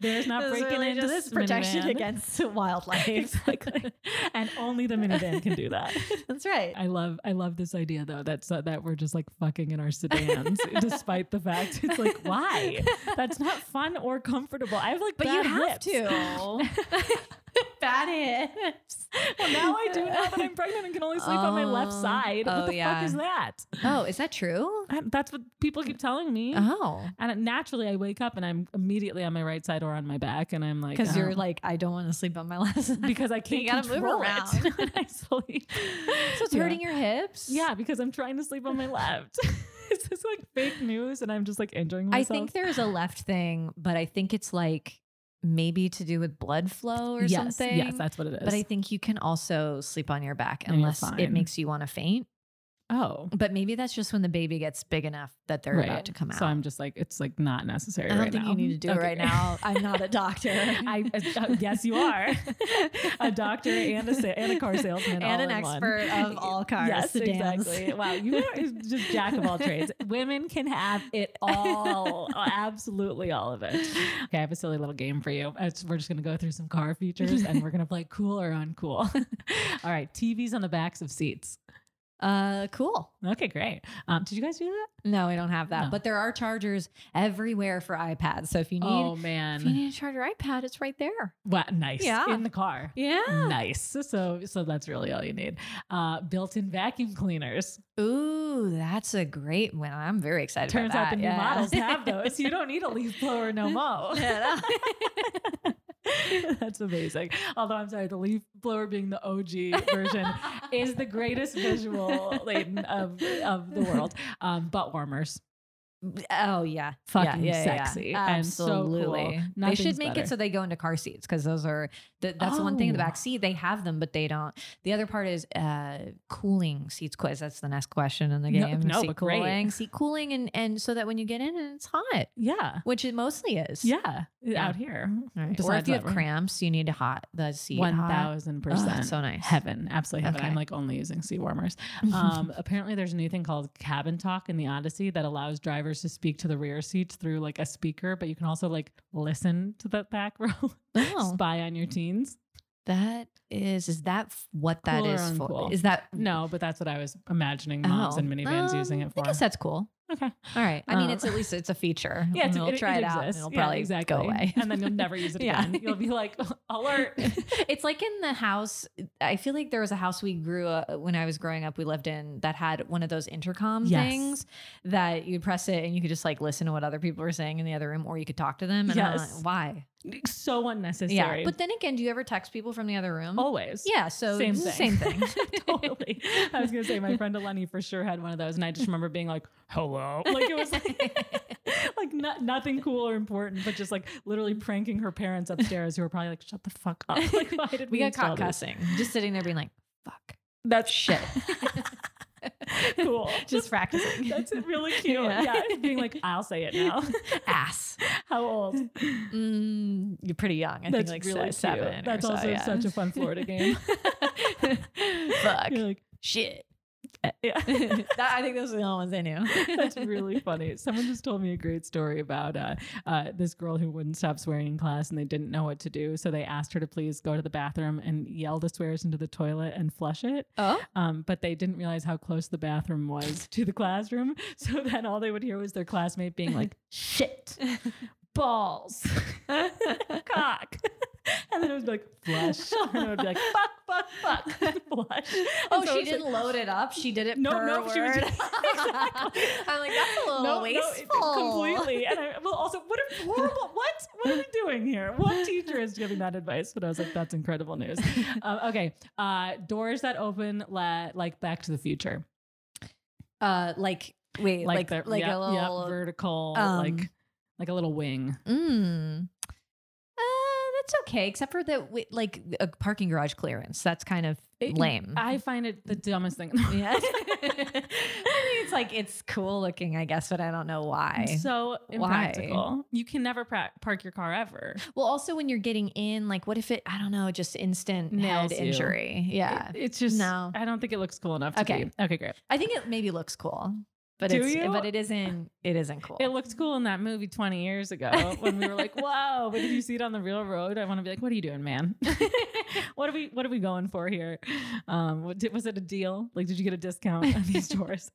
Speaker 1: Bear's not
Speaker 7: This is
Speaker 1: breaking
Speaker 7: really
Speaker 1: into
Speaker 7: just
Speaker 1: this
Speaker 7: protection
Speaker 1: minivan. [laughs]
Speaker 7: against [laughs] wildlife.
Speaker 1: Exactly. and only the minivan can do that.
Speaker 7: That's right.
Speaker 1: I love I love this idea though that so, that we're just like fucking in our
Speaker 7: [laughs]
Speaker 1: sedans despite the fact it's like why that's not fun or comfortable. I have like
Speaker 7: But you
Speaker 1: bad
Speaker 7: have
Speaker 1: [laughs] hips.
Speaker 7: to. Bad hips.
Speaker 1: Well, now I do now that I'm pregnant and can only sleep on my left
Speaker 7: Oh.
Speaker 1: side. what
Speaker 7: Oh,
Speaker 1: the
Speaker 7: yeah.
Speaker 1: fuck is that?
Speaker 7: Oh, is that true?
Speaker 1: I- that's what people keep telling me.
Speaker 7: Oh.
Speaker 1: And it- naturally, I wake up and I'm immediately on my right side or on my back, and I'm like,
Speaker 7: Because
Speaker 1: oh.
Speaker 7: you're like, I don't want to sleep on my left side.
Speaker 1: because I can't
Speaker 7: You gotta move
Speaker 1: control
Speaker 7: around.
Speaker 1: it. when [laughs] I sleep.
Speaker 7: [laughs] so it's
Speaker 1: Yeah.
Speaker 7: hurting your hips?
Speaker 1: Yeah, because I'm trying to sleep on my left. [laughs] Is this like fake news? And I'm just like injuring
Speaker 7: I
Speaker 1: myself.
Speaker 7: think there is a left thing, but I think it's like maybe to do with blood flow or
Speaker 1: yes,
Speaker 7: something.
Speaker 1: Yes, that's what it is.
Speaker 7: but I think you can also sleep on your back
Speaker 1: And you're
Speaker 7: unless it
Speaker 1: fine.
Speaker 7: makes you want to faint.
Speaker 1: oh,
Speaker 7: But maybe that's just when the baby gets big enough that they're about to come out.
Speaker 1: So I'm just like, it's like not necessary.
Speaker 7: I don't
Speaker 1: right
Speaker 7: think
Speaker 1: now.
Speaker 7: you need to do
Speaker 1: Okay.
Speaker 7: it right now. I'm not a
Speaker 1: [laughs]
Speaker 7: doctor. [laughs]
Speaker 1: I uh, yes, you are [laughs] a doctor and a sa- and a car
Speaker 7: [laughs]
Speaker 1: salesman
Speaker 7: and
Speaker 1: all
Speaker 7: an
Speaker 1: in one.
Speaker 7: expert
Speaker 1: [laughs]
Speaker 7: of all cars.
Speaker 1: Yes,
Speaker 7: sedans.
Speaker 1: exactly. Wow, you are just jack of all [laughs] trades. Women can have it all, absolutely all of it. Okay, I have a silly little game for you. It's- We're just going to go through some car [laughs] features, and we're going to play cool or uncool. all right, TVs on the backs of seats.
Speaker 7: [laughs] Uh, cool.
Speaker 1: Okay, great. Um, did you guys do that?
Speaker 7: No, I don't have that.
Speaker 1: No.
Speaker 7: But there are chargers everywhere for iPads. So if you need,
Speaker 1: oh
Speaker 7: if you
Speaker 1: man,
Speaker 7: need a charger iPad, it's right there.
Speaker 1: wow, nice.
Speaker 7: Yeah.
Speaker 1: in the car.
Speaker 7: Yeah.
Speaker 1: Nice. So so that's really all you need. Uh, built-in vacuum cleaners.
Speaker 7: Ooh, that's a great one. I'm very excited.
Speaker 1: Turns
Speaker 7: about
Speaker 1: out the
Speaker 7: that.
Speaker 1: new
Speaker 7: yeah. [laughs]
Speaker 1: models have those. You don't need a leaf blower no mo.
Speaker 7: Yeah, [laughs]
Speaker 1: That's amazing. Although I'm sorry, the leaf blower being the OG
Speaker 7: [laughs]
Speaker 1: version [laughs] is the greatest visual laden of, of the world. Um, butt warmers,
Speaker 7: Oh yeah,
Speaker 1: fucking
Speaker 7: Yeah, yeah, yeah.
Speaker 1: sexy and so cool.
Speaker 7: Absolutely. They
Speaker 1: Nothing's
Speaker 7: should make
Speaker 1: better.
Speaker 7: it so they go into car seats because those are th- that's the one thing in the
Speaker 1: Oh.
Speaker 7: back seat they have them, but they don't. The other part is uh, cooling seats quiz. That's the next question in the
Speaker 1: No-
Speaker 7: game.
Speaker 1: no,
Speaker 7: seat
Speaker 1: but great.
Speaker 7: cooling, seat cooling, and and so that when you get in, it's hot,
Speaker 1: Yeah.
Speaker 7: which it mostly is.
Speaker 1: Yeah.
Speaker 7: Yeah.
Speaker 1: Out here.
Speaker 7: All right. Or
Speaker 1: Besides
Speaker 7: if you have
Speaker 1: that room.
Speaker 7: cramps, you need to hot the seat.
Speaker 1: One
Speaker 7: hot.
Speaker 1: thousand
Speaker 7: Oh,
Speaker 1: percent.
Speaker 7: so nice.
Speaker 1: Heaven, absolutely heaven. I'm
Speaker 7: Okay.
Speaker 1: like only using seat warmers. Um, apparently, there's a new thing called cabin talk in the Odyssey that allows drivers to speak to the rear seats through like a speaker, but you can also like listen to the back [laughs] row,
Speaker 7: [laughs] Oh,
Speaker 1: spy on your teens.
Speaker 7: that is is that f- what that
Speaker 1: Cool or
Speaker 7: is for?
Speaker 1: uncool?
Speaker 7: Is that
Speaker 1: No, but that's what I was imagining moms
Speaker 7: Oh.
Speaker 1: and minivans
Speaker 7: Um,
Speaker 1: using it for.
Speaker 7: I guess that's cool.
Speaker 1: okay.
Speaker 7: All right. I mean,
Speaker 1: Um,
Speaker 7: it's at least it's a feature.
Speaker 1: Yeah, it's,
Speaker 7: we'll try it, out. And
Speaker 1: exists.
Speaker 7: it'll
Speaker 1: Yeah,
Speaker 7: probably
Speaker 1: exactly.
Speaker 7: go away,
Speaker 1: [laughs] and then you'll never use it
Speaker 7: Yeah.
Speaker 1: again. You'll be like [laughs] alert.
Speaker 7: [laughs] it's like in the house. I feel like there was a house we grew up when I was growing up. We lived in that had one of those intercom
Speaker 1: Yes.
Speaker 7: things that you'd press it and you could just like listen to what other people were saying in the other room, or you could talk to them. And I'm
Speaker 1: Yes.
Speaker 7: like, why?
Speaker 1: so unnecessary.
Speaker 7: Yeah. But then again, do you ever text people from the other
Speaker 1: [laughs]
Speaker 7: room?
Speaker 1: always. [laughs]
Speaker 7: yeah. So
Speaker 1: Oh, same
Speaker 7: it's the
Speaker 1: thing.
Speaker 7: Same thing.
Speaker 1: [laughs] totally. I was gonna say my friend Eleni for sure had one of those, and I just remember being like, "Hello," like it was
Speaker 7: [laughs]
Speaker 1: like, like not, nothing cool or important, but just like literally pranking her parents upstairs, who were probably like, "Shut the fuck up!" [laughs] Like, why did we,
Speaker 7: [laughs] we got
Speaker 1: install
Speaker 7: caught
Speaker 1: this?
Speaker 7: cussing, just sitting there being like, fuck,
Speaker 1: That's
Speaker 7: shit.
Speaker 1: [laughs] cool.
Speaker 7: just
Speaker 1: [laughs]
Speaker 7: practicing.
Speaker 1: That's really cute.
Speaker 7: Yeah.
Speaker 1: Yeah. being like, "I'll say it now."
Speaker 7: [laughs] ass.
Speaker 1: How old?
Speaker 7: Mm, you're pretty young. I
Speaker 1: That's
Speaker 7: think like
Speaker 1: really
Speaker 7: really
Speaker 1: cute.
Speaker 7: seven. or
Speaker 1: That's
Speaker 7: so,
Speaker 1: also
Speaker 7: yeah.
Speaker 1: such a fun
Speaker 7: [laughs]
Speaker 1: Florida game.
Speaker 7: Fuck.
Speaker 1: You're like, [laughs]
Speaker 7: Shit.
Speaker 1: yeah.
Speaker 7: That- I think those are the only ones I knew. [laughs]
Speaker 1: That's really funny. Someone just told me a great story about uh, uh, this girl who wouldn't stop swearing in class and they didn't know what to do. So they asked her to please go to the bathroom and yell the swears into the toilet and flush it.
Speaker 7: Oh.
Speaker 1: Um, but they didn't realize how close the bathroom was to the classroom. [laughs] So then all they would hear was their classmate being like, shit, balls, [laughs] cock. [laughs] And then it would be like, flush. [laughs] [laughs] And it would be like, fuck, fuck, [laughs] fuck, flush. And
Speaker 7: [laughs] Oh,
Speaker 1: so
Speaker 7: she
Speaker 1: it's like-
Speaker 7: didn't load it up. She did it
Speaker 1: No,
Speaker 7: per
Speaker 1: no,
Speaker 7: word.
Speaker 1: she was just- [laughs] Exactly.
Speaker 7: [laughs] I'm like, that's a little
Speaker 1: it-
Speaker 7: wasteful.
Speaker 1: completely. And I, well, also, what a horrible, what? What are we doing here?
Speaker 7: [laughs]
Speaker 1: What teacher is giving that advice? But I was like, that's incredible news. Um, okay. Uh, doors that open la- like Back to the Future.
Speaker 7: [laughs] Uh, like, wait, like,
Speaker 1: the-
Speaker 7: like,
Speaker 1: yep,
Speaker 7: a
Speaker 1: yep,
Speaker 7: little.
Speaker 1: vertical,
Speaker 7: um,
Speaker 1: like, like a little wing.
Speaker 7: Mm. Uh, that's okay, except for that, wi- like a parking garage clearance. That's kind of
Speaker 1: It-
Speaker 7: lame.
Speaker 1: I find it the dumbest thing. [laughs]
Speaker 7: yeah, I think it's like it's cool looking, I guess, but I don't know why.
Speaker 1: [laughs] so
Speaker 7: Why?
Speaker 1: impractical. You can never pra- park your car ever.
Speaker 7: Well, also when you're getting in, like, what if it? I don't know, just instant
Speaker 1: Nails
Speaker 7: head
Speaker 1: you.
Speaker 7: injury. Yeah,
Speaker 1: It- it's just
Speaker 7: No.
Speaker 1: I don't think it looks cool enough. To
Speaker 7: Okay.
Speaker 1: be. Okay, great.
Speaker 7: I think it maybe looks cool, but
Speaker 1: Do
Speaker 7: it's
Speaker 1: you?
Speaker 7: but it isn't. It isn't cool.
Speaker 1: It looked cool in that movie 20 years ago when we were
Speaker 7: [laughs]
Speaker 1: like, "Whoa!" But if you see it on the real road, I want to be like, "What are you doing, man? [laughs] what are we What are we going for here? Um, what did, was it a deal? Like, did you get a discount on
Speaker 7: [laughs]
Speaker 1: these doors?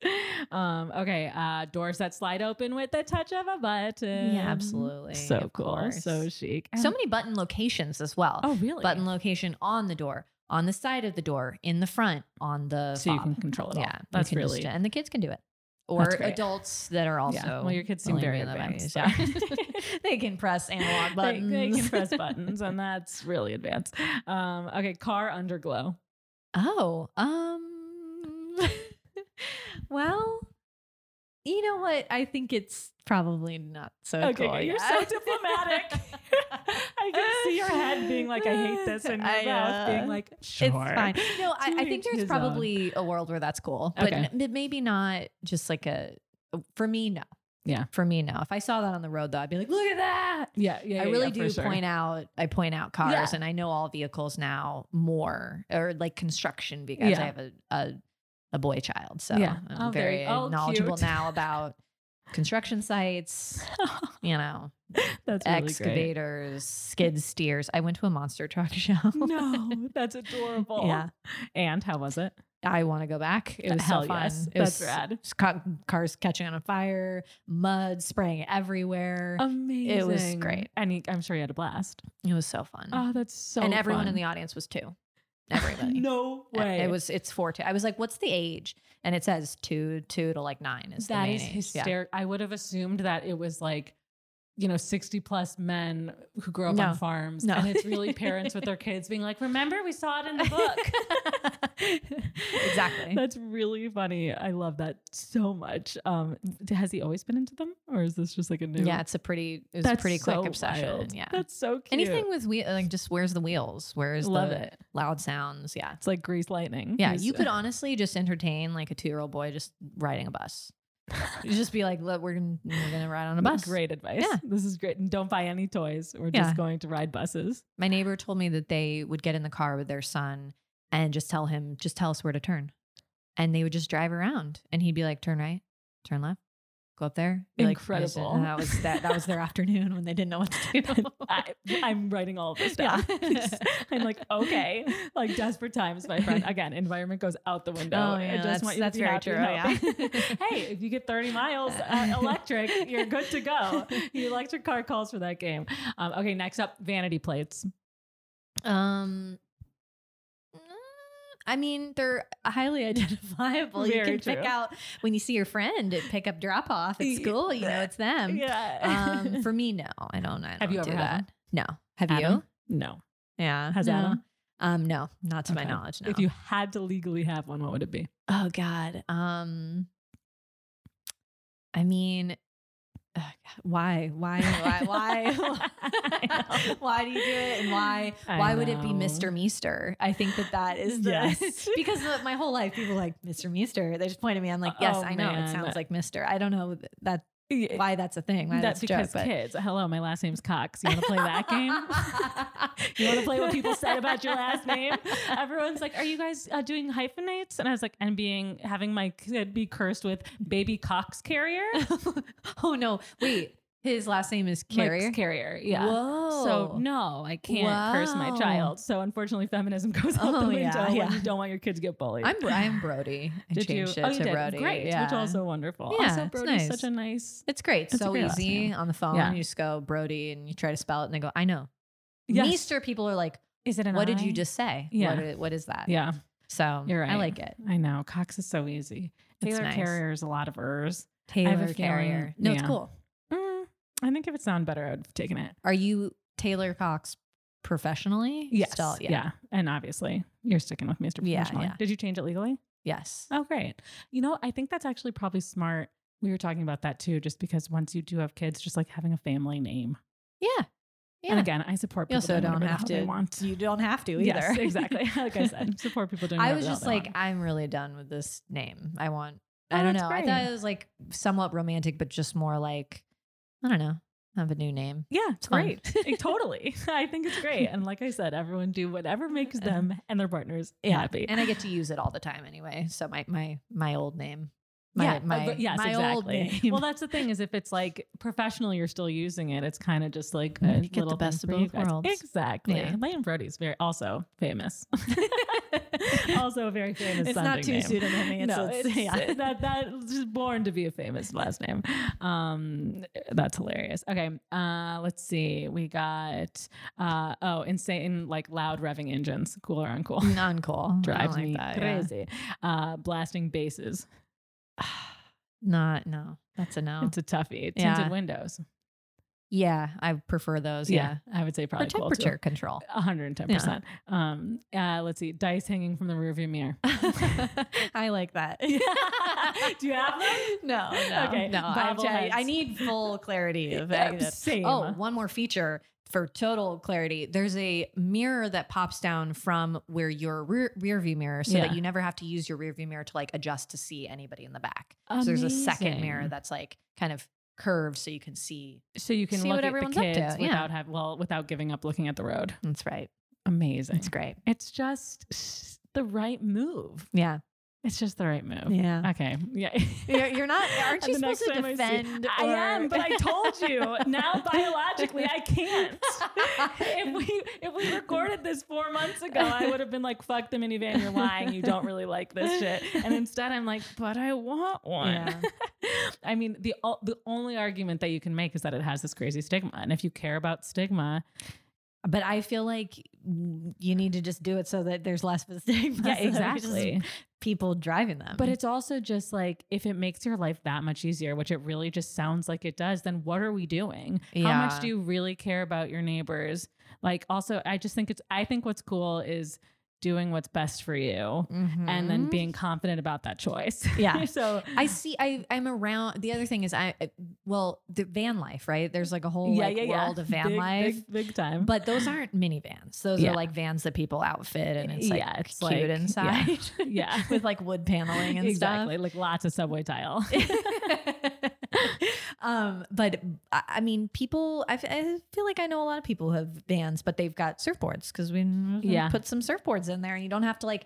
Speaker 1: Um, okay, uh, doors that slide open with the touch of a button.
Speaker 7: yeah, absolutely.
Speaker 1: So
Speaker 7: of
Speaker 1: cool,
Speaker 7: course.
Speaker 1: so chic.
Speaker 7: so many button locations as well.
Speaker 1: Oh, really?
Speaker 7: Button location on the door, on the side of the door, in the front, on the
Speaker 1: so you
Speaker 7: fob.
Speaker 1: can control it. all.
Speaker 7: yeah, you
Speaker 1: that's
Speaker 7: can just
Speaker 1: really
Speaker 7: do- and the kids can do it. Or
Speaker 1: That's great.
Speaker 7: adults that are also
Speaker 1: Yeah. Well, your kids seem
Speaker 7: only
Speaker 1: very
Speaker 7: in the
Speaker 1: advanced,
Speaker 7: values.
Speaker 1: so.
Speaker 7: Yeah. [laughs] they can press
Speaker 1: [laughs] [laughs]
Speaker 7: analog
Speaker 1: They-
Speaker 7: buttons.
Speaker 1: They, can press buttons, and that's really advanced. Um, okay, car underglow.
Speaker 7: [laughs] Oh, um, [laughs] well, you know what? I think it's probably not so
Speaker 1: Okay,
Speaker 7: cool.
Speaker 1: good. You're so diplomatic. [laughs] I can see your head being like, I hate this, and your
Speaker 7: I,
Speaker 1: mouth
Speaker 7: uh,
Speaker 1: being like, sure.
Speaker 7: [laughs] It's fine. No, I,
Speaker 1: To
Speaker 7: I
Speaker 1: each
Speaker 7: think there's
Speaker 1: his own.
Speaker 7: probably a world where that's cool, but
Speaker 1: Okay.
Speaker 7: n- maybe not just like a. For me, no.
Speaker 1: Yeah.
Speaker 7: For me, no. If I saw that on the road, though, I'd be like, "Look at that!"
Speaker 1: Yeah, yeah.
Speaker 7: I really do point out I point out cars
Speaker 1: Yeah.
Speaker 7: and I know all vehicles now more or like construction because
Speaker 1: Yeah.
Speaker 7: I have a, a a boy child. So
Speaker 1: Yeah.
Speaker 7: I'm
Speaker 1: Oh,
Speaker 7: very
Speaker 1: very- oh,
Speaker 7: knowledgeable
Speaker 1: cute. [laughs]
Speaker 7: now about construction sites, you know,
Speaker 1: That's really great.
Speaker 7: excavators, skid steers. I went to a monster truck [laughs] show. [laughs]
Speaker 1: No, that's adorable.
Speaker 7: Yeah.
Speaker 1: And how was it?
Speaker 7: I want to go back. It was
Speaker 1: Hell
Speaker 7: so fun.
Speaker 1: yes.
Speaker 7: It was
Speaker 1: That's rad.
Speaker 7: s- ca- Cars catching on fire, mud spraying everywhere.
Speaker 1: Oh. Amazing.
Speaker 7: It was great.
Speaker 1: And he, I'm sure he had a blast.
Speaker 7: it was so fun.
Speaker 1: Oh, that's so
Speaker 7: and everyone in
Speaker 1: fun.
Speaker 7: the audience was two. Everybody.
Speaker 1: [laughs] No
Speaker 7: Uh,
Speaker 1: way.
Speaker 7: It was it's four two. I was like, what's the age? And it says two two to like nine is
Speaker 1: That
Speaker 7: the
Speaker 1: is
Speaker 7: main age. [laughs] Yeah.
Speaker 1: hysterical. I would have assumed that it was like, you know, 60 plus men who grew up
Speaker 7: No.
Speaker 1: on farms.
Speaker 7: No.
Speaker 1: And it's
Speaker 7: [laughs]
Speaker 1: really parents with their kids being like, remember, we saw it in the book. [laughs]
Speaker 7: Exactly.
Speaker 1: That's really funny. I love that so much. Um, has he always been into them? Or is this just like a new
Speaker 7: [laughs] Yeah, it's a pretty it was a
Speaker 1: That's
Speaker 7: pretty quick
Speaker 1: so
Speaker 7: obsession.
Speaker 1: wild.
Speaker 7: Yeah.
Speaker 1: That's so cute.
Speaker 7: Anything with wheel like just where's the wheels? Where's
Speaker 1: Love
Speaker 7: the
Speaker 1: it.
Speaker 7: loud sounds? Yeah.
Speaker 1: It's like grease lightning.
Speaker 7: Yeah,
Speaker 1: He's-
Speaker 7: you could honestly just entertain like a two year old boy just riding
Speaker 1: [laughs]
Speaker 7: a bus. You just be like, look, we're gonna, we're gonna ride on a bus.
Speaker 1: Great advice.
Speaker 7: Yeah.
Speaker 1: This is great. And don't buy any toys. We're
Speaker 7: Yeah.
Speaker 1: just going to ride buses.
Speaker 7: My neighbor told me that they would get in the car with their son and just tell him, just tell us where to turn. And they would just drive around and he'd be like, turn right, turn left, go up there. Be like, "Yes."
Speaker 1: Incredible.
Speaker 7: And that was that that was their [laughs] afternoon when they didn't know what to do. [laughs]
Speaker 1: I, I'm writing all of this down. [laughs]
Speaker 7: Yeah.
Speaker 1: I'm like, okay, like desperate times, my
Speaker 7: [laughs]
Speaker 1: friend. Again, environment goes out the window.
Speaker 7: Oh,
Speaker 1: I
Speaker 7: yeah,
Speaker 1: just
Speaker 7: that's-
Speaker 1: want you
Speaker 7: that's
Speaker 1: to be
Speaker 7: very
Speaker 1: happy and
Speaker 7: true,
Speaker 1: healthy.
Speaker 7: [laughs]
Speaker 1: hey, if you get 30 miles uh, electric, you're good to
Speaker 7: [laughs]
Speaker 1: go. The electric car calls for that game. Um, okay, next up, vanity plates.
Speaker 7: [laughs] um mm, I mean, they're highly [laughs] identifiable. you
Speaker 1: Very
Speaker 7: can
Speaker 1: true.
Speaker 7: pick out when you see your friend at pick up drop off at
Speaker 1: Y-
Speaker 7: school, you know it's them.
Speaker 1: Yeah. [laughs]
Speaker 7: Um, for me, no, I don't. I don't
Speaker 1: you
Speaker 7: do
Speaker 1: ever had
Speaker 7: that? No. Have you?
Speaker 1: Adam? No.
Speaker 7: Yeah.
Speaker 1: Has
Speaker 7: no.
Speaker 1: Adam?
Speaker 7: Um, no, not to
Speaker 1: Okay.
Speaker 7: my knowledge. No.
Speaker 1: If you had to legally have one, what would it be?
Speaker 7: oh God. Um, I mean, ugh, why, why, why,
Speaker 1: I
Speaker 7: why,
Speaker 1: [laughs] know.
Speaker 7: why [laughs] do you do it, and why,
Speaker 1: I
Speaker 7: why would it be
Speaker 1: know.
Speaker 7: Mr. Meester? I think that that is the
Speaker 1: Yes.
Speaker 7: [laughs] because the- my whole life people are like Mr. Meester. They just point at me. I'm like, yes,
Speaker 1: Oh,
Speaker 7: I know.
Speaker 1: man.
Speaker 7: It sounds like Mister. I don't know that why that's a thing. Why
Speaker 1: That's
Speaker 7: that's, a
Speaker 1: because
Speaker 7: joke, but-
Speaker 1: kids. Hello, my last name's Cox. You want to play that
Speaker 7: [laughs]
Speaker 1: game? [laughs] You want to play what people said about your last name? Everyone's like, "Are you guys uh, doing hyphenates?" And I was like, "And being having my kid be cursed with baby Cox
Speaker 7: [laughs]
Speaker 1: Carrier,
Speaker 7: [laughs] oh no! Wait, his last name is Carrier.
Speaker 1: Like, Carrier, yeah."
Speaker 7: Whoa.
Speaker 1: So no, I can't curse my
Speaker 7: Oh. Wow.
Speaker 1: child. So unfortunately, feminism [laughs] goes out the
Speaker 7: Oh,
Speaker 1: window
Speaker 7: yeah,
Speaker 1: when
Speaker 7: yeah.
Speaker 1: you don't want your kids to get bullied.
Speaker 7: I'm
Speaker 1: [laughs]
Speaker 7: I'm Brody. I
Speaker 1: did you?
Speaker 7: changed it
Speaker 1: oh, you
Speaker 7: to
Speaker 1: did.
Speaker 7: Brody.
Speaker 1: Great,
Speaker 7: yeah.
Speaker 1: which also wonderful.
Speaker 7: Yeah,
Speaker 1: also,
Speaker 7: it's
Speaker 1: Brody's
Speaker 7: nice.
Speaker 1: such a nice.
Speaker 7: it's great.
Speaker 1: It's a
Speaker 7: so
Speaker 1: great last
Speaker 7: easy
Speaker 1: name.
Speaker 7: on the phone.
Speaker 1: Yeah.
Speaker 7: You just go Brody and you try to spell it and they go, I know.
Speaker 1: Yes.
Speaker 7: Meester people are like,
Speaker 1: Is it an?
Speaker 7: What did
Speaker 1: I?
Speaker 7: you just say?
Speaker 1: Yeah.
Speaker 7: What, i- what is that?
Speaker 1: Yeah,
Speaker 7: So
Speaker 1: you're right.
Speaker 7: I like it.
Speaker 1: I know Cox is so easy.
Speaker 7: It's
Speaker 1: Taylor
Speaker 7: nice.
Speaker 1: Carrier is a lot of ers.
Speaker 7: Taylor
Speaker 1: have a feeling-
Speaker 7: Carrier. No, it's
Speaker 1: yeah.
Speaker 7: cool.
Speaker 1: Mm, I think if it sounded better, I'd have taken it.
Speaker 7: Are you Taylor Cox professionally?
Speaker 1: Yes.
Speaker 7: Still-
Speaker 1: yeah. And obviously, you're sticking with Mr.
Speaker 7: Yeah,
Speaker 1: Professional.
Speaker 7: yeah.
Speaker 1: Did you change it legally?
Speaker 7: Yes.
Speaker 1: Oh, great. You know, I think that's actually probably smart. We were talking about that too, just because once you do have kids, just like having a family name.
Speaker 7: Yeah.
Speaker 1: And
Speaker 7: Yeah.
Speaker 1: again, I support
Speaker 7: You
Speaker 1: people.
Speaker 7: also
Speaker 1: doing
Speaker 7: don't
Speaker 1: whatever the
Speaker 7: have
Speaker 1: hell
Speaker 7: to.
Speaker 1: They want.
Speaker 7: You don't
Speaker 1: [laughs]
Speaker 7: have to either.
Speaker 1: Yes,
Speaker 7: [laughs]
Speaker 1: exactly. Like I said, support people doing.
Speaker 7: I
Speaker 1: whatever
Speaker 7: was
Speaker 1: the hell
Speaker 7: just
Speaker 1: they
Speaker 7: like, "Ah,
Speaker 1: want.
Speaker 7: I'm really done with this name. I want,
Speaker 1: Oh,
Speaker 7: I don't
Speaker 1: that's
Speaker 7: know. I thought
Speaker 1: great.
Speaker 7: it was like somewhat romantic, but just more like, I don't know, have a new name.
Speaker 1: yeah, it's
Speaker 7: fun. [laughs]
Speaker 1: great. Eh, totally. [laughs] I think it's great. And like I said, everyone do whatever makes them and their partners happy.
Speaker 7: And I get to use it all the time anyway. So my, my, my old name. My,
Speaker 1: yeah,
Speaker 7: my,
Speaker 1: uh, yes,
Speaker 7: my
Speaker 1: exactly.
Speaker 7: old name.
Speaker 1: Well, that's the thing is if it's like professional, you're still using it. It's kind of just like a
Speaker 7: You get the
Speaker 1: little thing
Speaker 7: best of
Speaker 1: for you
Speaker 7: both
Speaker 1: guys.
Speaker 7: worlds.
Speaker 1: Exactly.
Speaker 7: Yeah.
Speaker 1: Lane Brody's very also
Speaker 7: [laughs]
Speaker 1: famous. [laughs] also a very famous.
Speaker 7: It's not
Speaker 1: sounding
Speaker 7: too
Speaker 1: name.
Speaker 7: pseudonymic,
Speaker 1: No,
Speaker 7: so it's-
Speaker 1: it's,
Speaker 7: [laughs] yeah.
Speaker 1: that that just born to be a famous last name. Um, that's hilarious. Okay, uh, let's see. We got uh oh insane like loud revving engines, cool or uncool.
Speaker 7: [laughs] Uncool.
Speaker 1: Drives
Speaker 7: Oh, like
Speaker 1: me
Speaker 7: that, yeah.
Speaker 1: crazy. Uh, blasting basses.
Speaker 7: [sighs] Not, no, that's a no.
Speaker 1: It's a toughie. Tinted
Speaker 7: Yeah.
Speaker 1: windows.
Speaker 7: yeah. I prefer those. Yeah.
Speaker 1: I would say
Speaker 7: For
Speaker 1: probably cool, too.
Speaker 7: temperature control.
Speaker 1: 110%. Um, uh, let's see. Dice hanging from the rearview [laughs] mirror.
Speaker 7: [laughs] I
Speaker 1: [laughs]
Speaker 7: like that.
Speaker 1: Do you have them?
Speaker 7: [laughs] No, no,
Speaker 1: Okay,
Speaker 7: no. I,
Speaker 1: bobbleheads.
Speaker 7: I need full clarity
Speaker 1: [laughs]
Speaker 7: of
Speaker 1: Yeah,
Speaker 7: any of this.
Speaker 1: same.
Speaker 7: Oh, one more feature for total clarity. There's a mirror that pops down from where your rear, rear view mirror, so
Speaker 1: Yeah.
Speaker 7: that you never have to use your rear view mirror to like adjust to see anybody in the back.
Speaker 1: [laughs]
Speaker 7: So there's a second mirror
Speaker 1: Amazing.
Speaker 7: that's like kind of curved, so you can see.
Speaker 1: So you can
Speaker 7: See
Speaker 1: look
Speaker 7: what
Speaker 1: at the
Speaker 7: everyone's up to,
Speaker 1: kids
Speaker 7: yeah.
Speaker 1: without have well without giving up looking at the road.
Speaker 7: That's right.
Speaker 1: Amazing.
Speaker 7: It's great.
Speaker 1: It's just the right move.
Speaker 7: Yeah,
Speaker 1: It's just the right move.
Speaker 7: Yeah.
Speaker 1: Okay. Yeah.
Speaker 7: You're,
Speaker 1: [laughs]
Speaker 7: you're not, aren't you
Speaker 1: And the next
Speaker 7: supposed to
Speaker 1: time I see-
Speaker 7: defend?
Speaker 1: I am,
Speaker 7: or-
Speaker 1: but I told
Speaker 7: [laughs]
Speaker 1: you. Now biologically, I can't. [laughs] if we if we recorded this four months ago, I would have been like, "Fuck the minivan, you're lying. You don't really like this shit." And instead, I'm like, "But I want one."
Speaker 7: Yeah.
Speaker 1: [laughs] I mean, the o- the only argument that you can make is that it has this crazy stigma, and if you care about [laughs] stigma,
Speaker 7: [laughs] But I feel like you need to just do it so that there's less mistakes. [laughs] People driving them.
Speaker 1: But it's also just like if it makes your life that much easier, which it really just sounds like it does, then what are we doing? How
Speaker 7: Yeah.
Speaker 1: much do you really care about your neighbors? Like also I just think it's I think what's cool is doing what's best for you and
Speaker 7: Mm-hmm.
Speaker 1: then being confident about that choice.
Speaker 7: Yeah.
Speaker 1: [laughs] so
Speaker 7: I see. I I'm around. The other thing is, I I- well, the van life, right? There's like a whole like world of van
Speaker 1: Big-
Speaker 7: life,
Speaker 1: Big, big time.
Speaker 7: but those aren't minivans. Those
Speaker 1: Yeah.
Speaker 7: are like vans that people outfit, and it's
Speaker 1: [laughs]
Speaker 7: like
Speaker 1: Yeah, it's
Speaker 7: cute
Speaker 1: like-
Speaker 7: inside,
Speaker 1: yeah.
Speaker 7: [laughs] with like wood paneling and
Speaker 1: exactly. Like lots of subway tile.
Speaker 7: stuff. [laughs] um, but I I mean, people. I, f- I feel like I know a lot of people who have vans, but they've got surfboards because we
Speaker 1: Yeah.
Speaker 7: put some surfboards in there, and you don't have to like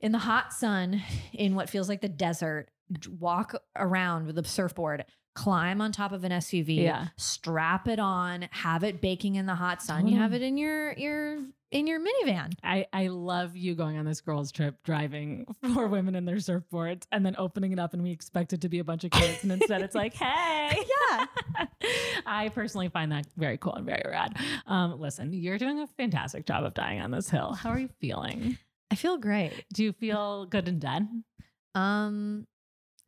Speaker 7: in the hot sun in what feels like the desert d- walk around with a surfboard climb on top of an SUV
Speaker 1: Yeah.
Speaker 7: strap it on have it baking in the hot sun you have it in your your in your minivan
Speaker 1: [laughs] I, I love you going on this girls' trip driving [laughs] four women in their surfboards and then opening it up and we expect it to be a bunch of kids and instead it's [laughs] like, hey.
Speaker 7: yeah
Speaker 1: I personally find that very cool and very rad. Um, listen, you're doing a fantastic job of dying on this hill. How are you feeling?
Speaker 7: [laughs] I feel great
Speaker 1: Do you feel good and done?
Speaker 7: um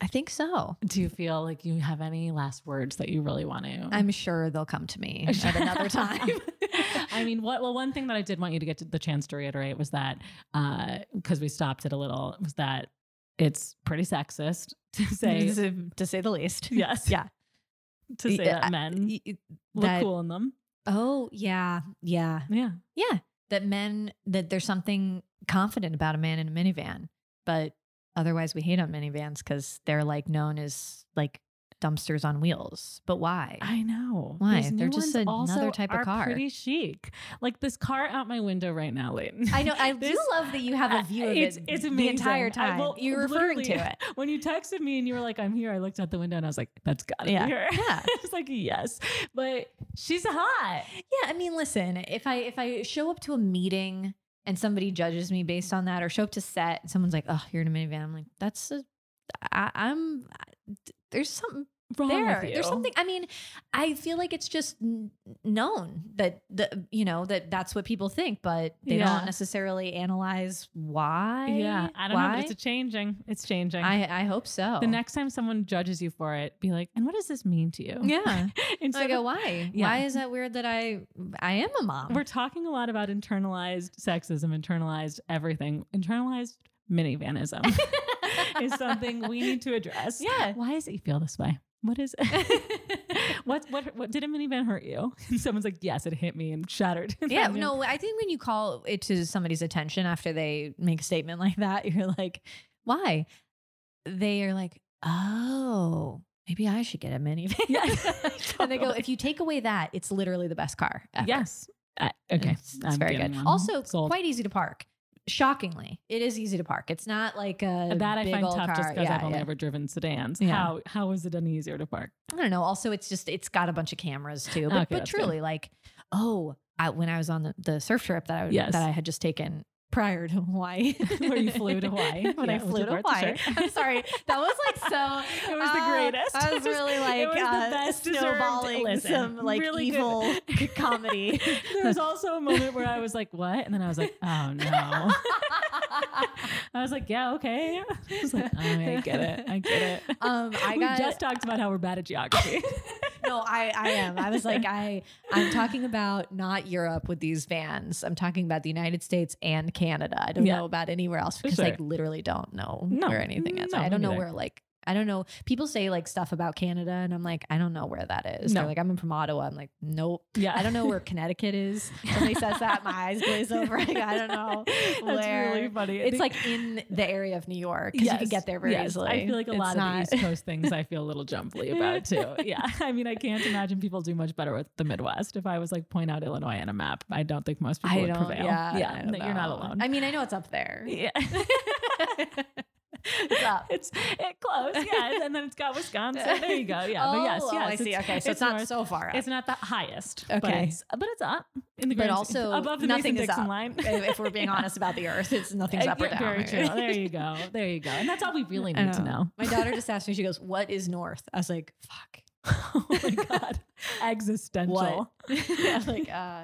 Speaker 7: I think so
Speaker 1: Do you feel like you have any last words that you really want to? [laughs]
Speaker 7: I'm sure they'll come to me at another time
Speaker 1: I mean, what? Well, one thing that I did want you to get to the chance to reiterate was that because we stopped it a little, was that it's pretty sexist to say
Speaker 7: to, to [laughs] say the [laughs] least
Speaker 1: yes, Mm-hmm.
Speaker 7: Yeah.
Speaker 1: to say
Speaker 7: Yeah,
Speaker 1: that men
Speaker 7: Y- y-
Speaker 1: look
Speaker 7: that-
Speaker 1: cool in them.
Speaker 7: oh yeah yeah
Speaker 1: Yeah,
Speaker 7: Yeah, that men that there's something confident about a man in a minivan, but otherwise we hate on minivans because they're like known as like dumpsters on wheels. But why?
Speaker 1: I know.
Speaker 7: Why?
Speaker 1: These
Speaker 7: They're
Speaker 1: new
Speaker 7: just
Speaker 1: ones
Speaker 7: another
Speaker 1: also
Speaker 7: type of
Speaker 1: are
Speaker 7: car.
Speaker 1: Pretty chic. Like this car out my window right now, [laughs] Leighton.
Speaker 7: I know. I
Speaker 1: This-
Speaker 7: do love that you have a view of
Speaker 1: it's,
Speaker 7: it
Speaker 1: It's amazing.
Speaker 7: the entire
Speaker 1: I-
Speaker 7: time.
Speaker 1: well,
Speaker 7: You're referring to
Speaker 1: literally,
Speaker 7: it.
Speaker 1: When you texted me and you were like, "I'm here," I looked out the window and I was like, "That's gotta
Speaker 7: Yeah.
Speaker 1: be her."
Speaker 7: Yeah.
Speaker 1: [laughs] it's like yes, but she's hot.
Speaker 7: Yeah, I mean, listen, if I if I show up to a meeting and somebody judges me based on that, or show up to set and someone's like, "Oh, you're in a minivan," I'm like, "That's a, I, I'm." I- there's something
Speaker 1: Wrong
Speaker 7: there.
Speaker 1: with you.
Speaker 7: There's something. I mean, I feel like it's just n- known that the you know that that's what people think, but they
Speaker 1: Yeah.
Speaker 7: don't necessarily analyze why.
Speaker 1: Yeah, I don't know,
Speaker 7: why.
Speaker 1: but it's a changing. It's changing.
Speaker 7: I I hope so.
Speaker 1: the next time someone judges you for it, be like, "And what does this mean to you?"
Speaker 7: yeah. uh, I
Speaker 1: [laughs] Instead
Speaker 7: go,
Speaker 1: of-
Speaker 7: why?
Speaker 1: Yeah.
Speaker 7: Why is that weird that I I am a mom?
Speaker 1: We're talking a lot about internalized sexism, internalized everything, internalized
Speaker 7: [laughs]
Speaker 1: minivanism is something we need to address.
Speaker 7: Yeah.
Speaker 1: Why does it you feel this way? What
Speaker 7: [laughs]
Speaker 1: is [laughs] it? what, what, what did a minivan hurt you? And someone's like, yes, it hit me and shattered. [laughs] And
Speaker 7: Yeah,
Speaker 1: I knew-
Speaker 7: no, I think when you call it to somebody's attention after they make a statement [laughs] like that, you're like, why? They are like, oh, maybe I should get a minivan.
Speaker 1: Yes.
Speaker 7: [laughs] and they go, if you take away that, it's literally the best car. Ever.
Speaker 1: Yes. Uh, okay.
Speaker 7: It's, it's
Speaker 1: I'm
Speaker 7: very
Speaker 1: getting
Speaker 7: good.
Speaker 1: one.
Speaker 7: Also,
Speaker 1: Sold.
Speaker 7: quite easy to park. Shockingly, it is easy to park. It's not like a
Speaker 1: that I
Speaker 7: big
Speaker 1: find
Speaker 7: old
Speaker 1: tough
Speaker 7: car.
Speaker 1: just because
Speaker 7: Yeah,
Speaker 1: I've only
Speaker 7: yeah.
Speaker 1: ever driven sedans.
Speaker 7: Yeah.
Speaker 1: How how is it any easier to park?
Speaker 7: I don't know. Also, it's just it's got a bunch of cameras too. But,
Speaker 1: Okay,
Speaker 7: but
Speaker 1: that's good.
Speaker 7: truly, like, oh, I, when I was on the, the surf trip that I
Speaker 1: Yes.
Speaker 7: that I had just taken prior to [laughs] Hawaii,
Speaker 1: Where you flew to Hawaii.
Speaker 7: [laughs] when
Speaker 1: Yeah,
Speaker 7: I
Speaker 1: with
Speaker 7: flew
Speaker 1: your
Speaker 7: to
Speaker 1: birthday
Speaker 7: Hawaii.
Speaker 1: shirt. [laughs]
Speaker 7: I'm sorry, that was like so.
Speaker 1: It was the
Speaker 7: uh,
Speaker 1: greatest.
Speaker 7: I
Speaker 1: [laughs]
Speaker 7: was
Speaker 1: It
Speaker 7: really like
Speaker 1: it was the
Speaker 7: uh,
Speaker 1: best deserved-
Speaker 7: snowballing
Speaker 1: listen,
Speaker 7: some like
Speaker 1: really good.
Speaker 7: evil
Speaker 1: [laughs]
Speaker 7: comedy.
Speaker 1: there was also a moment where I was like, what? And then I was like, oh
Speaker 7: [laughs]
Speaker 1: no. [laughs] I was like, yeah, okay. I was like, oh, I get it. I get it.
Speaker 7: Um, I
Speaker 1: we
Speaker 7: got
Speaker 1: just talked about how we're bad at
Speaker 7: [laughs]
Speaker 1: geography.
Speaker 7: no, I, I am. I was like, I, I'm talking about not Europe with these vans. I'm talking about the United States and Canada. I don't
Speaker 1: Yeah.
Speaker 7: know about anywhere else because
Speaker 1: Sure.
Speaker 7: like literally don't know
Speaker 1: No,
Speaker 7: where anything is.
Speaker 1: no,
Speaker 7: I
Speaker 1: me
Speaker 7: don't know
Speaker 1: neither.
Speaker 7: where like, I don't know. People say like stuff about Canada and I'm like, I don't know where that is.
Speaker 1: No.
Speaker 7: They're like, I'm from Ottawa. I'm like, nope.
Speaker 1: yeah.
Speaker 7: I don't know where
Speaker 1: [laughs]
Speaker 7: Connecticut is. Somebody says that, my eyes glaze over. Like, I don't know.
Speaker 1: [laughs] That's
Speaker 7: where-
Speaker 1: really funny.
Speaker 7: It's like in the area of New York because you can
Speaker 1: Yes,
Speaker 7: get there very
Speaker 1: yes.
Speaker 7: easily.
Speaker 1: I feel like a
Speaker 7: It's
Speaker 1: lot
Speaker 7: not-
Speaker 1: of the East Coast things I feel a little jumbly about too.
Speaker 7: [laughs]
Speaker 1: Yeah. I mean, I can't imagine people do much better with the Midwest. If I was like point out Illinois on a map, I don't think most people
Speaker 7: I
Speaker 1: would
Speaker 7: don't.
Speaker 1: prevail.
Speaker 7: Yeah, I
Speaker 1: yeah
Speaker 7: don't
Speaker 1: no, you're not
Speaker 7: [laughs] know.
Speaker 1: alone.
Speaker 7: I mean, I know it's up there.
Speaker 1: yeah.
Speaker 7: It's up.
Speaker 1: It's it close, yeah, and then it's got Wisconsin. There you go, yeah. but yes,
Speaker 7: Oh,
Speaker 1: yes,
Speaker 7: I see.
Speaker 1: it's-
Speaker 7: Okay, so it's not
Speaker 1: north.
Speaker 7: so far up.
Speaker 1: It's not the highest, but
Speaker 7: Okay.
Speaker 1: it's, but it's up in the
Speaker 7: but
Speaker 1: grand
Speaker 7: also
Speaker 1: above the
Speaker 7: nothing is
Speaker 1: Mason-Dixon
Speaker 7: up.
Speaker 1: line. Uh,
Speaker 7: if
Speaker 1: [laughs]
Speaker 7: if we're being honest about the Earth, it's nothing's up or
Speaker 1: Yeah,
Speaker 7: down.
Speaker 1: Very
Speaker 7: right?
Speaker 1: true. There
Speaker 7: [laughs]
Speaker 1: you go. There you go. And that's all we really need to know. [laughs]
Speaker 7: My daughter just asked me. She goes, "What is North?" I was like, "Fuck." [laughs]
Speaker 1: oh my god, existential.
Speaker 7: What? I was like, uh,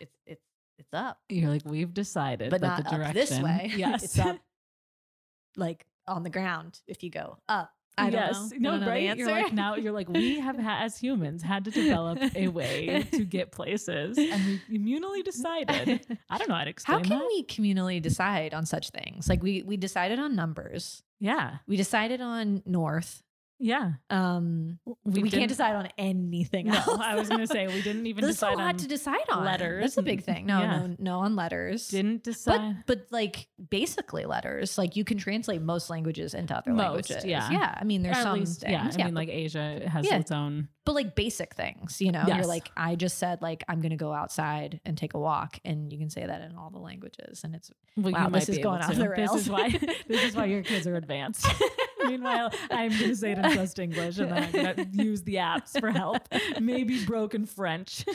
Speaker 7: "It's it's it's up,
Speaker 1: You're like we've decided,
Speaker 7: but
Speaker 1: that
Speaker 7: not
Speaker 1: the direction.
Speaker 7: up this way. [laughs]
Speaker 1: Yes.
Speaker 7: it's up like on the ground. If you go up, I don't
Speaker 1: yes.
Speaker 7: know. I
Speaker 1: No,
Speaker 7: don't know the
Speaker 1: right? You're
Speaker 7: answer.
Speaker 1: like now you're like we have ha- as humans had to develop a
Speaker 7: [laughs]
Speaker 1: way to get places, and we communally decided.
Speaker 7: [laughs]
Speaker 1: I don't know how to explain
Speaker 7: How can
Speaker 1: that.
Speaker 7: we communally decide on such things? Like we we decided on numbers.
Speaker 1: yeah,
Speaker 7: We decided on North.
Speaker 1: yeah.
Speaker 7: Um, we,
Speaker 1: didn't- [laughs]
Speaker 7: can't decide on anything
Speaker 1: No,
Speaker 7: else.
Speaker 1: I was gonna say
Speaker 7: [laughs]
Speaker 1: we didn't even
Speaker 7: There's
Speaker 1: decide
Speaker 7: a lot
Speaker 1: on.
Speaker 7: to decide on.
Speaker 1: letters
Speaker 7: That's a
Speaker 1: and-
Speaker 7: big thing. No,
Speaker 1: yeah.
Speaker 7: no, no on letters.
Speaker 1: didn't
Speaker 7: but
Speaker 1: decide.
Speaker 7: but like basically letters. Like you can translate most languages into other
Speaker 1: Most,
Speaker 7: languages.
Speaker 1: yeah.
Speaker 7: yeah. I mean, there's
Speaker 1: Or at
Speaker 7: some
Speaker 1: least,
Speaker 7: things.
Speaker 1: yeah. I mean,
Speaker 7: but-
Speaker 1: like Asia has
Speaker 7: Yeah.
Speaker 1: its own.
Speaker 7: but like basic things. You know,
Speaker 1: Yes.
Speaker 7: you're like, I just said like I'm gonna go outside and take a walk, and you can say that in all the languages,
Speaker 1: [laughs]
Speaker 7: and it's
Speaker 1: Well,
Speaker 7: Wow,
Speaker 1: you
Speaker 7: this
Speaker 1: might
Speaker 7: is
Speaker 1: be able
Speaker 7: going off
Speaker 1: to.
Speaker 7: the
Speaker 1: This is
Speaker 7: rails.
Speaker 1: why [laughs] this is why your kids
Speaker 7: [laughs]
Speaker 1: are advanced. Meanwhile, I'm going to say it in just English, and then I'm going to use the apps for help. Maybe broken French. [laughs]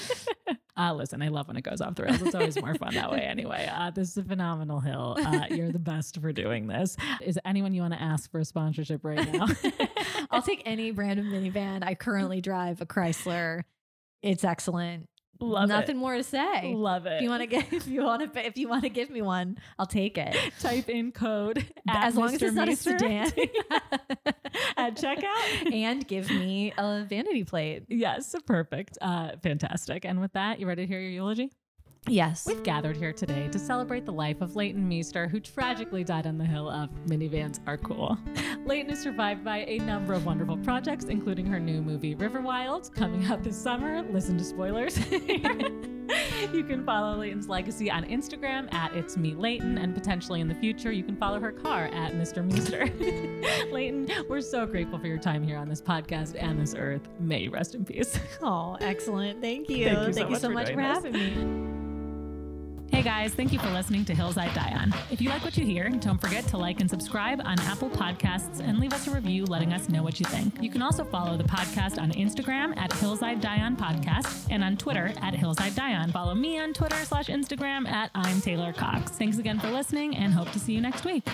Speaker 1: Ah, listen, I love when it goes off the rails. It's always more fun that way. Anyway, uh, this is a phenomenal hill. Uh, you're the best for doing this. Is anyone you want to ask for a sponsorship right now? [laughs]
Speaker 7: [laughs] I'll take any brand of minivan. I currently drive a Chrysler. It's excellent.
Speaker 1: Love
Speaker 7: Nothing more to
Speaker 1: it.
Speaker 7: say.
Speaker 1: Love it.
Speaker 7: If you want to get, [laughs] if you want to, if you want to give me one, I'll take it.
Speaker 1: type in code [laughs] at
Speaker 7: As long as
Speaker 1: Mr.
Speaker 7: it's not a
Speaker 1: Meester
Speaker 7: sedan.
Speaker 1: [laughs] at checkout.
Speaker 7: [laughs] and give me a vanity plate.
Speaker 1: Yes, perfect. Uh, fantastic. And with that, you ready to hear your eulogy?
Speaker 7: Yes.
Speaker 1: We've gathered here today to celebrate the life of Leighton Meester, who tragically died on the hill of Minivans Are Cool. Leighton is survived by a number of wonderful projects, including her new movie River Wild, coming out this summer. Listen to spoilers. [laughs] you can follow Leighton's legacy on Instagram at It's Me Leighton, and potentially in the future, you can follow her car at Mr. Meester. [laughs] Leighton, we're so grateful for your time here on this podcast and this earth. May you rest in peace. [laughs]
Speaker 7: Oh, excellent. Thank you.
Speaker 1: Thank you so much for doing this.
Speaker 7: having me.
Speaker 1: Hey guys, thank you for listening to Hills I Die On. If you like what you hear, don't forget to like and subscribe on Apple Podcasts and leave us a review letting us know what you think. You can also follow the podcast on Instagram at Hills I Die On Podcast and on Twitter at Hills I Die On. Follow me on Twitter slash Instagram at I'm Taylor Cox. Thanks again for listening and hope to see you next week.